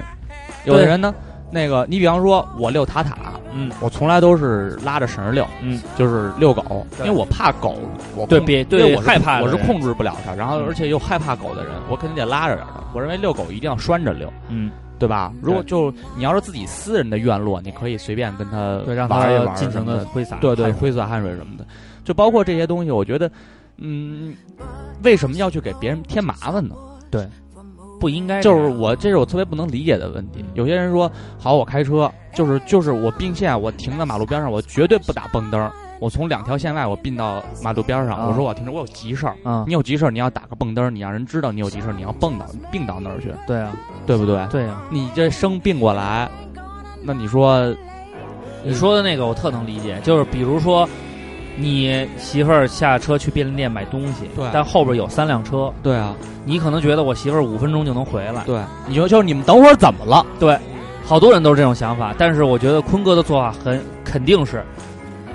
Speaker 3: 有的
Speaker 30: 对
Speaker 3: 人呢，那个你比方说我遛塔塔，
Speaker 30: 嗯，
Speaker 3: 我从来都是拉着绳儿遛，
Speaker 30: 嗯，
Speaker 3: 就是遛狗，因为我怕狗，我
Speaker 30: 对
Speaker 3: 控
Speaker 30: 别
Speaker 3: 因为
Speaker 30: 嗯对
Speaker 3: 我是
Speaker 30: 害怕的
Speaker 3: 我是
Speaker 30: 人
Speaker 3: 控制不了它，然后
Speaker 30: 嗯
Speaker 3: 而且又害怕狗的人，我肯定得拉着点儿它。我认为遛狗一定要拴着遛，
Speaker 30: 嗯，
Speaker 3: 对吧？如果
Speaker 30: 对
Speaker 3: 就你要是自己私人的院落，你可以随便跟它
Speaker 30: 对让它
Speaker 3: 玩一玩，
Speaker 30: 尽情地
Speaker 3: 的
Speaker 30: 挥洒
Speaker 3: 对对，
Speaker 30: 汗水
Speaker 3: 挥洒汗水什么的，就包括这些东西，我觉得，嗯，为什么要去给别人添麻烦呢？
Speaker 30: 对，不应该这
Speaker 3: 就
Speaker 30: 样嗯
Speaker 3: 是我，这是我特别不能理解的问题。有些人说，好，我开车，就是就是我并线，我停在马路边上，我绝对不打蹦灯儿，我从两条线外我并到马路边上，
Speaker 30: 啊
Speaker 3: 我说我停车，我有急事儿
Speaker 30: 啊，
Speaker 3: 你有急事儿，你要打个蹦灯儿，你让人知道你有急事儿，你要蹦到并到那儿去，
Speaker 30: 对啊，
Speaker 3: 对不对？
Speaker 30: 对啊，
Speaker 3: 你这生病过来，那你说，
Speaker 30: 你说的那个我特能理解，就是比如说，你媳妇儿下车去便利店买东西，
Speaker 3: 对
Speaker 30: 但后边有三辆车，
Speaker 3: 对啊，
Speaker 30: 你可能觉得我媳妇儿五分钟就能回来，
Speaker 3: 对，啊你说就是你们等会儿怎么了？
Speaker 30: 对，好多人都是这种想法，但是我觉得坤哥的做法很肯定是，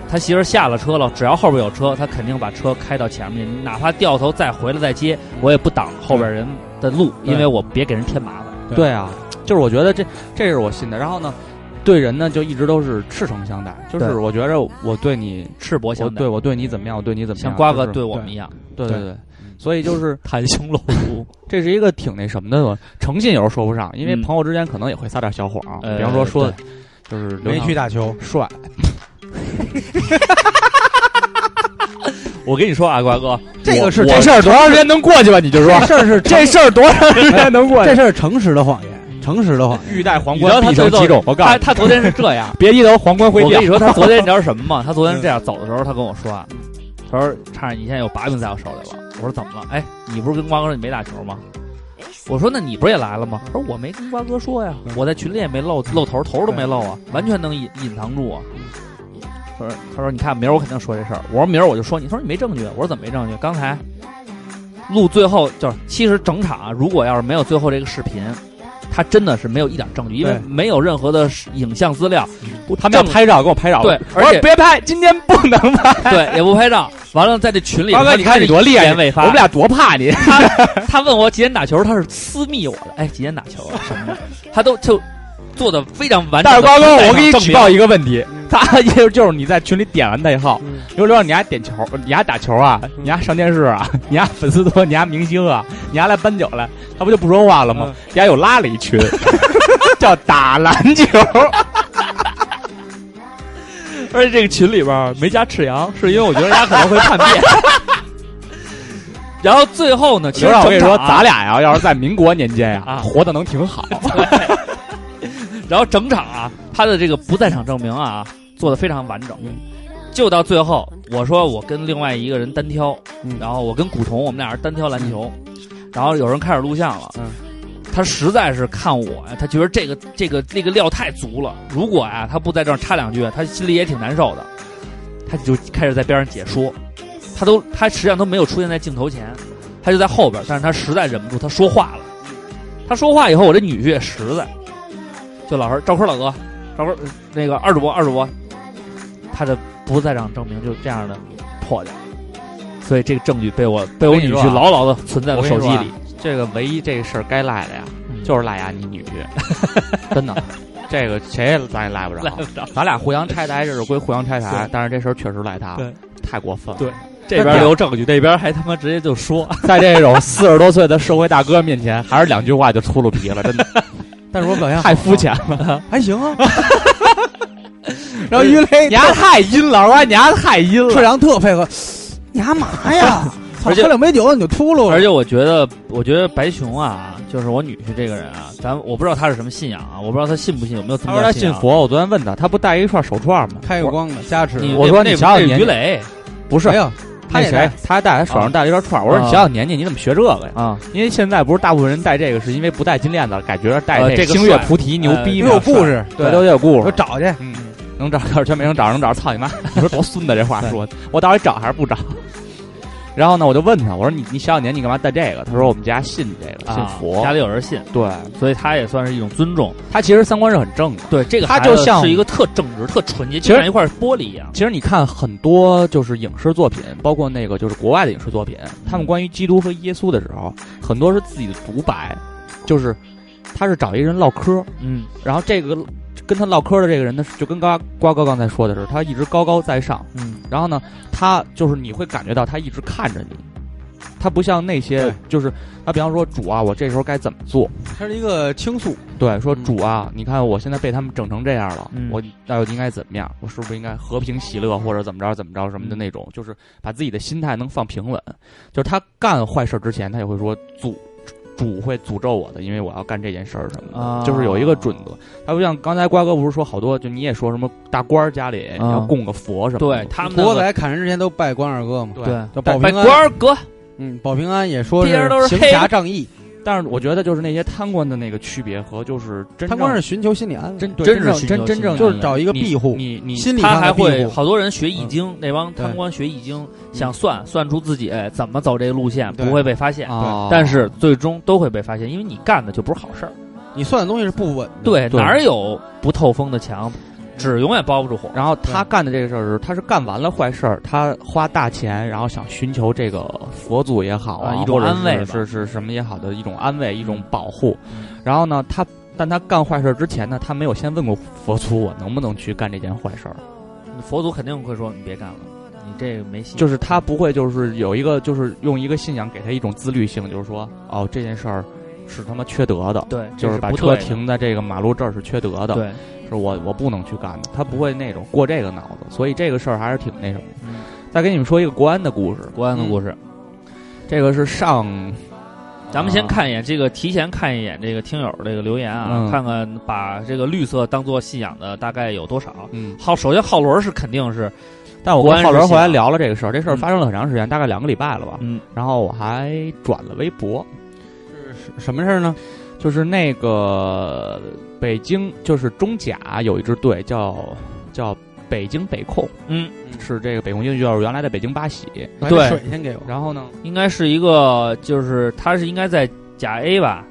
Speaker 30: 他媳妇儿下了车了，只要后边有车，他肯定把车开到前面去，哪怕掉头再回来再接，我也不挡后边人的路，
Speaker 3: 对
Speaker 30: 因为我别给人添麻烦。
Speaker 3: 对啊，就是我觉得这这是我信的。然后呢，对人呢就一直都是赤诚相待，就是
Speaker 30: 对
Speaker 3: 我觉着我对你
Speaker 30: 赤膊相待
Speaker 3: 我对我对你怎么样，我对你怎么样，
Speaker 30: 像瓜哥
Speaker 3: 就是
Speaker 30: 对我们一样
Speaker 3: 对
Speaker 30: 对
Speaker 3: 对对，所以就是
Speaker 30: 袒胸露 乳，嗯
Speaker 3: 这是一个挺那什么的，诚信有时候说不上，因为朋友之间可能也会撒点小谎，
Speaker 30: 呃
Speaker 3: 比方说说就是刘
Speaker 5: 没
Speaker 3: 翔
Speaker 5: 去打球，
Speaker 3: 帅，
Speaker 30: 我跟你说啊，瓜哥，
Speaker 5: 这个是
Speaker 3: 这事儿多长时间能过去吧？你就说
Speaker 5: 这事儿是
Speaker 3: 这事儿多长时间能过去？嗯
Speaker 5: 这事儿诚实的谎言，诚实的谎言。
Speaker 3: 欲戴哎皇
Speaker 30: 你知道
Speaker 3: 冠，
Speaker 30: 他
Speaker 3: 必承
Speaker 30: 最
Speaker 3: 其
Speaker 30: 后
Speaker 3: 重。我告诉，
Speaker 30: 他他昨天是这样
Speaker 3: 别低头，皇冠会
Speaker 30: 我
Speaker 3: 掉
Speaker 30: 跟你。说，他昨天你知道什么吗？他昨天这
Speaker 3: 嗯
Speaker 30: 样走的时候，他跟我说啊，他说：“差点你现在有把柄在我手里了。”我说：“怎么了？”哎，你不是跟瓜哥说你没打球吗？我说：“那你不是也来了吗？”他说：“我没跟瓜哥说呀，
Speaker 3: 嗯
Speaker 30: 我在群里也没露露头，头都没露啊，完全能隐隐藏住啊。”
Speaker 3: 嗯
Speaker 30: 他说：“他说你看，明儿我肯定说这事儿。”我说：“明儿我就说你。”他说：“你没证据。”我说：“怎么没证据？刚才录最后就是，其实整场啊如果要是没有最后这个视频。”他真的是没有一点证据，因为
Speaker 3: 对嗯
Speaker 30: 没有任何的影像资料，
Speaker 3: 他们要拍照，给我拍照。
Speaker 30: 对
Speaker 3: 我
Speaker 30: 而
Speaker 3: 说
Speaker 30: 且
Speaker 3: 别拍，今天不能拍。
Speaker 30: 对，也不拍照。完了，在这群 里，
Speaker 3: 瓜哥，你看你多厉
Speaker 30: 一
Speaker 3: 害，
Speaker 30: 言未发
Speaker 3: 我 们俩多怕你。
Speaker 30: 他他问我几点打球，他是私密我的，哎，几点打球 啊什么的，他都就做的非常完整。
Speaker 3: 但是瓜哥，我给你举报
Speaker 30: 一
Speaker 3: 一个问题，
Speaker 30: 嗯
Speaker 3: 他 就就是你在群里点完内耗，刘刘，你丫点球，你丫打球
Speaker 30: 嗯
Speaker 3: 啊，你丫上电视啊，你丫粉丝多，你丫明星啊，你丫来搬酒来，他不就不说话了
Speaker 30: 嗯
Speaker 3: 吗？人家又拉了一群， 叫打篮球。
Speaker 30: 而且这个群里边没加赤羊，是因为我觉得人家可能会叛变。然后最后 呢，其实
Speaker 3: 刘亮，我跟你说，
Speaker 30: 整场啊
Speaker 3: 咱俩呀，要是在民国年间呀，
Speaker 30: 啊
Speaker 3: 活的能挺好。
Speaker 30: 然后整场啊，他的这个不在场证明啊，做的非常完整。就到最后，我说我跟另外一个人单挑，然后我跟古潼，我们俩人单挑篮球，然后有人开始录像了。他实在是看我呀，他觉得这个这个这个料太足了。如果啊，他不在这儿插两句，他心里也挺难受的。他就开始在边上解说，他都他实际上都没有出现在镜头前，他就在后边，但是他实在忍不住，他说话了。他说话以后，我这女婿也实在，就老师赵坤老哥，赵坤呃那个二主播二主播，他的不在场证明就这样的破掉了，所以这个证据被我被我
Speaker 3: 跟你
Speaker 30: 女
Speaker 3: 说啊
Speaker 30: 婿牢牢的存在
Speaker 3: 我
Speaker 30: 我
Speaker 3: 跟
Speaker 30: 手
Speaker 3: 你
Speaker 30: 机
Speaker 3: 说啊
Speaker 30: 里。嗯
Speaker 3: 这个唯一这个事儿该赖的呀，就是赖呀你 女婿，真的，这个谁也咱也赖不着
Speaker 30: 赖不着。
Speaker 3: 咱俩互相拆台，这是归互相拆台
Speaker 30: 对，
Speaker 3: 但是这事儿确实赖他
Speaker 30: 对，
Speaker 3: 太过分了。
Speaker 30: 对，这边留证据，那边还他妈直接就说，
Speaker 3: 在这种四十多岁的社会大哥面前，还是两句话就秃噜皮了， 真的
Speaker 5: 但是我表现好
Speaker 3: 太肤浅了。
Speaker 5: 还行 啊。然后于雷
Speaker 3: 你丫太阴了，我你丫太阴
Speaker 5: 赤
Speaker 3: 了。
Speaker 5: 阳特配合，你干嘛呀？ 操，
Speaker 30: 而且
Speaker 5: 喝两杯酒你就秃噜了
Speaker 30: 而。且我觉得，我觉得白熊啊，就是我女婿这个人啊，咱我不知道他是什么信仰啊，我不知道他信不信，有没有宗
Speaker 3: 他
Speaker 30: 教
Speaker 3: 说他
Speaker 30: 信
Speaker 3: 信
Speaker 30: 仰。啊
Speaker 3: 佛，我昨天问他，他不带一串手串吗？
Speaker 5: 开个光的加持，
Speaker 30: 你
Speaker 3: 我说
Speaker 30: 那
Speaker 3: 你瞧
Speaker 30: 那
Speaker 3: 年
Speaker 30: 于雷
Speaker 3: 不是
Speaker 5: 没，有，他
Speaker 3: 那
Speaker 5: 也
Speaker 3: 谁
Speaker 5: 带，
Speaker 3: 他带他手上戴了一串串儿。我说
Speaker 30: 啊
Speaker 3: 你小小年纪，你怎么学这个呀？
Speaker 30: 啊，
Speaker 3: 因为现在不是大部分人戴这个，是因为不戴金链子，感觉戴
Speaker 30: 呃
Speaker 3: 这
Speaker 30: 这个
Speaker 3: 星月
Speaker 30: 帅
Speaker 3: 菩提牛逼
Speaker 5: 因
Speaker 3: 嘛，
Speaker 5: 为有故事，
Speaker 3: 对，都得有故
Speaker 5: 我
Speaker 3: 事。
Speaker 5: 找去。
Speaker 3: 嗯，能找要是全没能找，能找，操你妈！你说多孙子这话说的，我到底找还是不找？然后呢，我就问他，我说你你小小年纪干嘛带这个？他说我们家信这个，信
Speaker 30: 啊
Speaker 3: 佛，
Speaker 30: 家里有人信，
Speaker 3: 对，
Speaker 30: 所以他也算是一种尊重。
Speaker 3: 他其实三观是很正的，
Speaker 30: 对这个
Speaker 3: 他
Speaker 30: 孩
Speaker 3: 就
Speaker 30: 子
Speaker 3: 像
Speaker 30: 是一个特正直、特纯洁，
Speaker 3: 其
Speaker 30: 就
Speaker 3: 实
Speaker 30: 像一块玻璃一样。
Speaker 3: 其实你看很多就是影视作品，包括那个就是国外的影视作品，他们关于基督和耶稣的时候，很多是自己的独白，就是他是找一个人唠嗑，
Speaker 30: 嗯，
Speaker 3: 然后这个跟他唠嗑的这个人呢，就跟瓜瓜哥刚才说的是，他一直高高在上，
Speaker 30: 嗯，
Speaker 3: 然后呢，他就是你会感觉到他一直看着你。他不像那些，就是他，比方说主啊，我这时候该怎么做？
Speaker 5: 它是一个倾诉，
Speaker 3: 对，说主啊，你看我现在被他们整成这样了，
Speaker 5: 嗯
Speaker 3: 我到底应该怎么样？我是不是应该和平喜乐，或者怎么着怎么着什么
Speaker 5: 嗯
Speaker 3: 的那种？就是把自己的心态能放平稳。就是他干坏事之前，他也会说诅主会诅咒我的，因为我要干这件事儿什么的，
Speaker 30: 啊
Speaker 3: 就是有一个准则。他不像刚才瓜哥不是说好多，就你也说什么大官儿家里
Speaker 5: 啊
Speaker 3: 要供个佛什么的，
Speaker 5: 国仔砍人之前都拜关二哥嘛，
Speaker 3: 对
Speaker 5: 叫保
Speaker 3: 拜
Speaker 5: 平安
Speaker 3: 关二
Speaker 30: 哎哥，
Speaker 5: 嗯，保平安也说
Speaker 3: 别人
Speaker 5: 是
Speaker 3: 都是
Speaker 5: 行
Speaker 3: 黑
Speaker 5: 侠
Speaker 3: 的
Speaker 5: 仗义，
Speaker 3: 但是我觉得就是那些贪官的那个区别和就是真
Speaker 5: 贪官
Speaker 3: 正
Speaker 5: 是寻求心理安慰，
Speaker 3: 真
Speaker 5: 对
Speaker 3: 真
Speaker 5: 正
Speaker 3: 是
Speaker 5: 真真正就是找一个庇护，
Speaker 3: 你你
Speaker 5: 心理
Speaker 30: 他
Speaker 5: 上
Speaker 30: 还
Speaker 5: 的庇
Speaker 30: 会
Speaker 5: 护。
Speaker 30: 好多人学易经，那帮贪官学易经，想算算出自己哎怎么走这个路线
Speaker 5: 对
Speaker 30: 不会被发现
Speaker 5: 对，
Speaker 30: 但是最终都会被发现，因为你干的就不是好事儿。
Speaker 5: 你算的东西是不稳的，
Speaker 30: 对，哪儿有不透风的墙？纸永远包不住火。
Speaker 3: 然后他干的这个事儿是，他是干完了坏事儿，他花大钱，然后想寻求这个佛祖也好
Speaker 30: 啊一种
Speaker 3: 或者
Speaker 30: 安慰
Speaker 3: 是
Speaker 30: 吧嗯
Speaker 3: 是是什么也好的一种安慰，一种保护。然后呢，他但他干坏事儿之前呢，他没有先问过佛祖我能不能去干这件坏事儿，
Speaker 30: 嗯佛祖肯定会说你别干了，你这个没戏。
Speaker 3: 就是他不会就是有一个就是用一个信仰给他一种自律性，就是说哦这件事儿是他妈缺德的，
Speaker 30: 对
Speaker 3: 就
Speaker 30: 这
Speaker 3: 是
Speaker 30: 是
Speaker 3: 把
Speaker 30: 不
Speaker 3: 车
Speaker 30: 对的
Speaker 3: 停在这个马路这儿是缺德的，
Speaker 30: 对，
Speaker 3: 是我我不能去干的，他不会那种过这个脑子，所以这个事儿还是挺那什么的。再给你们说一个国安的故事，
Speaker 30: 嗯
Speaker 3: 嗯
Speaker 30: 国安的故事，
Speaker 3: 这个是上，啊
Speaker 30: 咱们先看一眼这个，提前看一眼这个听友这个留言啊，
Speaker 3: 嗯
Speaker 30: 看看把这个绿色当做信仰的大概有多少。
Speaker 3: 嗯，
Speaker 30: 浩，首先浩伦是肯定是，
Speaker 3: 但我
Speaker 30: 国
Speaker 3: 跟
Speaker 30: 安
Speaker 3: 浩伦
Speaker 30: 是信
Speaker 3: 后
Speaker 30: 仰
Speaker 3: 来聊了这个事儿，这事儿发生了很长时间，大概两个礼拜了吧。
Speaker 30: 嗯，
Speaker 3: 然后我还转了微博，
Speaker 5: 是什么事儿呢？
Speaker 3: 就是那个北京，就是中甲有一支队叫叫北京北控，
Speaker 30: 嗯，
Speaker 3: 是这个北控军校原来的北京八喜，
Speaker 5: 把这
Speaker 30: 对
Speaker 5: 水先给我，
Speaker 3: 然后呢，
Speaker 30: 应该是一个，就是他是应该在甲 A 吧？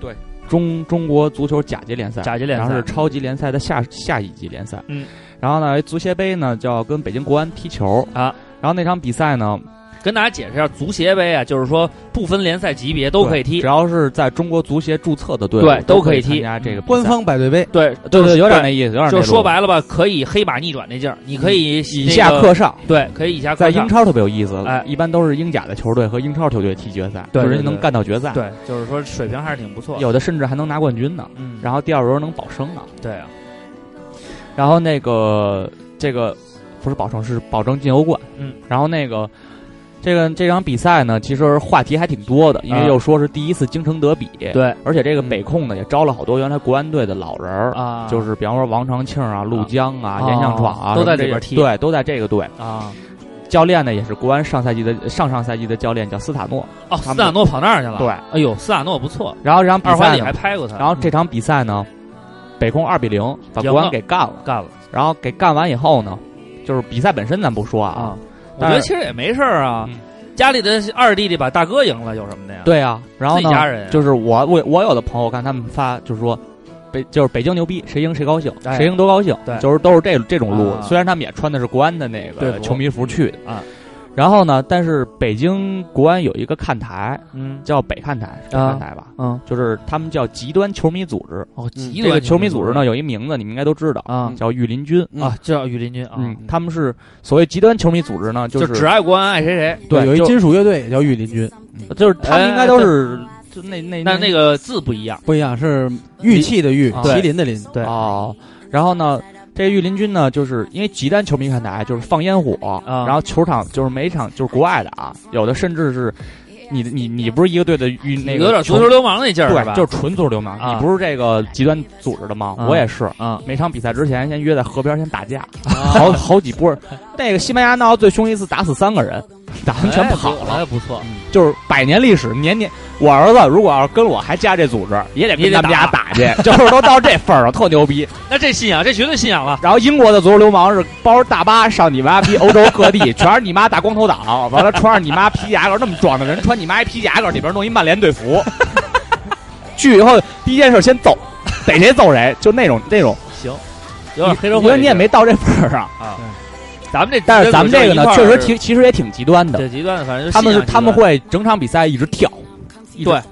Speaker 3: 对，中中国足球甲级联赛，
Speaker 30: 甲级联赛
Speaker 3: 然后是超级联赛的下下一级联赛。
Speaker 30: 嗯，
Speaker 3: 然后呢，足协杯呢就要跟北京国安踢球
Speaker 30: 啊。
Speaker 3: 然后那场比赛呢，
Speaker 30: 跟大家解释一下，足协杯啊，就是说不分联赛级别都可
Speaker 3: 对
Speaker 30: 以踢
Speaker 3: 只。要是在中国足协注册的队伍
Speaker 30: 对
Speaker 3: 都
Speaker 30: 都可以
Speaker 3: 参
Speaker 30: 踢
Speaker 3: 加这个比赛
Speaker 5: 官方百对杯，
Speaker 30: 对
Speaker 3: 对对，有点
Speaker 30: 对
Speaker 3: 那意思，有点那
Speaker 30: 就
Speaker 3: 路
Speaker 30: 是说白了吧，可以黑马逆转那劲儿，你可以
Speaker 3: 以
Speaker 30: 那个
Speaker 3: 下克上，
Speaker 30: 对，可以以下克
Speaker 3: 在
Speaker 30: 上
Speaker 3: 英超特别有意思，
Speaker 30: 哎
Speaker 3: 一般都是英甲的球队和英超球队踢决赛，
Speaker 30: 对
Speaker 3: 就是
Speaker 30: 对
Speaker 3: 人家能
Speaker 30: 对
Speaker 3: 干到决赛，
Speaker 30: 对，就是说水平还是挺不错。
Speaker 3: 有的甚至还能拿冠军呢，
Speaker 30: 嗯
Speaker 3: 然后第二轮能保升呢，
Speaker 30: 对啊，
Speaker 3: 然后那个这个不是保证是保证进欧冠，
Speaker 30: 嗯，
Speaker 3: 然后那个这个这场比赛呢，其实话题还挺多的，因为
Speaker 30: 啊
Speaker 3: 又说是第一次京城德比，
Speaker 30: 对
Speaker 3: 而且这个北控呢也招了好多原来国安队的老人儿
Speaker 30: 啊
Speaker 3: 就是比方说王长庆啊、陆江啊、
Speaker 30: 啊
Speaker 3: 严向闯啊，
Speaker 30: 都在
Speaker 3: 这
Speaker 30: 里边
Speaker 3: 个
Speaker 30: 踢
Speaker 3: 对，都在这个队。
Speaker 30: 啊，
Speaker 3: 教练呢也是国安上赛季的上上赛季的教练叫斯塔诺，他
Speaker 30: 哦，斯
Speaker 3: 们
Speaker 30: 塔诺跑那儿去了。
Speaker 3: 对
Speaker 30: 哎呦，斯塔诺不错。
Speaker 3: 然后这场比
Speaker 30: 二环
Speaker 3: 赛
Speaker 30: 里
Speaker 3: 呢
Speaker 30: 还拍过他。嗯
Speaker 3: 然后这场比赛呢，北控二比零把
Speaker 30: 赢
Speaker 3: 国安
Speaker 30: 了
Speaker 3: 给干了，
Speaker 30: 干了。
Speaker 3: 然后给干完以后呢，就是比赛本身咱不说啊，
Speaker 30: 我
Speaker 3: 但是嗯
Speaker 30: 觉得其实也没事儿啊，家里的二弟弟把大哥赢了有什么的呀？
Speaker 3: 对啊，然后
Speaker 30: 自
Speaker 3: 呢，
Speaker 30: 己家人
Speaker 3: 就是我我我有的朋友，我看他们发就是说。北就是北京牛逼，谁赢谁高兴，
Speaker 30: 哎
Speaker 3: 谁赢都高兴，
Speaker 30: 对
Speaker 3: 就是都是这这种路。
Speaker 30: 啊
Speaker 3: 虽然他们也穿的是国安的那
Speaker 30: 队
Speaker 3: 个
Speaker 30: 服
Speaker 3: 球迷服去的
Speaker 30: 啊，
Speaker 3: 然后呢，但是北京国安有一个看台，
Speaker 30: 嗯
Speaker 3: 叫北看台，是北看台吧，
Speaker 30: 嗯，
Speaker 3: 就是他们叫极端球迷组织。
Speaker 30: 哦，极
Speaker 3: 嗯这
Speaker 30: 端
Speaker 3: 个球迷组织
Speaker 30: 球迷
Speaker 3: 呢有一名字，你们应该都知道
Speaker 30: 啊
Speaker 3: 叫御林军
Speaker 30: 啊，叫御林军啊，
Speaker 3: 嗯，他们是所谓极端球迷组织呢，
Speaker 30: 就是只爱国安爱谁谁。
Speaker 3: 对
Speaker 5: 有一
Speaker 3: 就
Speaker 5: 金属乐队也叫御林军，
Speaker 3: 就是他们应该都是
Speaker 30: 就
Speaker 3: 那哎那
Speaker 30: 那那个字不一样，
Speaker 5: 不一样，是玉器的玉，
Speaker 3: 啊
Speaker 5: 麒麟的麟，
Speaker 30: 对
Speaker 3: 哦，然后呢，这御林军呢，就是因为极端球迷看台就是放烟火，然后球场就是每场就是国外的啊，有的甚至是你你你不是一个队的御那个
Speaker 30: 有点足球流氓那劲儿是吧
Speaker 3: 对，就是纯足球流氓。
Speaker 30: 啊
Speaker 3: 你不是这个极端组织的吗？
Speaker 30: 啊
Speaker 3: 我也是
Speaker 30: 啊，
Speaker 3: 每场比赛之前先约在河边先打架，好好几波。那个西班牙闹得最凶一次打死三个人，打完全跑
Speaker 31: 哎
Speaker 3: 了，嗯
Speaker 31: 不错，
Speaker 3: 就是百年历史，年年。我儿子如果要是跟我还加这组织，也得
Speaker 31: 也
Speaker 3: 跟
Speaker 31: 得
Speaker 3: 他们俩打
Speaker 31: 打
Speaker 3: 去，就是都到这份儿上，特牛逼。
Speaker 31: 那这信仰，这绝对信仰了。
Speaker 3: 然后英国的足球流氓是包着大巴上你妈逼欧洲各地，全是你妈大光头党，完了穿上你妈皮夹克，那么壮的人穿你妈一皮 夹克，里边弄一曼联队服。去以后第一件事先揍，逮谁揍谁，就那种那种。
Speaker 31: 行，有点黑社会
Speaker 3: 因为你也没到这份儿上
Speaker 31: 啊。咱们这，
Speaker 3: 但是咱们这个呢，确实
Speaker 31: 挺
Speaker 3: 其其实也挺极端的。
Speaker 31: 对极端的，反正就
Speaker 3: 他们
Speaker 31: 信
Speaker 3: 是
Speaker 31: 仰
Speaker 3: 他们会整场比赛一直跳，一直
Speaker 31: 极端对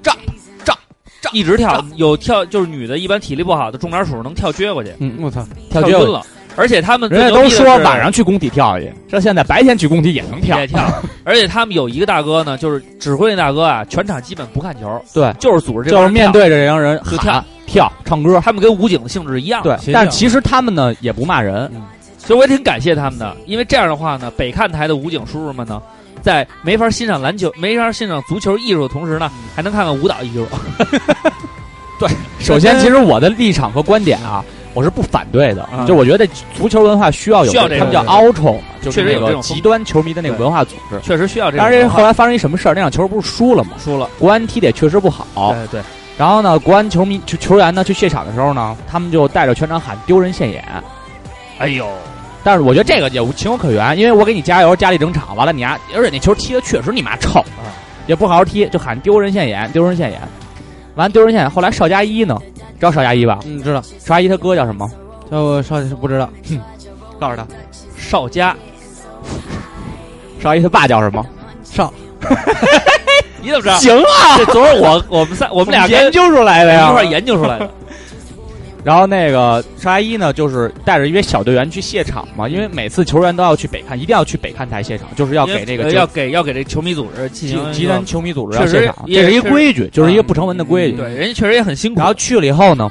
Speaker 31: 胀胀一直跳，有跳就是女的，一般体力不好的中点数能跳撅过去，
Speaker 3: 嗯，我操，
Speaker 31: 跳
Speaker 3: 跳撅
Speaker 31: 蹲
Speaker 3: 舞
Speaker 31: 了。而且他们
Speaker 3: 人家
Speaker 31: 最牛
Speaker 3: 都
Speaker 31: 逼的
Speaker 3: 说
Speaker 31: 是
Speaker 3: 晚上去工体跳去，这现在白天去工体也能跳
Speaker 31: 也。跳，而且他们有一个大哥呢，就是指挥那大哥啊，全场基本不看球，
Speaker 3: 对，
Speaker 31: 就是组织这帮
Speaker 3: 就是
Speaker 31: 人跳
Speaker 3: 面对着这帮人
Speaker 31: 就
Speaker 3: 喊
Speaker 31: 跳
Speaker 3: 跳唱歌，
Speaker 31: 他们跟武警的性质一样。
Speaker 3: 对，但其实他们呢也不骂人，
Speaker 31: 其实我也挺感谢他们的，因为这样的话呢，北看台的武警叔叔们呢，在没法欣赏篮球、没法欣赏足球艺术的同时呢，还能看看舞蹈艺术。
Speaker 3: 首先，其实我的立场和观点啊，我是不反对的。就我觉得足球文化需要有
Speaker 31: 嗯需要这
Speaker 3: 他们
Speaker 31: 种
Speaker 3: 叫 outro，嘛就是
Speaker 31: 确实
Speaker 3: 那
Speaker 31: 有这
Speaker 3: 个
Speaker 31: 种风
Speaker 3: 极端球迷的那个文化组织。
Speaker 31: 确实需要这种
Speaker 3: 当然，
Speaker 31: 文化
Speaker 3: 后来发生一什么事儿？那场球不是输了吗？
Speaker 31: 输了。
Speaker 3: 国安踢得确实不好。
Speaker 31: 对对。
Speaker 3: 然后呢，国安球迷球球员呢去谢场的时候呢，他们就带着全场喊丢人现眼。
Speaker 31: 哎呦！
Speaker 3: 但是我觉得这个也无情有可原，因为我给你加油加了一整场，完了你啊，而且那球踢的确实你妈臭，
Speaker 31: 啊
Speaker 3: 也不好好踢，就喊丢人现眼，丢人现眼。完了丢人现眼，后来邵佳一呢？知道邵佳一吧？
Speaker 5: 嗯，知道。
Speaker 3: 邵佳一他哥叫什么？
Speaker 5: 叫我少是不知道，
Speaker 3: 告诉他。
Speaker 31: 邵佳，
Speaker 3: 邵佳一他爸叫什么？
Speaker 5: 少。
Speaker 31: 你怎么知道？
Speaker 3: 行啊
Speaker 31: 这昨儿我我们仨我们俩跟
Speaker 3: 研究出来的呀
Speaker 31: 一块儿研究出来的。
Speaker 3: 然后那个邵佳一呢，就是带着一些小队员去谢场嘛，因为每次球员都要去北看，一定要去北看台谢场，就是要给这个
Speaker 31: 因为呃
Speaker 3: 球
Speaker 31: 要给要给这球迷组织进
Speaker 3: 极
Speaker 31: 行
Speaker 3: 极端球迷组织要
Speaker 31: 确
Speaker 3: 现
Speaker 31: 实嗯
Speaker 3: 场，这是一规矩，就是一个不成文的规矩。
Speaker 31: 对，人家确实也很辛苦。
Speaker 3: 然后去了以后呢，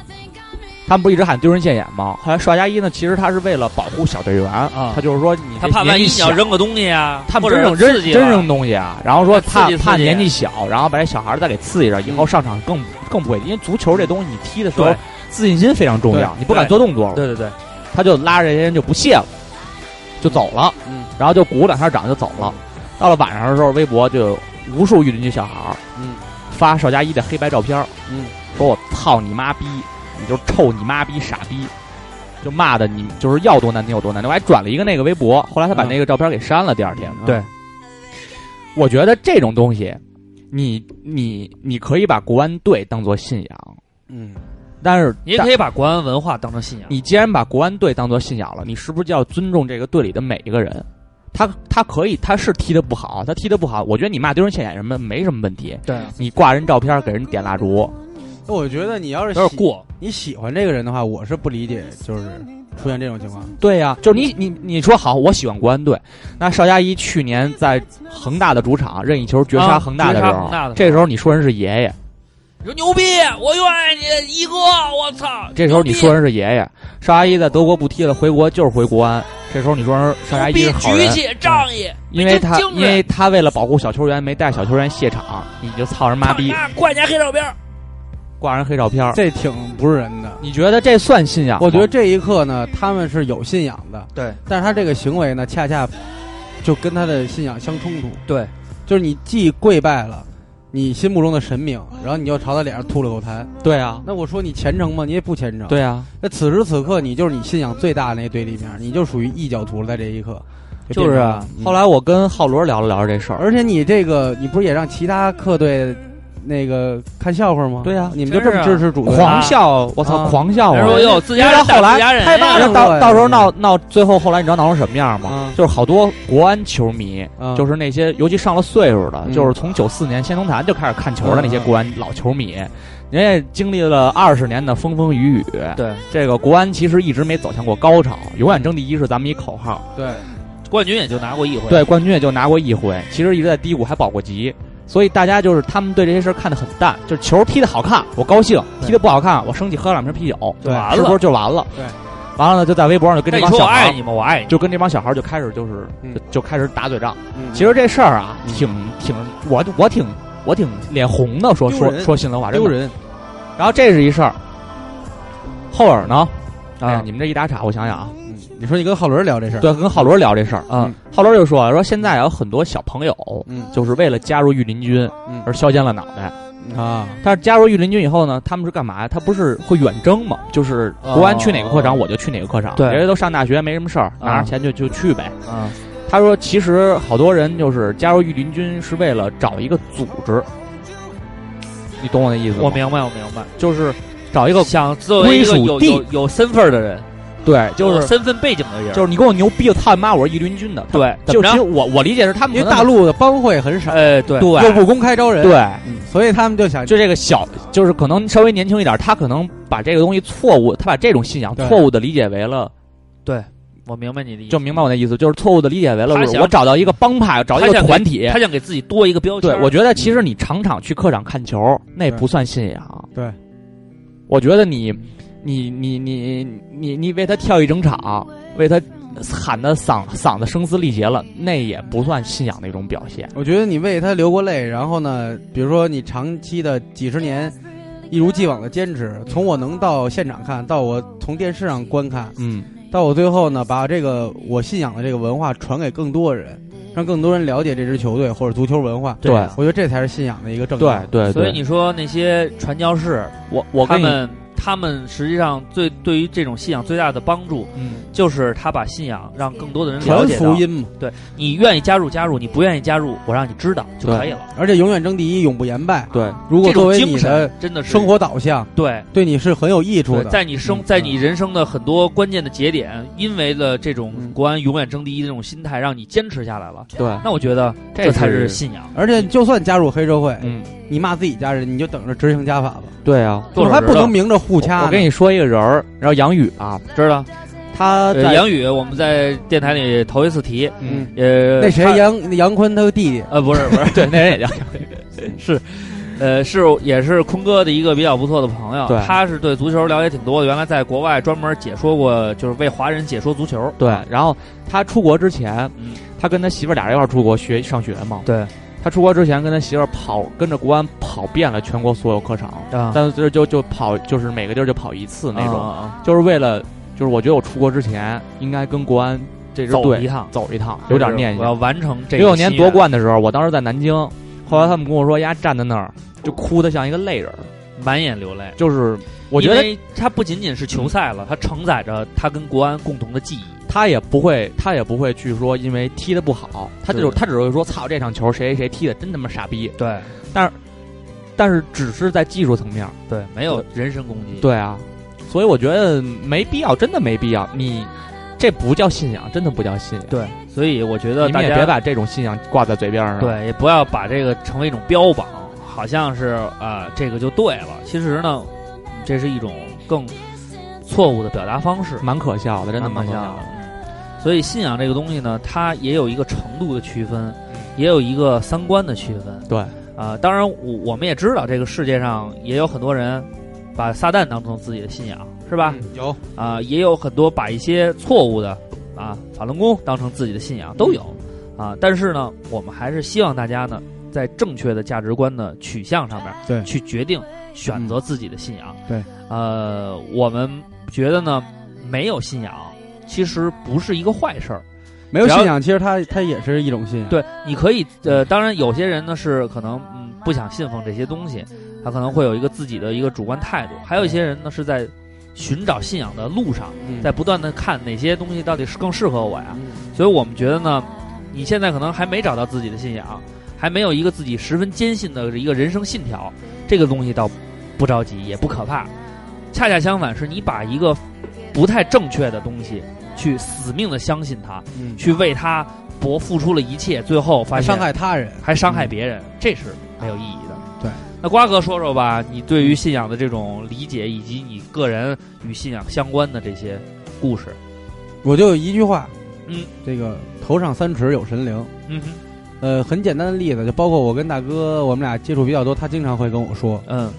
Speaker 3: 他们不一直喊丢人现眼吗？后来邵佳一呢，其实他是为了保护小队员，他就是说你
Speaker 31: 啊他怕万一你要
Speaker 3: 小，
Speaker 31: 扔个东西啊，
Speaker 3: 他们
Speaker 31: 或者
Speaker 3: 真扔
Speaker 31: 刺
Speaker 3: 真
Speaker 31: 激
Speaker 3: 真
Speaker 31: 了
Speaker 3: 扔东西啊，然后说
Speaker 31: 刺
Speaker 3: 怕
Speaker 31: 激刺激
Speaker 3: 怕年纪小，然后把这小孩儿再给刺激着，以后上场更更不会，因为足球这东西你踢的时候
Speaker 31: 对
Speaker 3: 自信心非常重要
Speaker 31: 对，
Speaker 3: 你不敢做动作，
Speaker 31: 对对对，
Speaker 3: 他就拉着这些人就不屑了，就走了，
Speaker 31: 嗯，
Speaker 3: 然后就鼓两下掌就走了。到了晚上的时候，微博就有无数玉林区小孩儿，
Speaker 5: 嗯，
Speaker 3: 发邵佳一的黑白照片儿，
Speaker 5: 嗯，
Speaker 3: 说我操你妈逼，你就臭你妈逼傻逼，就骂的你就是要多难听有多难听。我还转了一个那个微博，后来他把
Speaker 31: 嗯
Speaker 3: 那个照片给删了。第二天，
Speaker 5: 对，
Speaker 3: 我觉得这种东西，你你你可以把国安队当做信仰，
Speaker 5: 嗯，
Speaker 3: 但是
Speaker 31: 你也可以把国安文化当成信仰。
Speaker 3: 你既然把国安队当做信仰了，你是不是就要尊重这个队里的每一个人？他他可以，他是踢得不好，他踢得不好，我觉得你骂丢人现眼什么没什么问题。
Speaker 31: 对，
Speaker 3: 你挂人照片，给人点蜡烛，
Speaker 5: 那我觉得你要是
Speaker 3: 有点
Speaker 5: 喜
Speaker 3: 过，
Speaker 5: 你喜欢这个人的话，我是不理解，就是出现这种情况。
Speaker 3: 对呀、就是你你你说好，我喜欢国安队。那邵佳一去年在恒大的主场任意球绝杀
Speaker 31: 啊
Speaker 3: 恒大的时
Speaker 31: 绝杀
Speaker 3: 候，
Speaker 31: 恒大的时候
Speaker 3: 这时候你说人是爷爷，
Speaker 31: 你说牛逼，我又爱你，一哥，我操！
Speaker 3: 这时候你说人是爷爷。邵佳一在德国不踢了，回国就是回国安。这时候你说人邵佳一是好
Speaker 31: 举
Speaker 3: 人，嗯
Speaker 31: 起仗义，
Speaker 3: 因为他
Speaker 31: 北京精
Speaker 3: 因
Speaker 31: 神
Speaker 3: 为他为了保护小球员没带小球员卸场，你就操人妈逼
Speaker 31: 那挂家黑照片儿，
Speaker 3: 挂人黑照片儿，
Speaker 5: 这挺不是人的。
Speaker 3: 你觉得这算信仰吗？
Speaker 5: 我觉得这一刻呢，他们是有信仰的，
Speaker 31: 对，
Speaker 5: 但是他这个行为呢，恰恰就跟他的信仰相冲突。
Speaker 31: 对，
Speaker 5: 就是你既跪拜了你心目中的神明，
Speaker 3: 嗯
Speaker 5: 然后你又朝他脸上吐了口痰。
Speaker 3: 对啊，
Speaker 5: 那我说你虔诚吗？你也不虔诚。
Speaker 3: 对啊，
Speaker 5: 那此时此刻你就是你信仰最大的那对立面，你就属于异教徒了，在这一刻。
Speaker 3: 就是啊
Speaker 5: 啊，。
Speaker 3: 后来我跟浩伦聊了聊这事儿，
Speaker 5: 而且你这个，你不是也让其他客队那个看笑话吗？
Speaker 3: 对呀
Speaker 5: 你们就这么支持主队，
Speaker 3: 狂笑，我操，狂笑啊！
Speaker 5: 人说哟
Speaker 31: 自家
Speaker 3: 因
Speaker 31: 人
Speaker 3: 为他后
Speaker 31: 打自家
Speaker 3: 来
Speaker 31: 人
Speaker 3: 他
Speaker 31: 呀
Speaker 3: 然后到到时候闹闹，最后后来你知道闹成什么样吗？就是好多国安球迷，
Speaker 5: 啊
Speaker 3: 就是那些尤其上了岁数的，
Speaker 5: 嗯
Speaker 3: 就是从九四年仙踪坛就开始看球的
Speaker 5: 嗯
Speaker 3: 那些国安老球迷。人家经历了二十年的风风雨雨，
Speaker 31: 对
Speaker 3: 这个国安其实一直没走向过高潮，永远争第一是咱们一口号，
Speaker 5: 对，
Speaker 31: 冠军也就拿过一回。
Speaker 3: 对，冠军也就拿过一回，其实一直在低谷还保过级，所以大家就是他们对这些事儿看得很淡，就是球踢得好看我高兴，踢得不好看我生气喝两瓶啤酒，
Speaker 31: 对完了
Speaker 3: 是不是就完了？
Speaker 5: 对，
Speaker 3: 完了呢就在微博上就跟
Speaker 31: 那
Speaker 3: 这帮
Speaker 31: 你说我
Speaker 3: 小孩
Speaker 31: 爱
Speaker 3: 儿
Speaker 31: 你吗？我爱你。
Speaker 3: 就跟这帮小孩儿就开始就是
Speaker 5: 嗯
Speaker 3: 就就开始打嘴仗。
Speaker 5: 嗯
Speaker 3: 其实这事儿啊，挺挺我我挺我挺脸红的，说
Speaker 5: 丢
Speaker 3: 说
Speaker 5: 人
Speaker 3: 说心里话，真
Speaker 5: 丢
Speaker 3: 的。
Speaker 5: 人。
Speaker 3: 然后这是一事儿，后耳呢？哎呀，你们这一打岔，我想想啊，
Speaker 5: 嗯你说你跟浩伦聊这事儿，
Speaker 3: 对，跟浩伦聊这事儿啊、嗯。浩伦就说说现在有很多小朋友，嗯，就是为了加入御林军，嗯，而削尖了脑袋。
Speaker 5: 啊！
Speaker 3: 但是加入御林军以后呢，他们是干嘛呀？他不是会远征嘛？就是国安去哪个科长，我就去哪个科长。
Speaker 30: 对，
Speaker 3: 人家都上大学没什么事儿，拿着钱就就去呗。
Speaker 30: 啊，
Speaker 3: 他说其实好多人就是加入御林军是为了找一个组织，你懂我的意思吗？
Speaker 30: 我明白，我明白，
Speaker 3: 就是找一个
Speaker 30: 想作为一个有有有身份的人。
Speaker 3: 对，就是
Speaker 30: 身份背景的人，
Speaker 3: 就是你跟我牛逼，我操你妈，我是义林军的。
Speaker 30: 对，
Speaker 3: 就其实我我理解是他们，
Speaker 5: 因为大陆的帮会很少，
Speaker 30: 哎，对，
Speaker 5: 又不公开招人，
Speaker 3: 对、
Speaker 5: 嗯，所以他们就想，
Speaker 3: 就这个小，就是可能稍微年轻一点，他可能把这个东西错误，他把这种信仰错误的理解为了，
Speaker 30: 对我明白你的意思，
Speaker 3: 就明白我的意思，就是错误的理解为了我找到一个帮派，找一个团体，
Speaker 30: 他嗯想给自己多一个标签。
Speaker 3: 对，我觉得其实你场场去客场看球，那不算信仰。
Speaker 5: 对，对
Speaker 3: 我觉得你。你你你你你为他跳一整场，为他喊的嗓嗓子声嘶力竭了，那也不算信仰的一种表现。
Speaker 5: 我觉得你为他流过泪，然后呢，比如说你长期的几十年，一如既往的坚持，从我能到现场看到我从电视上观看，
Speaker 3: 嗯，
Speaker 5: 到我最后呢，把这个我信仰的这个文化传给更多人。让更多人了解这支球队或者足球文化，
Speaker 3: 对
Speaker 5: 我觉得这才是信仰的一个正
Speaker 3: 对对。
Speaker 30: 所以你说那些传教士，
Speaker 3: 我我
Speaker 30: 他们他们实际上最对于这种信仰最大的帮助，
Speaker 3: 嗯，
Speaker 30: 就是他把信仰让更多的人了解
Speaker 5: 福音嘛。
Speaker 30: 对你愿意加入加入，你不愿意加入，我让你知道就可以了。
Speaker 5: 而且永远争第一，永不言败。
Speaker 3: 对，
Speaker 5: 如果作为你
Speaker 30: 的真的
Speaker 5: 生活导向，
Speaker 30: 对
Speaker 5: 对你是很有益处的。
Speaker 30: 在你生在你人生的很多关键的节点，因为了这种国安永远争第一的这种心态，让你坚持下来了。
Speaker 3: 对，
Speaker 30: 那我觉得这才是信仰。
Speaker 5: 而且，就算加入黑社会，
Speaker 3: 嗯，
Speaker 5: 你骂自己家人，你就等着执行家法吧。
Speaker 3: 对啊，
Speaker 5: 我还不能明着互掐
Speaker 3: 我。我跟你说一个人儿，然后杨宇啊，
Speaker 30: 知道
Speaker 5: 他
Speaker 30: 呃杨宇，我们在电台里头一次提，
Speaker 5: 嗯，
Speaker 30: 呃，
Speaker 5: 那谁杨杨坤他弟弟，
Speaker 30: 呃，不是不 是，
Speaker 3: 对，那人也叫
Speaker 30: 是。呃，是也是坤哥的一个比较不错的朋友，他是对足球了解挺多的，原来在国外专门解说过，就是为华人解说足球。
Speaker 3: 对，啊然后他出国之前，
Speaker 30: 嗯、
Speaker 3: 他跟他媳妇儿俩人一块儿出国学上学嘛。
Speaker 30: 对，
Speaker 3: 他出国之前跟他媳妇儿跑，跟着国安跑遍了全国所有客场，
Speaker 30: 啊、
Speaker 3: 但是就就跑就是每个地儿就跑一次那种，
Speaker 30: 啊、
Speaker 3: 就是为了就是我觉得我出国之前应该跟国安。这支
Speaker 30: 走一趟，
Speaker 3: 走一趟，有点念想。
Speaker 30: 我要完成这
Speaker 3: 个。六年夺冠的时候，我当时在南京，后来他们跟我说，丫站在那儿。就哭的像一个泪人，
Speaker 30: 满眼流泪。
Speaker 3: 就是我觉得
Speaker 30: 他不仅仅是球赛了，他承载着他跟国安共同的记忆。
Speaker 3: 他也不会，他也不会去说因为踢的不好，他就他只会说操这场球谁谁谁踢的真他妈傻逼。
Speaker 30: 对，
Speaker 3: 但是但是只是在技术层面，
Speaker 30: 对，没有人身攻击。
Speaker 3: 对啊，所以我觉得没必要，真的没必要。你这不叫信仰，真的不叫信仰。
Speaker 30: 对，所以我觉得
Speaker 3: 你们也别把这种信仰挂在嘴边上。
Speaker 30: 呃对，也不要把这个成为一种标榜。好像是啊、呃，这个就对了。其实呢，这是一种更错误的表达方式，
Speaker 3: 蛮可笑嗯的，真的
Speaker 30: 蛮
Speaker 3: 可笑
Speaker 30: 的。嗯所以信仰这个东西呢，它也有一个程度的区
Speaker 3: 嗯
Speaker 30: 分，也有一个三观的区分。
Speaker 3: 对
Speaker 30: 啊、呃，当然我我们也知道，这个世界上也有很多人把撒旦当成自己的信仰，是吧？
Speaker 5: 嗯、有
Speaker 30: 啊、呃，也有很多把一些错误的啊法轮功当成自己的信仰，都有啊。但是呢，我们还是希望大家呢。在正确的价值观的取向上面，
Speaker 5: 对，
Speaker 30: 去决定选择自己的信仰。
Speaker 5: 对，
Speaker 30: 呃，我们觉得呢，没有信仰其实不是一个坏事儿。
Speaker 5: 没有信仰，其实它它也是一种信仰。
Speaker 30: 对，你可以呃，当然有些人呢是可能嗯不想信奉这些东西，他可能会有一个自己的一个主观态度；还有一些人呢是在寻找信仰的路上，
Speaker 5: 嗯、
Speaker 30: 在不断的看哪些东西到底是更适合我呀。
Speaker 5: 嗯、
Speaker 30: 所以我们觉得呢，你现在可能还没找到自己的信仰。还没有一个自己十分坚信的一个人生信条，这个东西倒不着急，也不可怕。恰恰相反，是你把一个不太正确的东西去死命的相信它，
Speaker 5: 嗯、
Speaker 30: 去为它搏付出了一切，最后发现
Speaker 5: 伤害他人，
Speaker 30: 还伤害别人，嗯、这是没有意义的。
Speaker 5: 对。
Speaker 30: 那瓜哥说说吧，你对于信仰的这种理解，以及你个人与信仰相关的这些故事，
Speaker 5: 我就一句话，
Speaker 30: 嗯，
Speaker 5: 这个头上三尺有神灵，
Speaker 30: 嗯哼。
Speaker 5: 呃，很简单的例子，就包括我跟大哥，我们俩接触比较多，他经常会跟我说，
Speaker 30: 嗯，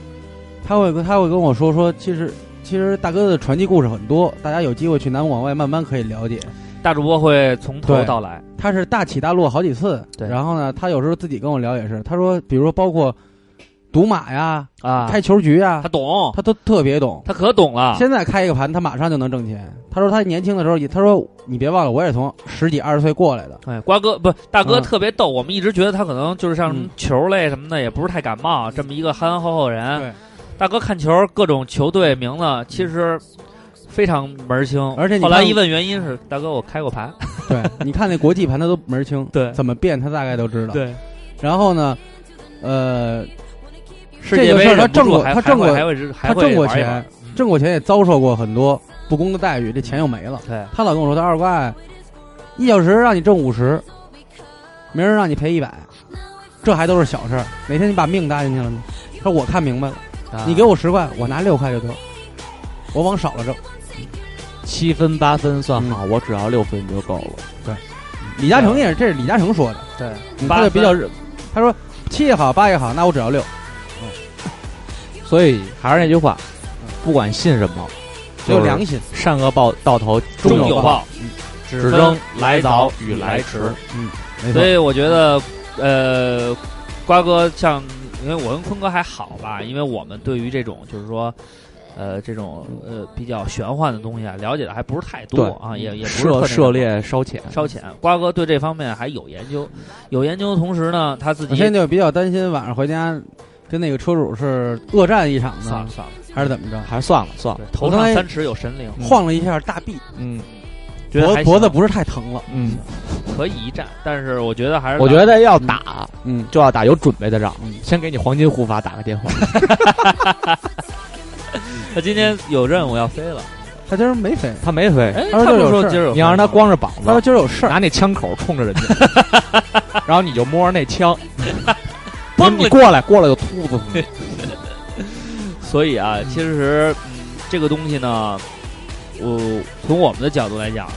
Speaker 5: 他会他会跟我说说，其实其实大哥的传奇故事很多，大家有机会去南往外慢慢可以了解。
Speaker 30: 大主播会从头到来，
Speaker 5: 他是大起大落好几次，
Speaker 30: 对。
Speaker 5: 然后呢，他有时候自己跟我聊也是，他说，比如说包括赌马呀，
Speaker 30: 啊，
Speaker 5: 开球局啊，
Speaker 30: 他懂，啊
Speaker 5: 他都特别懂，
Speaker 30: 他可懂了。
Speaker 5: 现在开一个盘，他马上就能挣钱。他说他年轻的时候也，他说你别忘了，我也从十几二十岁过来的。
Speaker 30: 哎，瓜哥不，大哥
Speaker 5: 嗯
Speaker 30: 特别逗。我们一直觉得他可能就是像什么球类什么的，也不是太感冒，这么一个憨憨厚厚人。
Speaker 5: 对，嗯
Speaker 30: 大哥看球，各种球队名字其实非常门儿清。
Speaker 5: 而且你
Speaker 30: 后来
Speaker 5: 看
Speaker 30: 一问原因是，大哥我开过盘。
Speaker 5: 对， 你看那国际盘他都门儿清，
Speaker 30: 对，
Speaker 5: 怎么变他大概都知道。
Speaker 30: 对，
Speaker 5: 然后呢，呃，
Speaker 30: 世
Speaker 5: 这
Speaker 30: 界
Speaker 5: 个
Speaker 30: 杯
Speaker 5: 事儿他
Speaker 30: 忍不
Speaker 5: 挣
Speaker 30: 住
Speaker 5: 过，
Speaker 30: 还
Speaker 5: 他挣过，
Speaker 30: 还会还会还
Speaker 5: 他
Speaker 30: 会
Speaker 5: 挣过
Speaker 30: 玩一
Speaker 5: 钱，
Speaker 30: 玩
Speaker 5: 挣过钱也遭受过很多不公的待遇，这钱又没了。
Speaker 30: 对，
Speaker 5: 他老跟我说他二瓜，一小时让你挣五十，明儿让你赔一百，这还都是小事儿。哪天你把命搭进去了呢？他说我看明白了，
Speaker 33: 啊
Speaker 5: 你给我十块，我拿六块就得，我往少了挣。
Speaker 33: 七分八分算好，我只要六分就够了。
Speaker 5: 对，李嘉诚也是，这是李嘉诚说的，嗯他就比较
Speaker 30: 热。
Speaker 5: 热，他说七也好，八也好，那我只要六。
Speaker 3: 所以还是那句话，不管信什么，
Speaker 5: 有
Speaker 3: 就是
Speaker 5: 良心
Speaker 3: 善恶报到头
Speaker 30: 终
Speaker 3: 有
Speaker 30: 有报，
Speaker 3: 只
Speaker 30: 分
Speaker 3: 争
Speaker 30: 来
Speaker 3: 来早
Speaker 30: 早
Speaker 3: 与
Speaker 30: 与
Speaker 3: 来
Speaker 30: 来
Speaker 3: 迟
Speaker 30: 迟。
Speaker 5: 嗯，
Speaker 30: 所以我觉得，呃，瓜哥像，因为我跟坤哥还好吧，因为我们对于这种就是说，呃，这种呃比较玄幻的东西啊，了解的还不是太多
Speaker 33: 对
Speaker 30: 啊，也也不是
Speaker 33: 涉
Speaker 30: 特
Speaker 33: 涉猎稍浅，
Speaker 30: 烧钱。瓜哥对这方面还有研究，有研究的同时呢，他自己
Speaker 5: 我现在就比较担心晚上回家跟那个车主是恶战一场呢，
Speaker 30: 算了算了，
Speaker 5: 还是怎么着？
Speaker 3: 还是算了算了。
Speaker 30: 头
Speaker 5: 嗯我刚
Speaker 30: 上
Speaker 5: 才
Speaker 30: 三尺有神灵，
Speaker 5: 晃了一下大臂，
Speaker 3: 嗯，
Speaker 30: 觉得
Speaker 5: 脖
Speaker 30: 还行
Speaker 5: 脖子不是太疼了，
Speaker 3: 嗯，
Speaker 30: 可以一战，但是我觉得还是嗯
Speaker 3: 我觉得要打，
Speaker 5: 嗯，
Speaker 3: 就要打有准备的仗。先给你黄金护法打个电话。
Speaker 30: 他今天有任务要飞了，
Speaker 5: 他今儿没飞，
Speaker 3: 他没飞
Speaker 30: 哎，
Speaker 5: 他说今儿
Speaker 30: 他
Speaker 5: 有
Speaker 30: 不说
Speaker 5: 事儿
Speaker 30: 今儿有
Speaker 3: 你要让他光着膀子，
Speaker 5: 他说今儿有事儿，
Speaker 3: 拿那枪口冲着人家，然后你就摸着那 枪，
Speaker 30: 崩
Speaker 3: 你
Speaker 30: 了
Speaker 3: 过来，过来就突突你。
Speaker 30: 所以啊，其实、嗯、这个东西呢，我、从我们的角度来讲呢，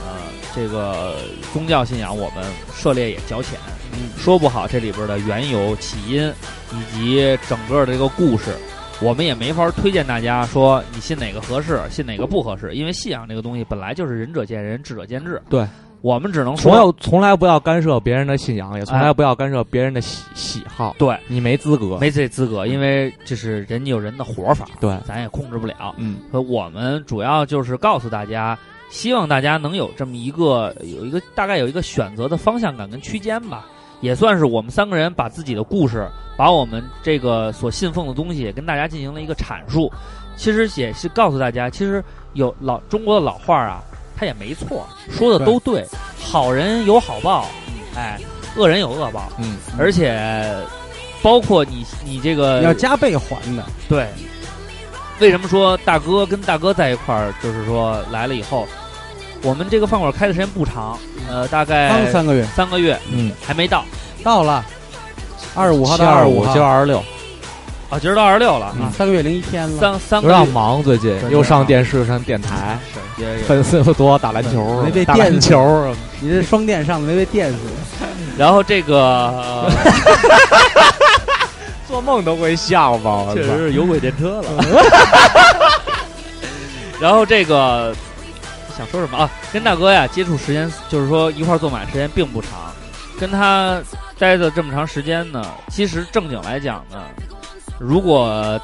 Speaker 30: 这个宗教信仰我们涉猎也较浅，
Speaker 3: 嗯
Speaker 30: 说不好这里边的缘由、起因以及整个的这个故事，我们也没法推荐大家说你信哪个合适，信哪个不合适，因为信仰这个东西本来就是仁者见仁，智者见智。
Speaker 3: 对，
Speaker 30: 我们只能
Speaker 3: 从
Speaker 30: 说
Speaker 3: 要从来不要干涉别人的信仰，也从来不要干涉别人的喜喜好。
Speaker 30: 对
Speaker 3: 你没资格，
Speaker 30: 没这资格，因为这是人家有人的活法，
Speaker 3: 对
Speaker 30: 咱也控制不了。
Speaker 3: 嗯，
Speaker 30: 所以我们主要就是告诉大家，希望大家能有这么一个有一个大概有一个选择的方向感跟区间吧，也算是我们三个人把自己的故事，把我们这个所信奉的东西跟大家进行了一个阐述。其实也是告诉大家，其实有老中国的老话啊，它也没错，说的都对，好人有好报，哎，恶人有恶报，
Speaker 3: 嗯，
Speaker 30: 而且包括你你这
Speaker 2: 呃
Speaker 30: 个
Speaker 5: 你要加倍还的。
Speaker 30: 对，为什么说大哥跟大哥在一块儿，就是说来了以后，我们这个饭馆开的时间不长，呃，大概
Speaker 2: 哎
Speaker 5: 刚三个月
Speaker 30: 三个月，
Speaker 3: 嗯，
Speaker 30: 还没到
Speaker 5: 到了二十五号到
Speaker 3: 二
Speaker 5: 五号，
Speaker 3: 今儿二十六，
Speaker 30: 啊，今儿到二十六了
Speaker 5: 嗯
Speaker 30: 啊，
Speaker 5: 三个月零一天了，
Speaker 30: 三三
Speaker 3: 有
Speaker 30: 个
Speaker 3: 点
Speaker 30: 月
Speaker 3: 忙，最近
Speaker 5: 对
Speaker 3: 又上
Speaker 30: 对
Speaker 3: 电视、上电台，
Speaker 30: 是也有
Speaker 3: 粉丝又多，打篮球
Speaker 5: 没，被
Speaker 3: 打
Speaker 5: 电
Speaker 3: 篮
Speaker 5: 死
Speaker 3: 球什么。
Speaker 5: 你这双电上的没被电死，
Speaker 30: 然后这个呃
Speaker 3: 做梦都会笑吧？我操
Speaker 30: 确实是有轨电车了， 然后这个想说什么啊？跟大哥呀接触时间，就是说一块儿做买时间并不长，跟他待的这么长时间呢，其实正经来讲呢，如果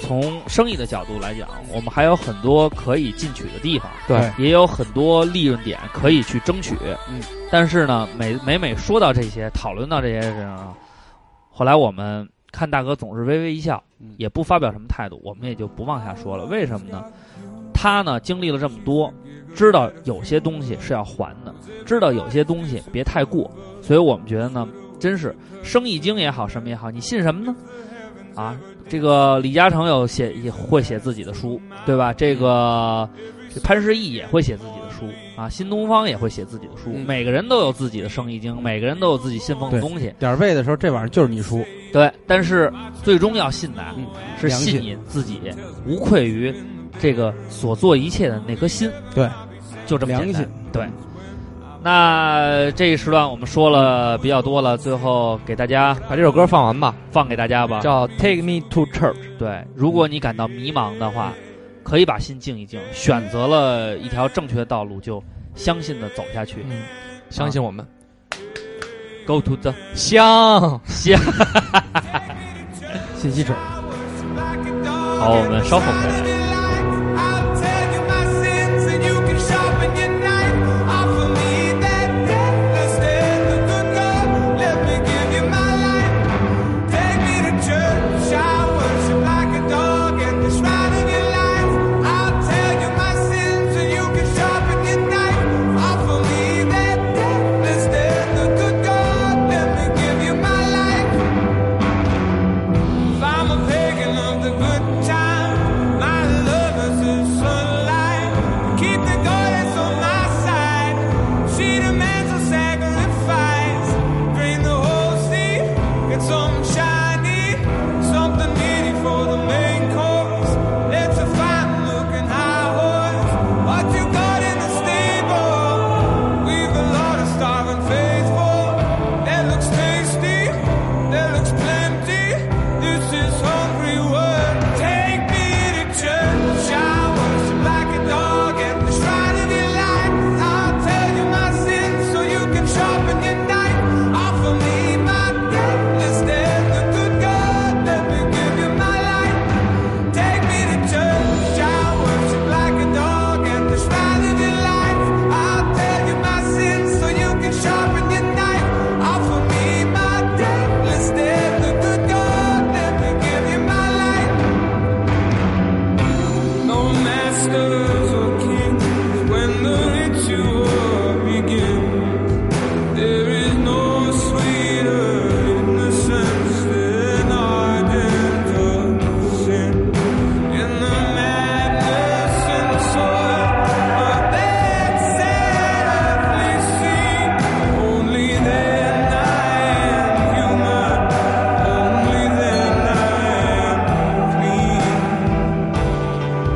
Speaker 30: 从生意的角度来讲，我们还有很多可以进取的地方，
Speaker 3: 对，
Speaker 30: 也有很多利润点可以去争取。
Speaker 5: 嗯，
Speaker 30: 但是呢，每每每说到这些，讨论到这些事情啊，后来我们看大哥总是微微一笑，也不发表什么态度，我们也就不往下说了。为什么呢？他呢经历了这么多，知道有些东西是要还的，知道有些东西别太过，所以我们觉得呢，真是生意经也好，什么也好，你信什么呢？啊，这个李嘉诚有写也会写自己的书，对吧？这个这潘石屹也会写自己的书啊，新东方也会写自己的书，
Speaker 5: 嗯
Speaker 30: 每个人都有自己的生意经，每个人都有自己信奉的
Speaker 5: 对
Speaker 30: 东西。
Speaker 5: 点儿背的时候，这玩意儿就是你输，
Speaker 30: 对，但是最终要信的啊
Speaker 5: 嗯
Speaker 30: 是
Speaker 5: 良
Speaker 30: 信
Speaker 5: 心
Speaker 30: 你自己无愧于这个所做一切的那颗心，
Speaker 5: 对，
Speaker 30: 就这么简
Speaker 5: 良
Speaker 30: 单
Speaker 5: 心。
Speaker 30: 对，那这一时段我们说了比较多了，最后给大家
Speaker 3: 把这首歌放完吧，
Speaker 30: 放给大家吧。
Speaker 3: 叫《Take Me to Church》。
Speaker 30: 对，如果你感到迷茫的话，可以把心静一静，选择了一条正确的道路，就相信的走下去。
Speaker 3: 嗯，啊相信我们，
Speaker 30: Go to the
Speaker 3: 香
Speaker 30: 香。
Speaker 2: 信息纸。
Speaker 30: 好，我们稍后回来。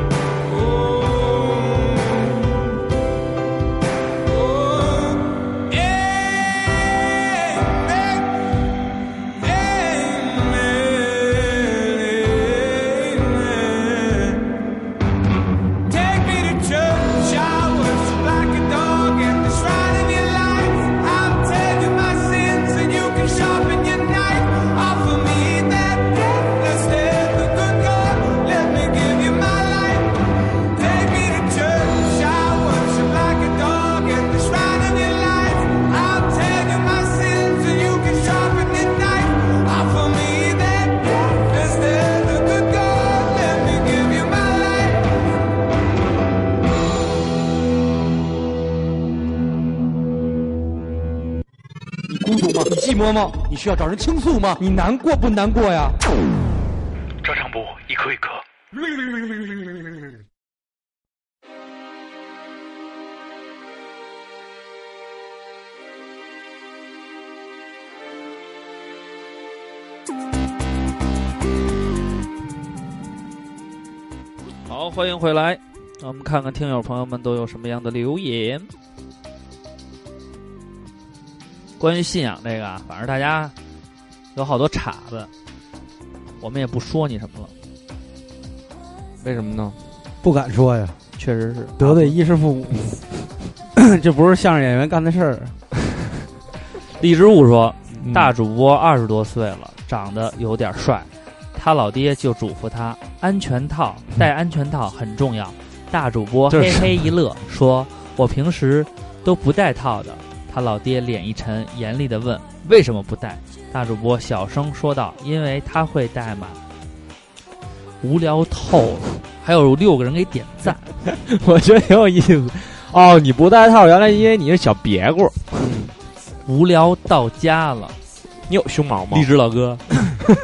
Speaker 2: Oh, 寂寞吗？你需要找人倾诉吗？你难过不难过呀？
Speaker 8: 照常补，一颗一颗。
Speaker 30: 好，欢迎回来，我们看看听友朋友们都有什么样的留言。关于信仰这个，啊反正大家有好多岔子，我们也不说你什么了。
Speaker 3: 为什么 呢？
Speaker 2: 不敢说呀，
Speaker 30: 确实是
Speaker 2: 得罪衣食父 母。这不是相声演员干的事儿。
Speaker 30: 荔枝雾说，
Speaker 34: 嗯
Speaker 30: 大主播二十多岁了，长得有点帅，他老爹就嘱咐他，安全套戴安全套很重要。大主播嘿嘿一乐，说我平时都不戴套的。他老爹脸一沉，严厉的问：“为什么不戴？”大主播小声说道：“因为他会戴嘛。”无聊透了，还有六个人给点赞，
Speaker 34: 我觉得挺有意思。哦，你不戴套，原来因为你是小别故。
Speaker 30: 无聊到家了，
Speaker 3: 你有胸毛吗？
Speaker 34: 荔枝老哥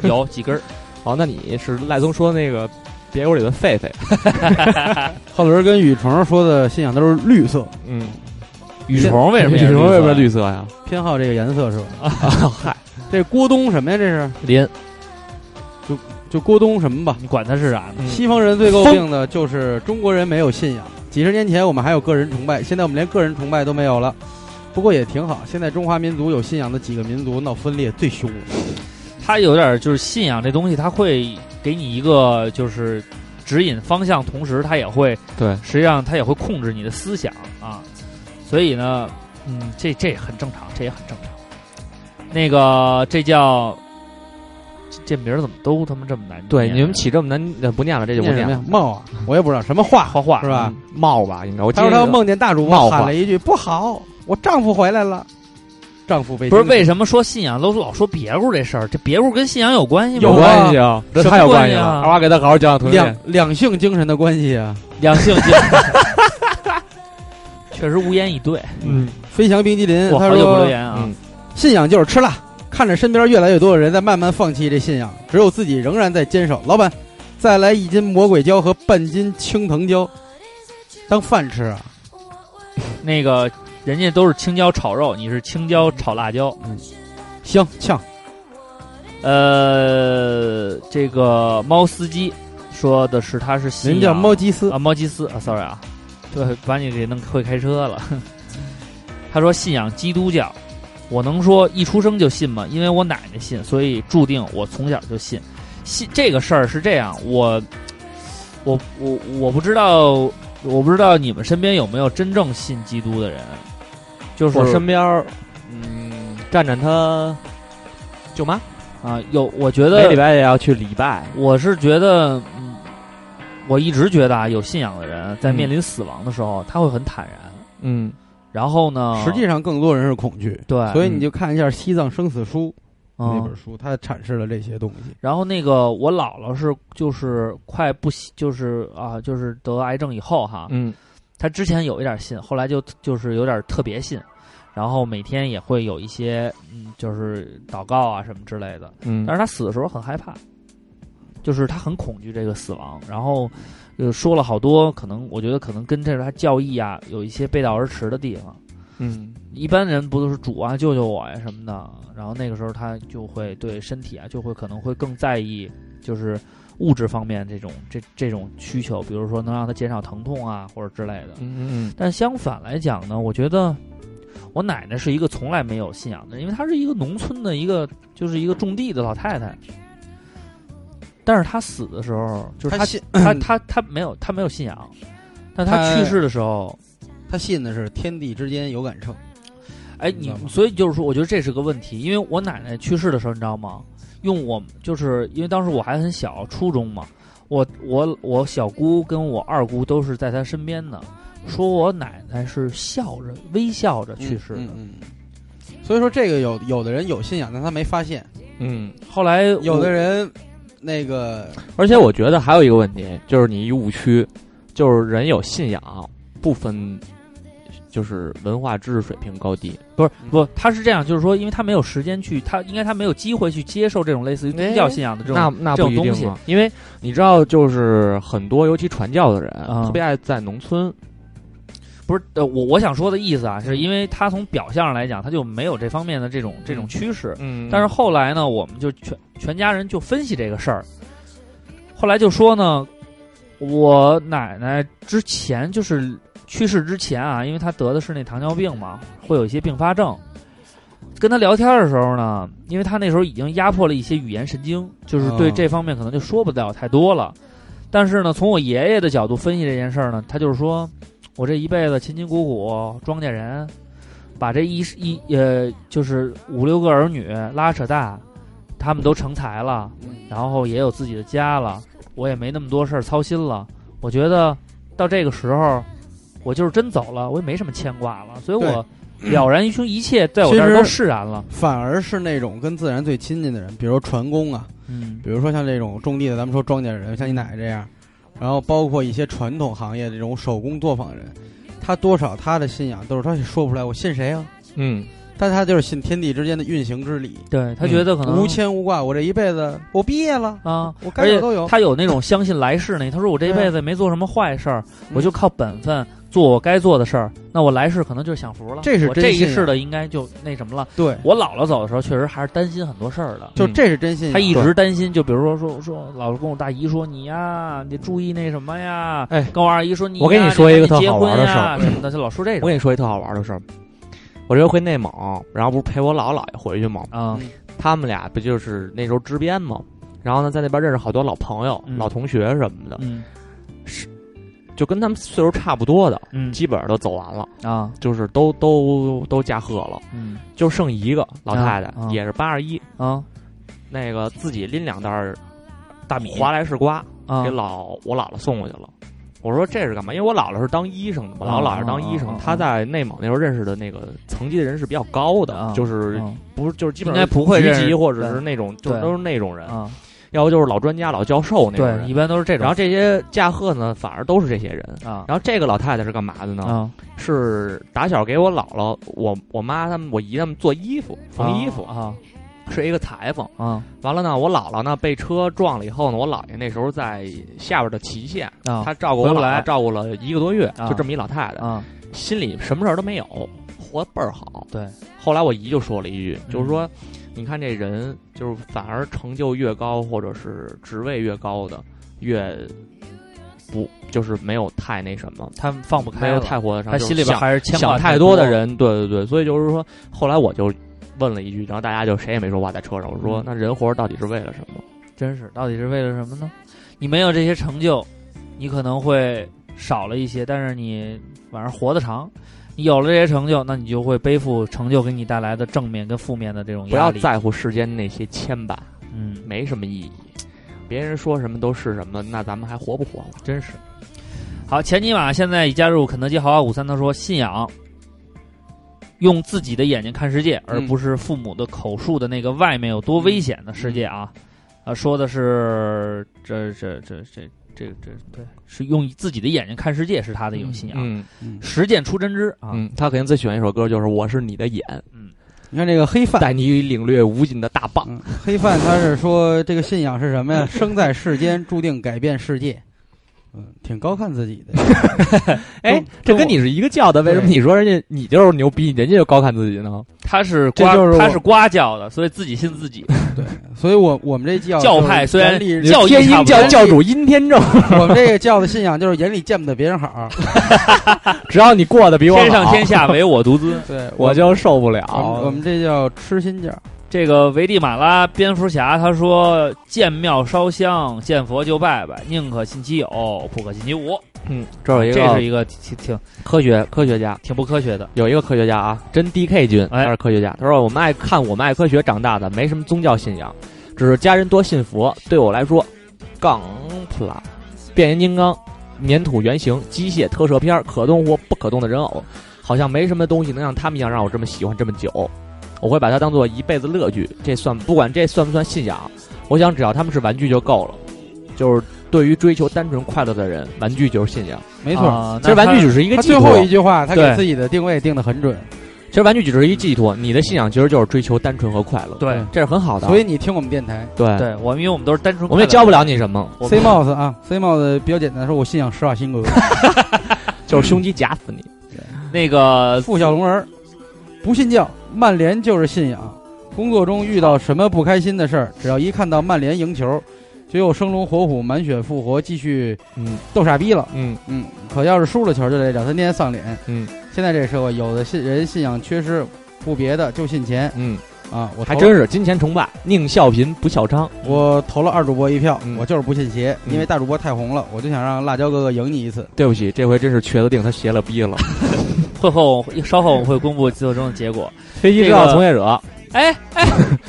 Speaker 30: 有几根儿。
Speaker 3: 哦，那你是赖宗说那个别故里的狒狒。
Speaker 2: 后轮跟雨虫说的信仰都是绿色。
Speaker 3: 嗯。
Speaker 30: 雨虫为什么？
Speaker 3: 雨虫为什么绿色呀？
Speaker 2: 偏好这个颜色是 吧？
Speaker 3: 啊，嗨，
Speaker 2: 这郭冬什么呀？这是
Speaker 30: 林，
Speaker 2: 就就郭冬什么吧？
Speaker 30: 你管他是啥
Speaker 34: 嗯
Speaker 30: 呢？
Speaker 2: 西方人最诟病的就是中国人没有信仰。几十年前我们还有个人崇拜，现在我们连个人崇拜都没有了。不过也挺好，现在中华民族有信仰的几个民族闹分裂最凶。
Speaker 30: 他有点就是信仰这东西，他会给你一个就是指引方向，同时他也会
Speaker 3: 对，
Speaker 30: 实际上他也会控制你的思想啊。所以呢，嗯，这这也很正常，这也很正常。那个，这叫这名儿怎么都他妈这么难念？啊
Speaker 3: 对，你们起这么难，呃不念了，这就不
Speaker 5: 念什
Speaker 3: 念
Speaker 5: 么
Speaker 3: 了
Speaker 5: 呀。？梦啊，我也不知道什么 话
Speaker 30: 画画
Speaker 5: 是吧？
Speaker 3: 嗯冒吧，应该我记
Speaker 5: 他
Speaker 3: 得
Speaker 5: 说
Speaker 30: 啊
Speaker 5: 他梦见大主
Speaker 3: 冒
Speaker 5: 播
Speaker 3: 话
Speaker 5: 喊了一句：“不好，我丈夫回来了。”丈夫被
Speaker 30: 不是为
Speaker 5: 么
Speaker 30: 什么说信仰都老说别故这事儿？这别故跟信仰有关系吗？
Speaker 5: 有
Speaker 3: 关系啊，这
Speaker 30: 什么
Speaker 3: 太有关
Speaker 30: 系
Speaker 3: 系了。
Speaker 30: 啊
Speaker 3: 二娃给他好好讲讲同性
Speaker 5: 两
Speaker 3: 恋，
Speaker 5: 两性精神的关系啊？
Speaker 30: 两性精， 确实无言以 对。
Speaker 3: 嗯，
Speaker 5: 飞翔冰激凌，
Speaker 30: 我
Speaker 5: 他
Speaker 30: 好久不
Speaker 5: 说
Speaker 30: 留言啊，
Speaker 5: 信仰就是吃辣。看着身边越来越多的人在慢慢放弃这信仰，只有自己仍然在坚守。老板，再来一斤魔鬼椒和半斤青藤椒，当饭吃啊！
Speaker 30: 那个人家都是青椒炒肉，你是青椒炒辣椒。
Speaker 5: 行，呛。
Speaker 30: 呃，这个猫司机说的是他是信
Speaker 5: 人家
Speaker 30: 仰
Speaker 5: 猫基斯
Speaker 30: 啊，猫基斯啊，sorry 啊，对，把你给弄会开车了。 他说信仰基督教，我能说一出生就信吗？因为我奶奶信，所以注定我从小就信。信这个事儿是这样，我我我我不知道，我不知道你们身边有没有真正信基督的人，就是
Speaker 3: 我身边儿，嗯，站站他舅妈，
Speaker 30: 啊，有，我觉
Speaker 3: 每
Speaker 30: 得
Speaker 3: 礼拜也要去礼拜。
Speaker 30: 我是觉得，嗯，我一直觉得啊，有信仰的人
Speaker 5: 嗯
Speaker 30: 在面临死亡的时候，他会很坦然。
Speaker 3: 嗯，
Speaker 30: 然后呢，
Speaker 5: 实际上更多人是恐惧，
Speaker 30: 对
Speaker 5: 所以你就看一下《西藏生死书》
Speaker 30: 嗯
Speaker 5: 那本书，它阐释了这些东西。
Speaker 30: 然后那个我姥姥是就是快不行就是啊，就是得癌症以后哈，
Speaker 3: 嗯，
Speaker 30: 她之前有一点信，后来就就是有点特别信，然后每天也会有一些嗯，就是祷告啊什么之类的，
Speaker 3: 嗯
Speaker 30: 但是她死的时候很害怕，就是她很恐惧这个死亡，然后就说了好多，可能我觉得可能跟这个她教义啊有一些背道而驰的地方，
Speaker 3: 嗯，
Speaker 30: 一般人不都是主啊救救我呀什么的，然后那个时候他就会对身体啊就会可能会更在意，就是物质方面这种这这种需求，比如说能让他减少疼痛啊或者之类的。
Speaker 3: 嗯嗯
Speaker 30: 但相反来讲呢，我觉得我奶奶是一个从来没有信仰的，因为她是一个农村的一个就是一个种地的老太太。但是她死的时候，就是
Speaker 5: 她
Speaker 30: 她
Speaker 5: 信
Speaker 30: 她她她没有她没有信仰，但她
Speaker 5: 她
Speaker 30: 去世的时候，
Speaker 5: 他信的是天地之间有感称，
Speaker 30: 哎，
Speaker 5: 知
Speaker 30: 你
Speaker 5: 道吗
Speaker 30: 所以就是说，我觉得这是个问题，因为我奶奶去世的时候，你知道吗？用我就是因为当时我还很小，初中嘛，我我我小姑跟我二姑都是在她身边的，说我奶奶是笑着微笑着去世的。
Speaker 5: 嗯嗯所以说这个有有的人有信仰，但他没发现；
Speaker 3: 嗯，
Speaker 30: 后来
Speaker 5: 有的
Speaker 30: 人
Speaker 5: 人那个
Speaker 3: 而且我觉得还有一个问题，就是你一误区，就是人有信仰，不分就是文化知识水平高低。
Speaker 30: 不是不，她是这样，就是说，因为她没有时间去，她应该她没有机会去接受这种类似于宗教信仰的这种、
Speaker 3: 那那
Speaker 30: 这
Speaker 3: 不
Speaker 30: 种
Speaker 3: 一定
Speaker 30: 东西
Speaker 3: 啊。因为你知道，就是很多尤其传教的人、
Speaker 30: 嗯
Speaker 3: 特别爱在农村，
Speaker 30: 不是，呃，我我想说的意思啊，是因为他从表象上来讲，他就没有这方面的这种这种趋势。
Speaker 3: 嗯
Speaker 30: 但是后来呢，我们就全全家人就分析这个事儿，后来就说呢，我奶奶之前就是去世之前啊，因为她得的是那糖尿病嘛，会有一些并发症。跟她聊天的时候呢，因为她那时候已经压迫了一些语言神经，就是对
Speaker 3: 哦
Speaker 30: 这方面可能就说不了太多了。但是呢，从我爷爷的角度分析这件事儿呢，他就是说，我这一辈子勤勤苦苦，庄稼人，把这一一呃，就是五六个儿女拉扯大，他们都成才了，然后也有自己的家了，我也没那么多事儿操心了。我觉得到这个时候，我就是真走了，我也没什么牵挂了，所以我了然于胸，一切在我这儿都释然了。
Speaker 5: 反而是那种跟自然最亲近的人，比如说船工啊，
Speaker 30: 嗯，
Speaker 5: 比如说像这种种地的，咱们说庄稼人，像你奶奶这样，然后包括一些传统行业这种手工作坊人，他多少他的信仰都是他说不出来，我信谁啊？
Speaker 3: 嗯，
Speaker 5: 但他就是信天地之间的运行之理，
Speaker 30: 对他觉得可能
Speaker 5: 嗯无牵无挂，我这一辈子我毕业了
Speaker 30: 啊，
Speaker 5: 我
Speaker 30: 嗯
Speaker 5: 该
Speaker 30: 而
Speaker 5: 有
Speaker 30: 且
Speaker 5: 都有。嗯
Speaker 30: 他有那种相信来世那，他说我这一辈子没做什么坏事儿，我就靠本分做我该做的事儿，那我来世可能就享福了。
Speaker 5: 这是
Speaker 30: 我
Speaker 5: 真啊
Speaker 30: 这一
Speaker 5: 信仰
Speaker 30: 世的应该就那什么了。
Speaker 5: 对
Speaker 30: 我姥姥走的时候，确实还是担心很多事儿的。
Speaker 5: 就这是真信
Speaker 30: 嗯
Speaker 5: 仰
Speaker 3: 嗯
Speaker 30: 他一直担心，就比如说说说，老是跟我大姨说你呀，你得注意那什么呀。
Speaker 3: 哎
Speaker 30: 跟我二姨说你呀，
Speaker 3: 我跟
Speaker 30: 你
Speaker 3: 你说一个
Speaker 30: 赶
Speaker 3: 特
Speaker 30: 紧
Speaker 3: 好玩
Speaker 30: 结
Speaker 3: 的
Speaker 30: 婚
Speaker 3: 事
Speaker 30: 呀
Speaker 3: 儿，
Speaker 30: 什么的，就老说这
Speaker 3: 我
Speaker 30: 种。
Speaker 3: 跟你说一特好玩的事儿，我这回回内蒙，然后不是陪我姥姥姥爷回去吗？
Speaker 30: 啊，
Speaker 3: 他们俩不就是那时候支边吗？然后呢，在那边认识好多老朋友、老同学什么的，
Speaker 30: 嗯，
Speaker 3: 是就跟他们岁数差不多的，
Speaker 30: 嗯
Speaker 3: 基本上都走完了
Speaker 30: 啊，
Speaker 3: 就是都都都驾鹤了，
Speaker 30: 嗯，
Speaker 3: 就剩一个老太太，
Speaker 30: 啊啊
Speaker 3: 也是八十一
Speaker 30: 啊，
Speaker 3: 那个自己拎两袋儿大米华莱士瓜
Speaker 30: 啊
Speaker 3: 给姥我姥姥送过去了。我说这是干嘛？因为我姥姥是当医生的嘛，
Speaker 30: 啊
Speaker 3: 我姥姥是当医
Speaker 30: 啊
Speaker 3: 生
Speaker 30: 啊，
Speaker 3: 她在内蒙那时候认识的那个层级的人是比较高的，就是
Speaker 30: 啊
Speaker 3: 不是就是基本
Speaker 30: 应该不会
Speaker 3: 局
Speaker 30: 认识
Speaker 3: 级或者
Speaker 30: 对
Speaker 3: 是那种就
Speaker 30: 对啊
Speaker 3: 都是那种人，要不就是老专家、老教授那种人，
Speaker 30: 对一般都是这种
Speaker 3: 然后这些驾鹤呢，反而都是这些人
Speaker 30: 啊。
Speaker 3: 然后这个老太太是干嘛的呢？
Speaker 30: 啊
Speaker 3: 是打小给我姥姥、我我妈他们、我姨他们做衣服、缝衣服
Speaker 30: 啊，
Speaker 3: 是一个裁缝。
Speaker 30: 啊
Speaker 3: 完了呢，我姥姥呢被车撞了以后呢，我姥爷那时候在下边的祁县，
Speaker 30: 啊
Speaker 3: 他照顾我
Speaker 30: 回
Speaker 3: 姥
Speaker 30: 不来
Speaker 3: 姥照顾了一个多月，
Speaker 30: 啊
Speaker 3: 就这么一老太太，
Speaker 30: 啊
Speaker 3: 心里什么事儿都没有，活得倍儿好。
Speaker 30: 对，
Speaker 3: 后来我姨就说了一句，
Speaker 30: 嗯
Speaker 3: 就是说，你看这人就是反而成就越高或者是职位越高的越。不，就是没有太那什么，
Speaker 30: 他们放不开
Speaker 3: 没有
Speaker 30: 了
Speaker 3: 太活得上，
Speaker 30: 他
Speaker 3: 就是
Speaker 30: 心里边
Speaker 3: 想
Speaker 30: 还是牵挂
Speaker 3: 想
Speaker 30: 太
Speaker 3: 太多的
Speaker 30: 多
Speaker 3: 人，对对对，所以就是说，后来我就问了一句，然后大家就谁也没说话，在车上我说
Speaker 30: 嗯，
Speaker 3: 那人活着到底是为了什么？
Speaker 30: 真是，到底是为了什么呢？你没有这些成就，你可能会少了一些，但是你反而活得长。你有了这些成就，那你就会背负成就给你带来的正面跟负面的这种
Speaker 3: 不
Speaker 30: 压
Speaker 3: 要
Speaker 30: 力。
Speaker 3: 在乎世间那些牵绊，
Speaker 30: 嗯，
Speaker 3: 没什么意义。别人说什么都是什么，那咱们还活不活了？
Speaker 30: 真是。好，前几晚现在已加入肯德基豪华午餐。他说：“信仰，用自己的眼睛看世界，而
Speaker 3: 嗯
Speaker 30: 不是父母的口述的那个外面有多危险的世界
Speaker 3: 嗯
Speaker 30: 啊。啊，说的是这这这这这这对，是用自己的眼睛看世界，是他的一种信仰。
Speaker 3: 嗯
Speaker 5: 嗯
Speaker 30: 实践出真知啊。
Speaker 3: 嗯，他肯定最喜欢一首歌，就是《我是你的眼》。
Speaker 30: 嗯，
Speaker 5: 你看这个黑范
Speaker 3: 带你领略无尽的大棒。
Speaker 5: 黑范他是说这个信仰是什么呀？生在世间，注定改变世界。嗯，挺高看自己 的。
Speaker 3: 哎，这跟你是一个教的，为什么你说人家你就是牛逼，人家就高看自己呢？
Speaker 30: 他是
Speaker 5: 这
Speaker 30: 瓜，
Speaker 5: 就是我
Speaker 30: 他是瓜教的，所以自己信自己。
Speaker 5: 所以我我们这教
Speaker 30: 教派虽然
Speaker 5: 就是严厉
Speaker 30: 教义天鹰差不多教教主
Speaker 3: 阴天 正，
Speaker 5: 我们这个教的信仰就是眼里见不得别人 好，
Speaker 3: 只要你过得比我好
Speaker 30: 天上天下唯我独 尊
Speaker 5: 对
Speaker 3: 我就受不了。
Speaker 5: 我们我们这叫痴心教。
Speaker 30: 这个维蒂马拉蝙蝠侠他说：“见庙烧香，见佛就拜拜，宁可信其有，不可信其无。”
Speaker 3: 嗯，这有一个
Speaker 30: 这是一个挺挺
Speaker 3: 科学科学家，
Speaker 30: 挺不科学的。
Speaker 3: 有一个科学家啊，真 D K 君，他是科学家。他说：“我们爱看我们爱科学长大的，没什么宗教信仰，只是家人多信佛。对我来说，杠普拉、变形金刚、粘土原型、机械特摄片、可动或不可动的人偶，好像没什么东西能像他们一样让我这么喜欢这么久。我会把它当做一辈子乐趣。这算不管这算不算信仰？我想只要他们是玩具就够了。就是对于追求单纯快乐的人，玩具就是信仰。
Speaker 5: 没错，
Speaker 30: 啊
Speaker 3: 其实玩具只是一个
Speaker 5: 他
Speaker 3: 寄
Speaker 5: 最
Speaker 3: 托。
Speaker 5: 后一句话，他给
Speaker 3: 对
Speaker 5: 自己的定位定的很准。
Speaker 3: 其实玩具只是一寄托，你的信仰其实就是追求单纯和快乐，
Speaker 30: 对，
Speaker 3: 这是很好的。
Speaker 5: 所以你听我们电台
Speaker 3: 对
Speaker 30: 对我们因为我们都是单纯快乐的人，
Speaker 3: 我们也教不了你什么
Speaker 30: 我们
Speaker 5: C Mouse 啊，C Mouse 比较简单，说我信仰施瓦 辛格，
Speaker 3: 就是胸肌夹死你。
Speaker 30: 那个
Speaker 5: 付小龙人不信教，曼联就是信仰。工作中遇到什么不开心的事儿，只要一看到曼联赢球，就又生龙活虎、满血复活，继续
Speaker 3: 嗯
Speaker 5: 斗傻逼了。
Speaker 3: 嗯
Speaker 5: 嗯，可要是输了球，就得两三天丧脸。
Speaker 3: 嗯，
Speaker 5: 现在这个社会，有的信人信仰缺失，不别的就信钱。
Speaker 3: 嗯，
Speaker 5: 啊，我投
Speaker 3: 还真是金钱崇拜，宁笑贫不笑娼。
Speaker 5: 我投了二主播一票，
Speaker 30: 嗯
Speaker 5: 我就是不信邪，因为大主播太红了，我就想让辣椒哥哥赢你一次。
Speaker 3: 对不起，这回真是瘸子定他邪了逼了。
Speaker 30: 会后稍后我们会公布最终的结果。
Speaker 3: 飞机制造从业者，
Speaker 30: 哎哎，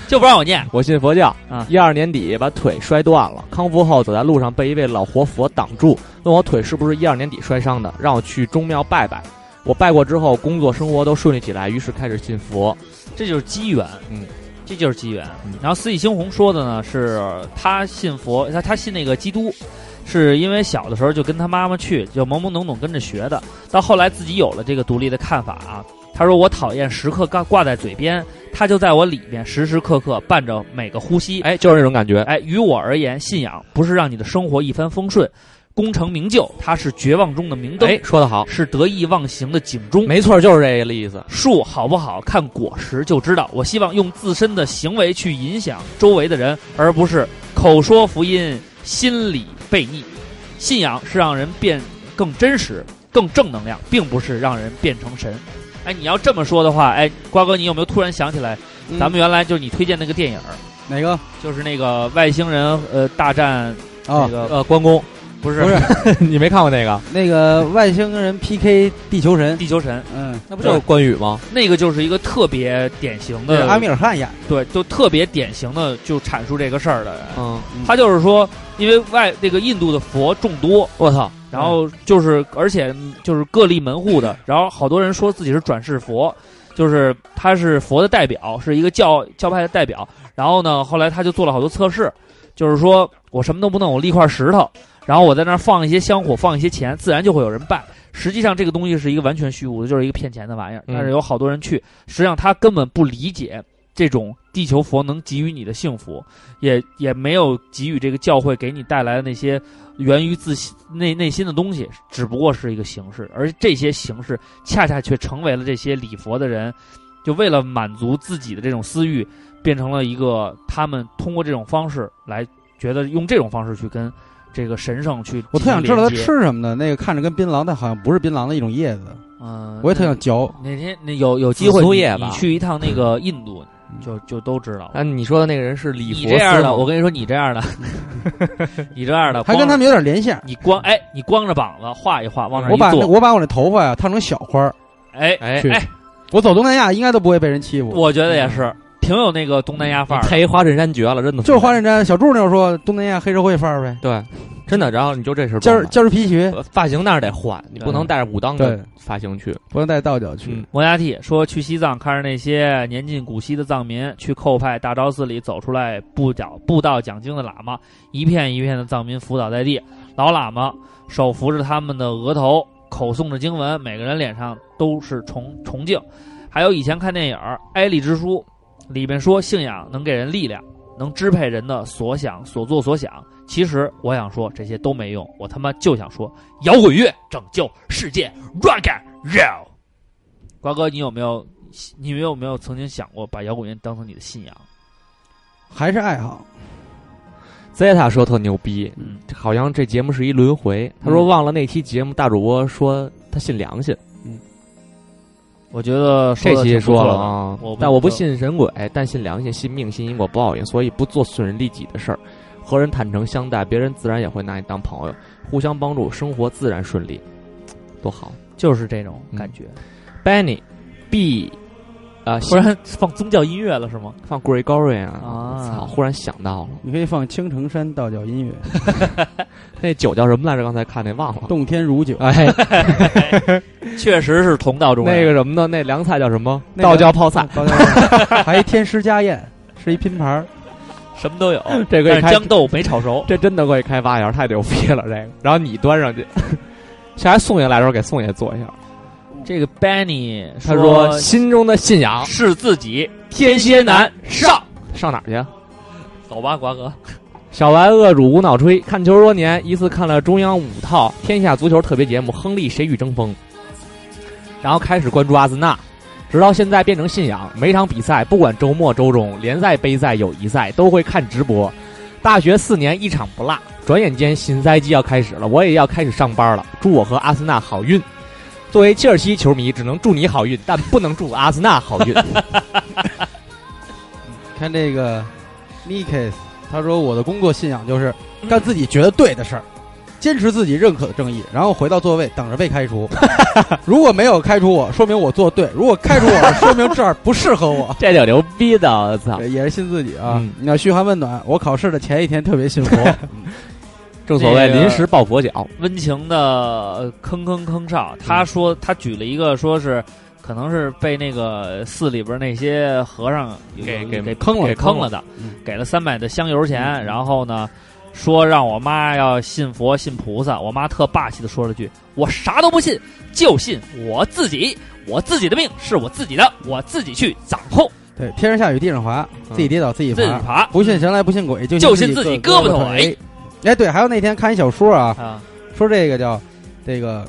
Speaker 30: 就不让我念。
Speaker 3: 我信佛教
Speaker 30: 啊，
Speaker 3: 一二年底把腿摔断了，康复后走在路上被一位老活佛挡住，问我腿是不是一二年底摔伤的，让我去中庙拜拜。我拜过之后，工作生活都顺利起来，于是开始信佛。
Speaker 30: 这就是机缘，
Speaker 3: 嗯，
Speaker 30: 这就是机缘。然后四季猩红说的呢是他信佛，他他信那个基督，是因为小的时候就跟他妈妈去，就懵懵懂懂跟着学的，到后来自己有了这个独立的看法啊。他说：“我讨厌时刻挂挂在嘴边，它就在我里面，时时刻刻伴着每个呼吸。”
Speaker 3: 哎，就是那种感觉。
Speaker 30: 哎，于我而言，信仰不是让你的生活一帆风顺、功成名就，它是绝望中的明灯。
Speaker 3: 哎，说得好，
Speaker 30: 是得意忘形的警 钟。
Speaker 3: 没错，就是这个意思。
Speaker 30: 树好不好看果实就知道。我希望用自身的行为去影响周围的人，而不是口说福音，心里悖逆。信仰是让人变更真实、更正能量，并不是让人变成神。哎，你要这么说的话，哎，瓜哥，你有没有突然想起来，
Speaker 5: 嗯
Speaker 30: 咱们原来就是你推荐那个电影儿，
Speaker 5: 哪个？
Speaker 30: 就是那个外星人呃大战
Speaker 5: 啊
Speaker 30: 那个
Speaker 3: 呃关公，
Speaker 30: 不是
Speaker 5: 不是
Speaker 3: 你没看过那个？
Speaker 5: 那个外星人 PK 地球神，
Speaker 30: 地球神，
Speaker 5: 嗯，
Speaker 3: 那不就是关羽吗？
Speaker 30: 那个就是一个特别典型
Speaker 5: 对
Speaker 30: 的
Speaker 5: 阿米尔汗演的
Speaker 30: 对，就特别典型的就阐述这个事儿的人。
Speaker 3: 嗯，
Speaker 30: 他就是说，因为外那个印度的佛众多，
Speaker 3: 我操，
Speaker 30: 然后就是而且就是各立门户的，然后好多人说自己是转世佛，就是他是佛的代表，是一个教教派的代表。然后呢，后来他就做了好多测试，就是说我什么都不弄，我立块石头，然后我在那儿放一些香火，放一些钱，自然就会有人拜。实际上，这个东西是一个完全虚无的，就是一个骗钱的玩意儿。
Speaker 3: 嗯
Speaker 30: 但是有好多人去，实际上他根本不理解这种地球佛能给予你的幸福，也也没有给予这个教会给你带来的那些源于自信内内心的东西，只不过是一个形式。而这些形式恰恰却成为了这些礼佛的人，就为了满足自己的这种私欲，变成了一个他们通过这种方式来觉得用这种方式去跟这个神圣去
Speaker 5: 我特想知道他
Speaker 30: 连接
Speaker 5: 吃什么的，那个看着跟槟榔，但好像不是槟榔的一种叶子。
Speaker 30: 嗯
Speaker 5: 我也特想嚼。
Speaker 30: 哪天那有有机会
Speaker 3: 紫苏
Speaker 30: 你
Speaker 3: 叶吧
Speaker 30: 你去一趟那个印度，
Speaker 5: 嗯
Speaker 30: 就就都知道了。
Speaker 3: 啊，你说的那个人是李
Speaker 30: 你
Speaker 3: 佛
Speaker 30: 这样
Speaker 3: 斯
Speaker 30: 的，
Speaker 3: 吗
Speaker 30: 我跟你说，你这 样的，你这样的，
Speaker 5: 还跟他们有点连线。
Speaker 30: 你光哎，你光着膀子画一画，往那儿
Speaker 5: 我把
Speaker 30: 一
Speaker 5: 那
Speaker 30: 坐，
Speaker 5: 我把我那头发呀烫成小花儿，
Speaker 30: 哎哎
Speaker 5: 去
Speaker 30: 哎，
Speaker 5: 我走东南亚应该都不会被人欺负。
Speaker 30: 我觉得也是，挺有那个东南亚范儿的。
Speaker 3: 配一花衬衫绝了，真的
Speaker 5: 就是花衬衫，小柱那会儿说东南亚黑社会范儿呗，
Speaker 3: 对，真的。然后你就这事儿
Speaker 5: 尖儿尖儿皮鞋，
Speaker 3: 发型那是得换，你不能带着武当的
Speaker 5: 对
Speaker 3: 发型去。
Speaker 5: 不能带倒角去。
Speaker 30: 摩崖替说去西藏看着那些年近古稀的藏民，去寇派大昭寺里走出来布脚布道讲经的喇嘛，一片一片的藏民伏倒在地，老喇嘛手扶着他们的额头，口诵着经文，每个人脸上都是崇崇敬。还有以前看电影《埃利之书》，里面说信仰能给人力量，能支配人的所想、所做、所想。其实我想说这些都没用，我他妈就想说摇滚乐拯救世界，rock and roll。瓜哥，你有没有你有没有曾经想过把摇滚乐当成你的信仰？
Speaker 5: 还是爱好。
Speaker 3: Zeta 说特牛逼，
Speaker 30: 嗯
Speaker 3: 好像这节目是一轮回。他说忘了那期节目大主播说他信良心，
Speaker 30: 我觉得说
Speaker 3: 这
Speaker 30: 得
Speaker 3: 期
Speaker 30: 挺不错
Speaker 3: 说
Speaker 30: 的
Speaker 3: 了啊
Speaker 30: 我，
Speaker 3: 但我不信神鬼，但信良心，信命，信因果报应，所以不做损人利己的事儿，和人坦诚相待，别人自然也会拿你当朋友，互相帮助，生活自然顺利，多好。
Speaker 30: 就是这种感觉，
Speaker 3: Benny B 啊，
Speaker 30: 忽然放宗教音乐了是吗？
Speaker 3: 放 Gregorian 啊，
Speaker 30: 啊
Speaker 3: 操！忽然想到了，
Speaker 5: 你可以放青城山倒角音乐，
Speaker 3: 那酒叫什么来着？刚才看那忘了。
Speaker 5: 洞天如酒。
Speaker 3: 哎，
Speaker 30: 确实是同道中人
Speaker 3: 那个什么的，那嗯凉菜叫什么？
Speaker 5: 那个
Speaker 3: 道教泡菜。，
Speaker 5: 道教泡菜还一天师家 宴，是一拼盘儿。
Speaker 30: 什么都 有
Speaker 3: 这个，
Speaker 30: 但是豇豆没炒熟
Speaker 3: 这真的可以开发一下，太牛逼了！这个，然后你端上去， 下来宋爷来的时候给宋爷做一下。
Speaker 30: 这个 Benny
Speaker 3: 他说：“心中的信仰
Speaker 30: 是自己
Speaker 3: 天
Speaker 30: 蝎男上，
Speaker 3: 上哪儿去啊？”
Speaker 30: 走吧，瓜哥，
Speaker 3: 小白恶主无脑吹，看球多年，一次看了中央五套天下足球特别节目《亨利谁与争锋》，然后开始关注阿森纳，直到现在变成信仰。每场比赛，不管周末、周中、联赛、杯赛、友谊赛，都会看直播。大学四年一场不落，转眼间新赛季要开始了，我也要开始上班了。祝我和阿森纳好运。作为切尔西球迷，只能祝你好运，但不能祝阿森纳好运。
Speaker 5: 看这个 n i k e s 他说我的工作信仰就是干自己觉得对的事儿，坚持自己认可的正义，然后回到座位等着被开 除。如果没有开除我，说明我做对；如果开除我了，说明这儿不适合我。
Speaker 3: 这挺牛逼的，我操！
Speaker 5: 也是信自己啊
Speaker 3: 嗯！
Speaker 5: 你要嘘寒问暖，我考试的前一天特别 信佛，
Speaker 30: 嗯
Speaker 3: 正所谓
Speaker 30: 那个
Speaker 3: 临时抱佛脚。
Speaker 30: 温情的呃坑坑坑少。他说他举了一个，说是可能是被那个呃寺里边那些和尚有
Speaker 3: 给
Speaker 30: 有
Speaker 3: 给
Speaker 30: 给
Speaker 3: 坑了
Speaker 30: 给
Speaker 3: 坑
Speaker 30: 坑了
Speaker 3: 了
Speaker 30: 的
Speaker 5: 嗯，
Speaker 30: 给了三百的香油钱，然后呢。说让我妈要信佛信菩萨，我妈特霸气的说了句：“我啥都不信，就信我自己，我自己的命是我自己的，我自己去掌控，
Speaker 5: 对，天上下雨地上滑，自己跌倒自
Speaker 30: 嗯
Speaker 5: 己
Speaker 30: 自己
Speaker 5: 爬，
Speaker 30: 爬。
Speaker 5: 不信神来不信鬼，
Speaker 30: 就
Speaker 5: 信
Speaker 30: 信自己
Speaker 5: 胳
Speaker 30: 胳膊
Speaker 5: 膊
Speaker 30: 腿。
Speaker 5: 哎，对，还有那天看一小说啊，
Speaker 30: 啊
Speaker 5: 说这个叫这个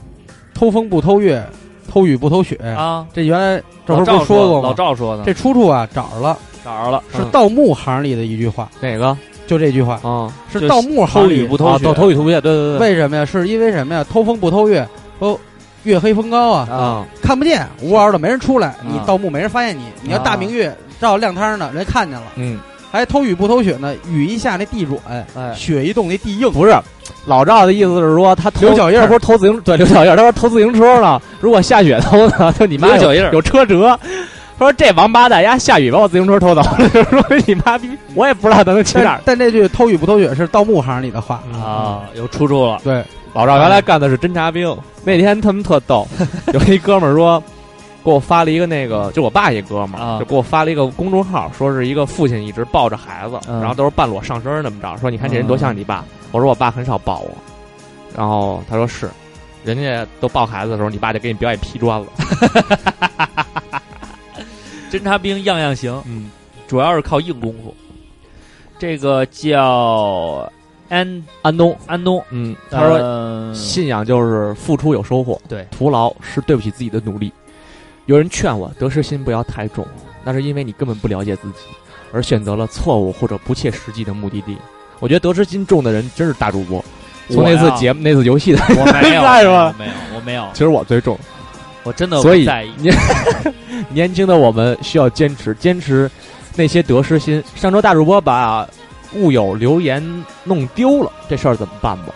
Speaker 5: 偷风不偷月，偷雨不偷雪
Speaker 30: 啊！
Speaker 5: 这原来这
Speaker 30: 老
Speaker 5: 不是不
Speaker 30: 赵
Speaker 5: 是说过吗？
Speaker 30: 老赵说的，
Speaker 5: 这出处啊找着了，
Speaker 30: 找着了，
Speaker 5: 是盗墓行里的一句话，
Speaker 3: 哪个？
Speaker 5: 就这句话
Speaker 3: 啊，
Speaker 5: 是盗墓行
Speaker 30: 偷
Speaker 5: 里
Speaker 30: 雨不偷
Speaker 3: 啊
Speaker 30: 雪，
Speaker 3: 偷偷雨偷不见，对对对，
Speaker 5: 为什么呀？是因为什么呀？偷风不偷月，哦，月黑风高啊，
Speaker 3: 啊，
Speaker 5: 看不见，无嗷的没人出来，你
Speaker 3: 啊
Speaker 5: 盗墓没人发现你，你要
Speaker 3: 啊
Speaker 5: 大明月照亮摊呢，人家看见了。
Speaker 3: 嗯，
Speaker 5: 还偷雨不偷雪呢，雨一下那地软，
Speaker 3: 哎
Speaker 5: 雪一动那地硬。
Speaker 3: 不是，老赵的意思是说，他偷
Speaker 5: 留脚印儿
Speaker 3: 他不是偷自行对留脚印儿，他说偷自行车呢，如果下雪偷呢， 就你妈有
Speaker 30: 留脚印儿
Speaker 3: 有车辙。他说这王八蛋，丫下雨把我自行车偷走了， 说你妈逼，我也不知道咱能去
Speaker 5: 但
Speaker 3: 哪儿。
Speaker 5: 但这句“偷雨不偷雪”是盗墓行里的话
Speaker 30: 啊，有出处了。
Speaker 5: 对，
Speaker 3: 老赵原来干的是侦察兵，那天他们特逗，有一哥们儿说。给我发了一个那个，就我爸一哥们儿，就给我发了一个公众号，说是一个父亲一直抱着孩子，然后都是半裸上身儿那么着，说你看这人多像你爸。我说我爸很少抱我，然后他说是，人家都抱孩子的时候，你爸就给你表演劈砖了。
Speaker 30: 侦察兵样样行，嗯，主要是靠硬功夫。这个叫安
Speaker 3: 安东，
Speaker 30: 安东，
Speaker 3: 嗯，他说、
Speaker 30: 呃
Speaker 3: 信仰就是付出有收获，
Speaker 30: 对，
Speaker 3: 徒劳是对不起自己的努力。有人劝我得失心不要太重，那是因为你根本不了解自己，而选择了错误或者不切实际的目的地。我觉得得失心重的人真是大主播。从那次节目、那次游戏的，
Speaker 30: 我没有，
Speaker 3: 在吗？
Speaker 30: 没有，我没有，
Speaker 3: 其实我最 重，
Speaker 30: 我真的
Speaker 3: 所以
Speaker 30: 不在意。
Speaker 3: 年年轻的我们需要坚持，坚持那些得失心。上周大主播把物有留言弄丢了，这事儿怎么办吧？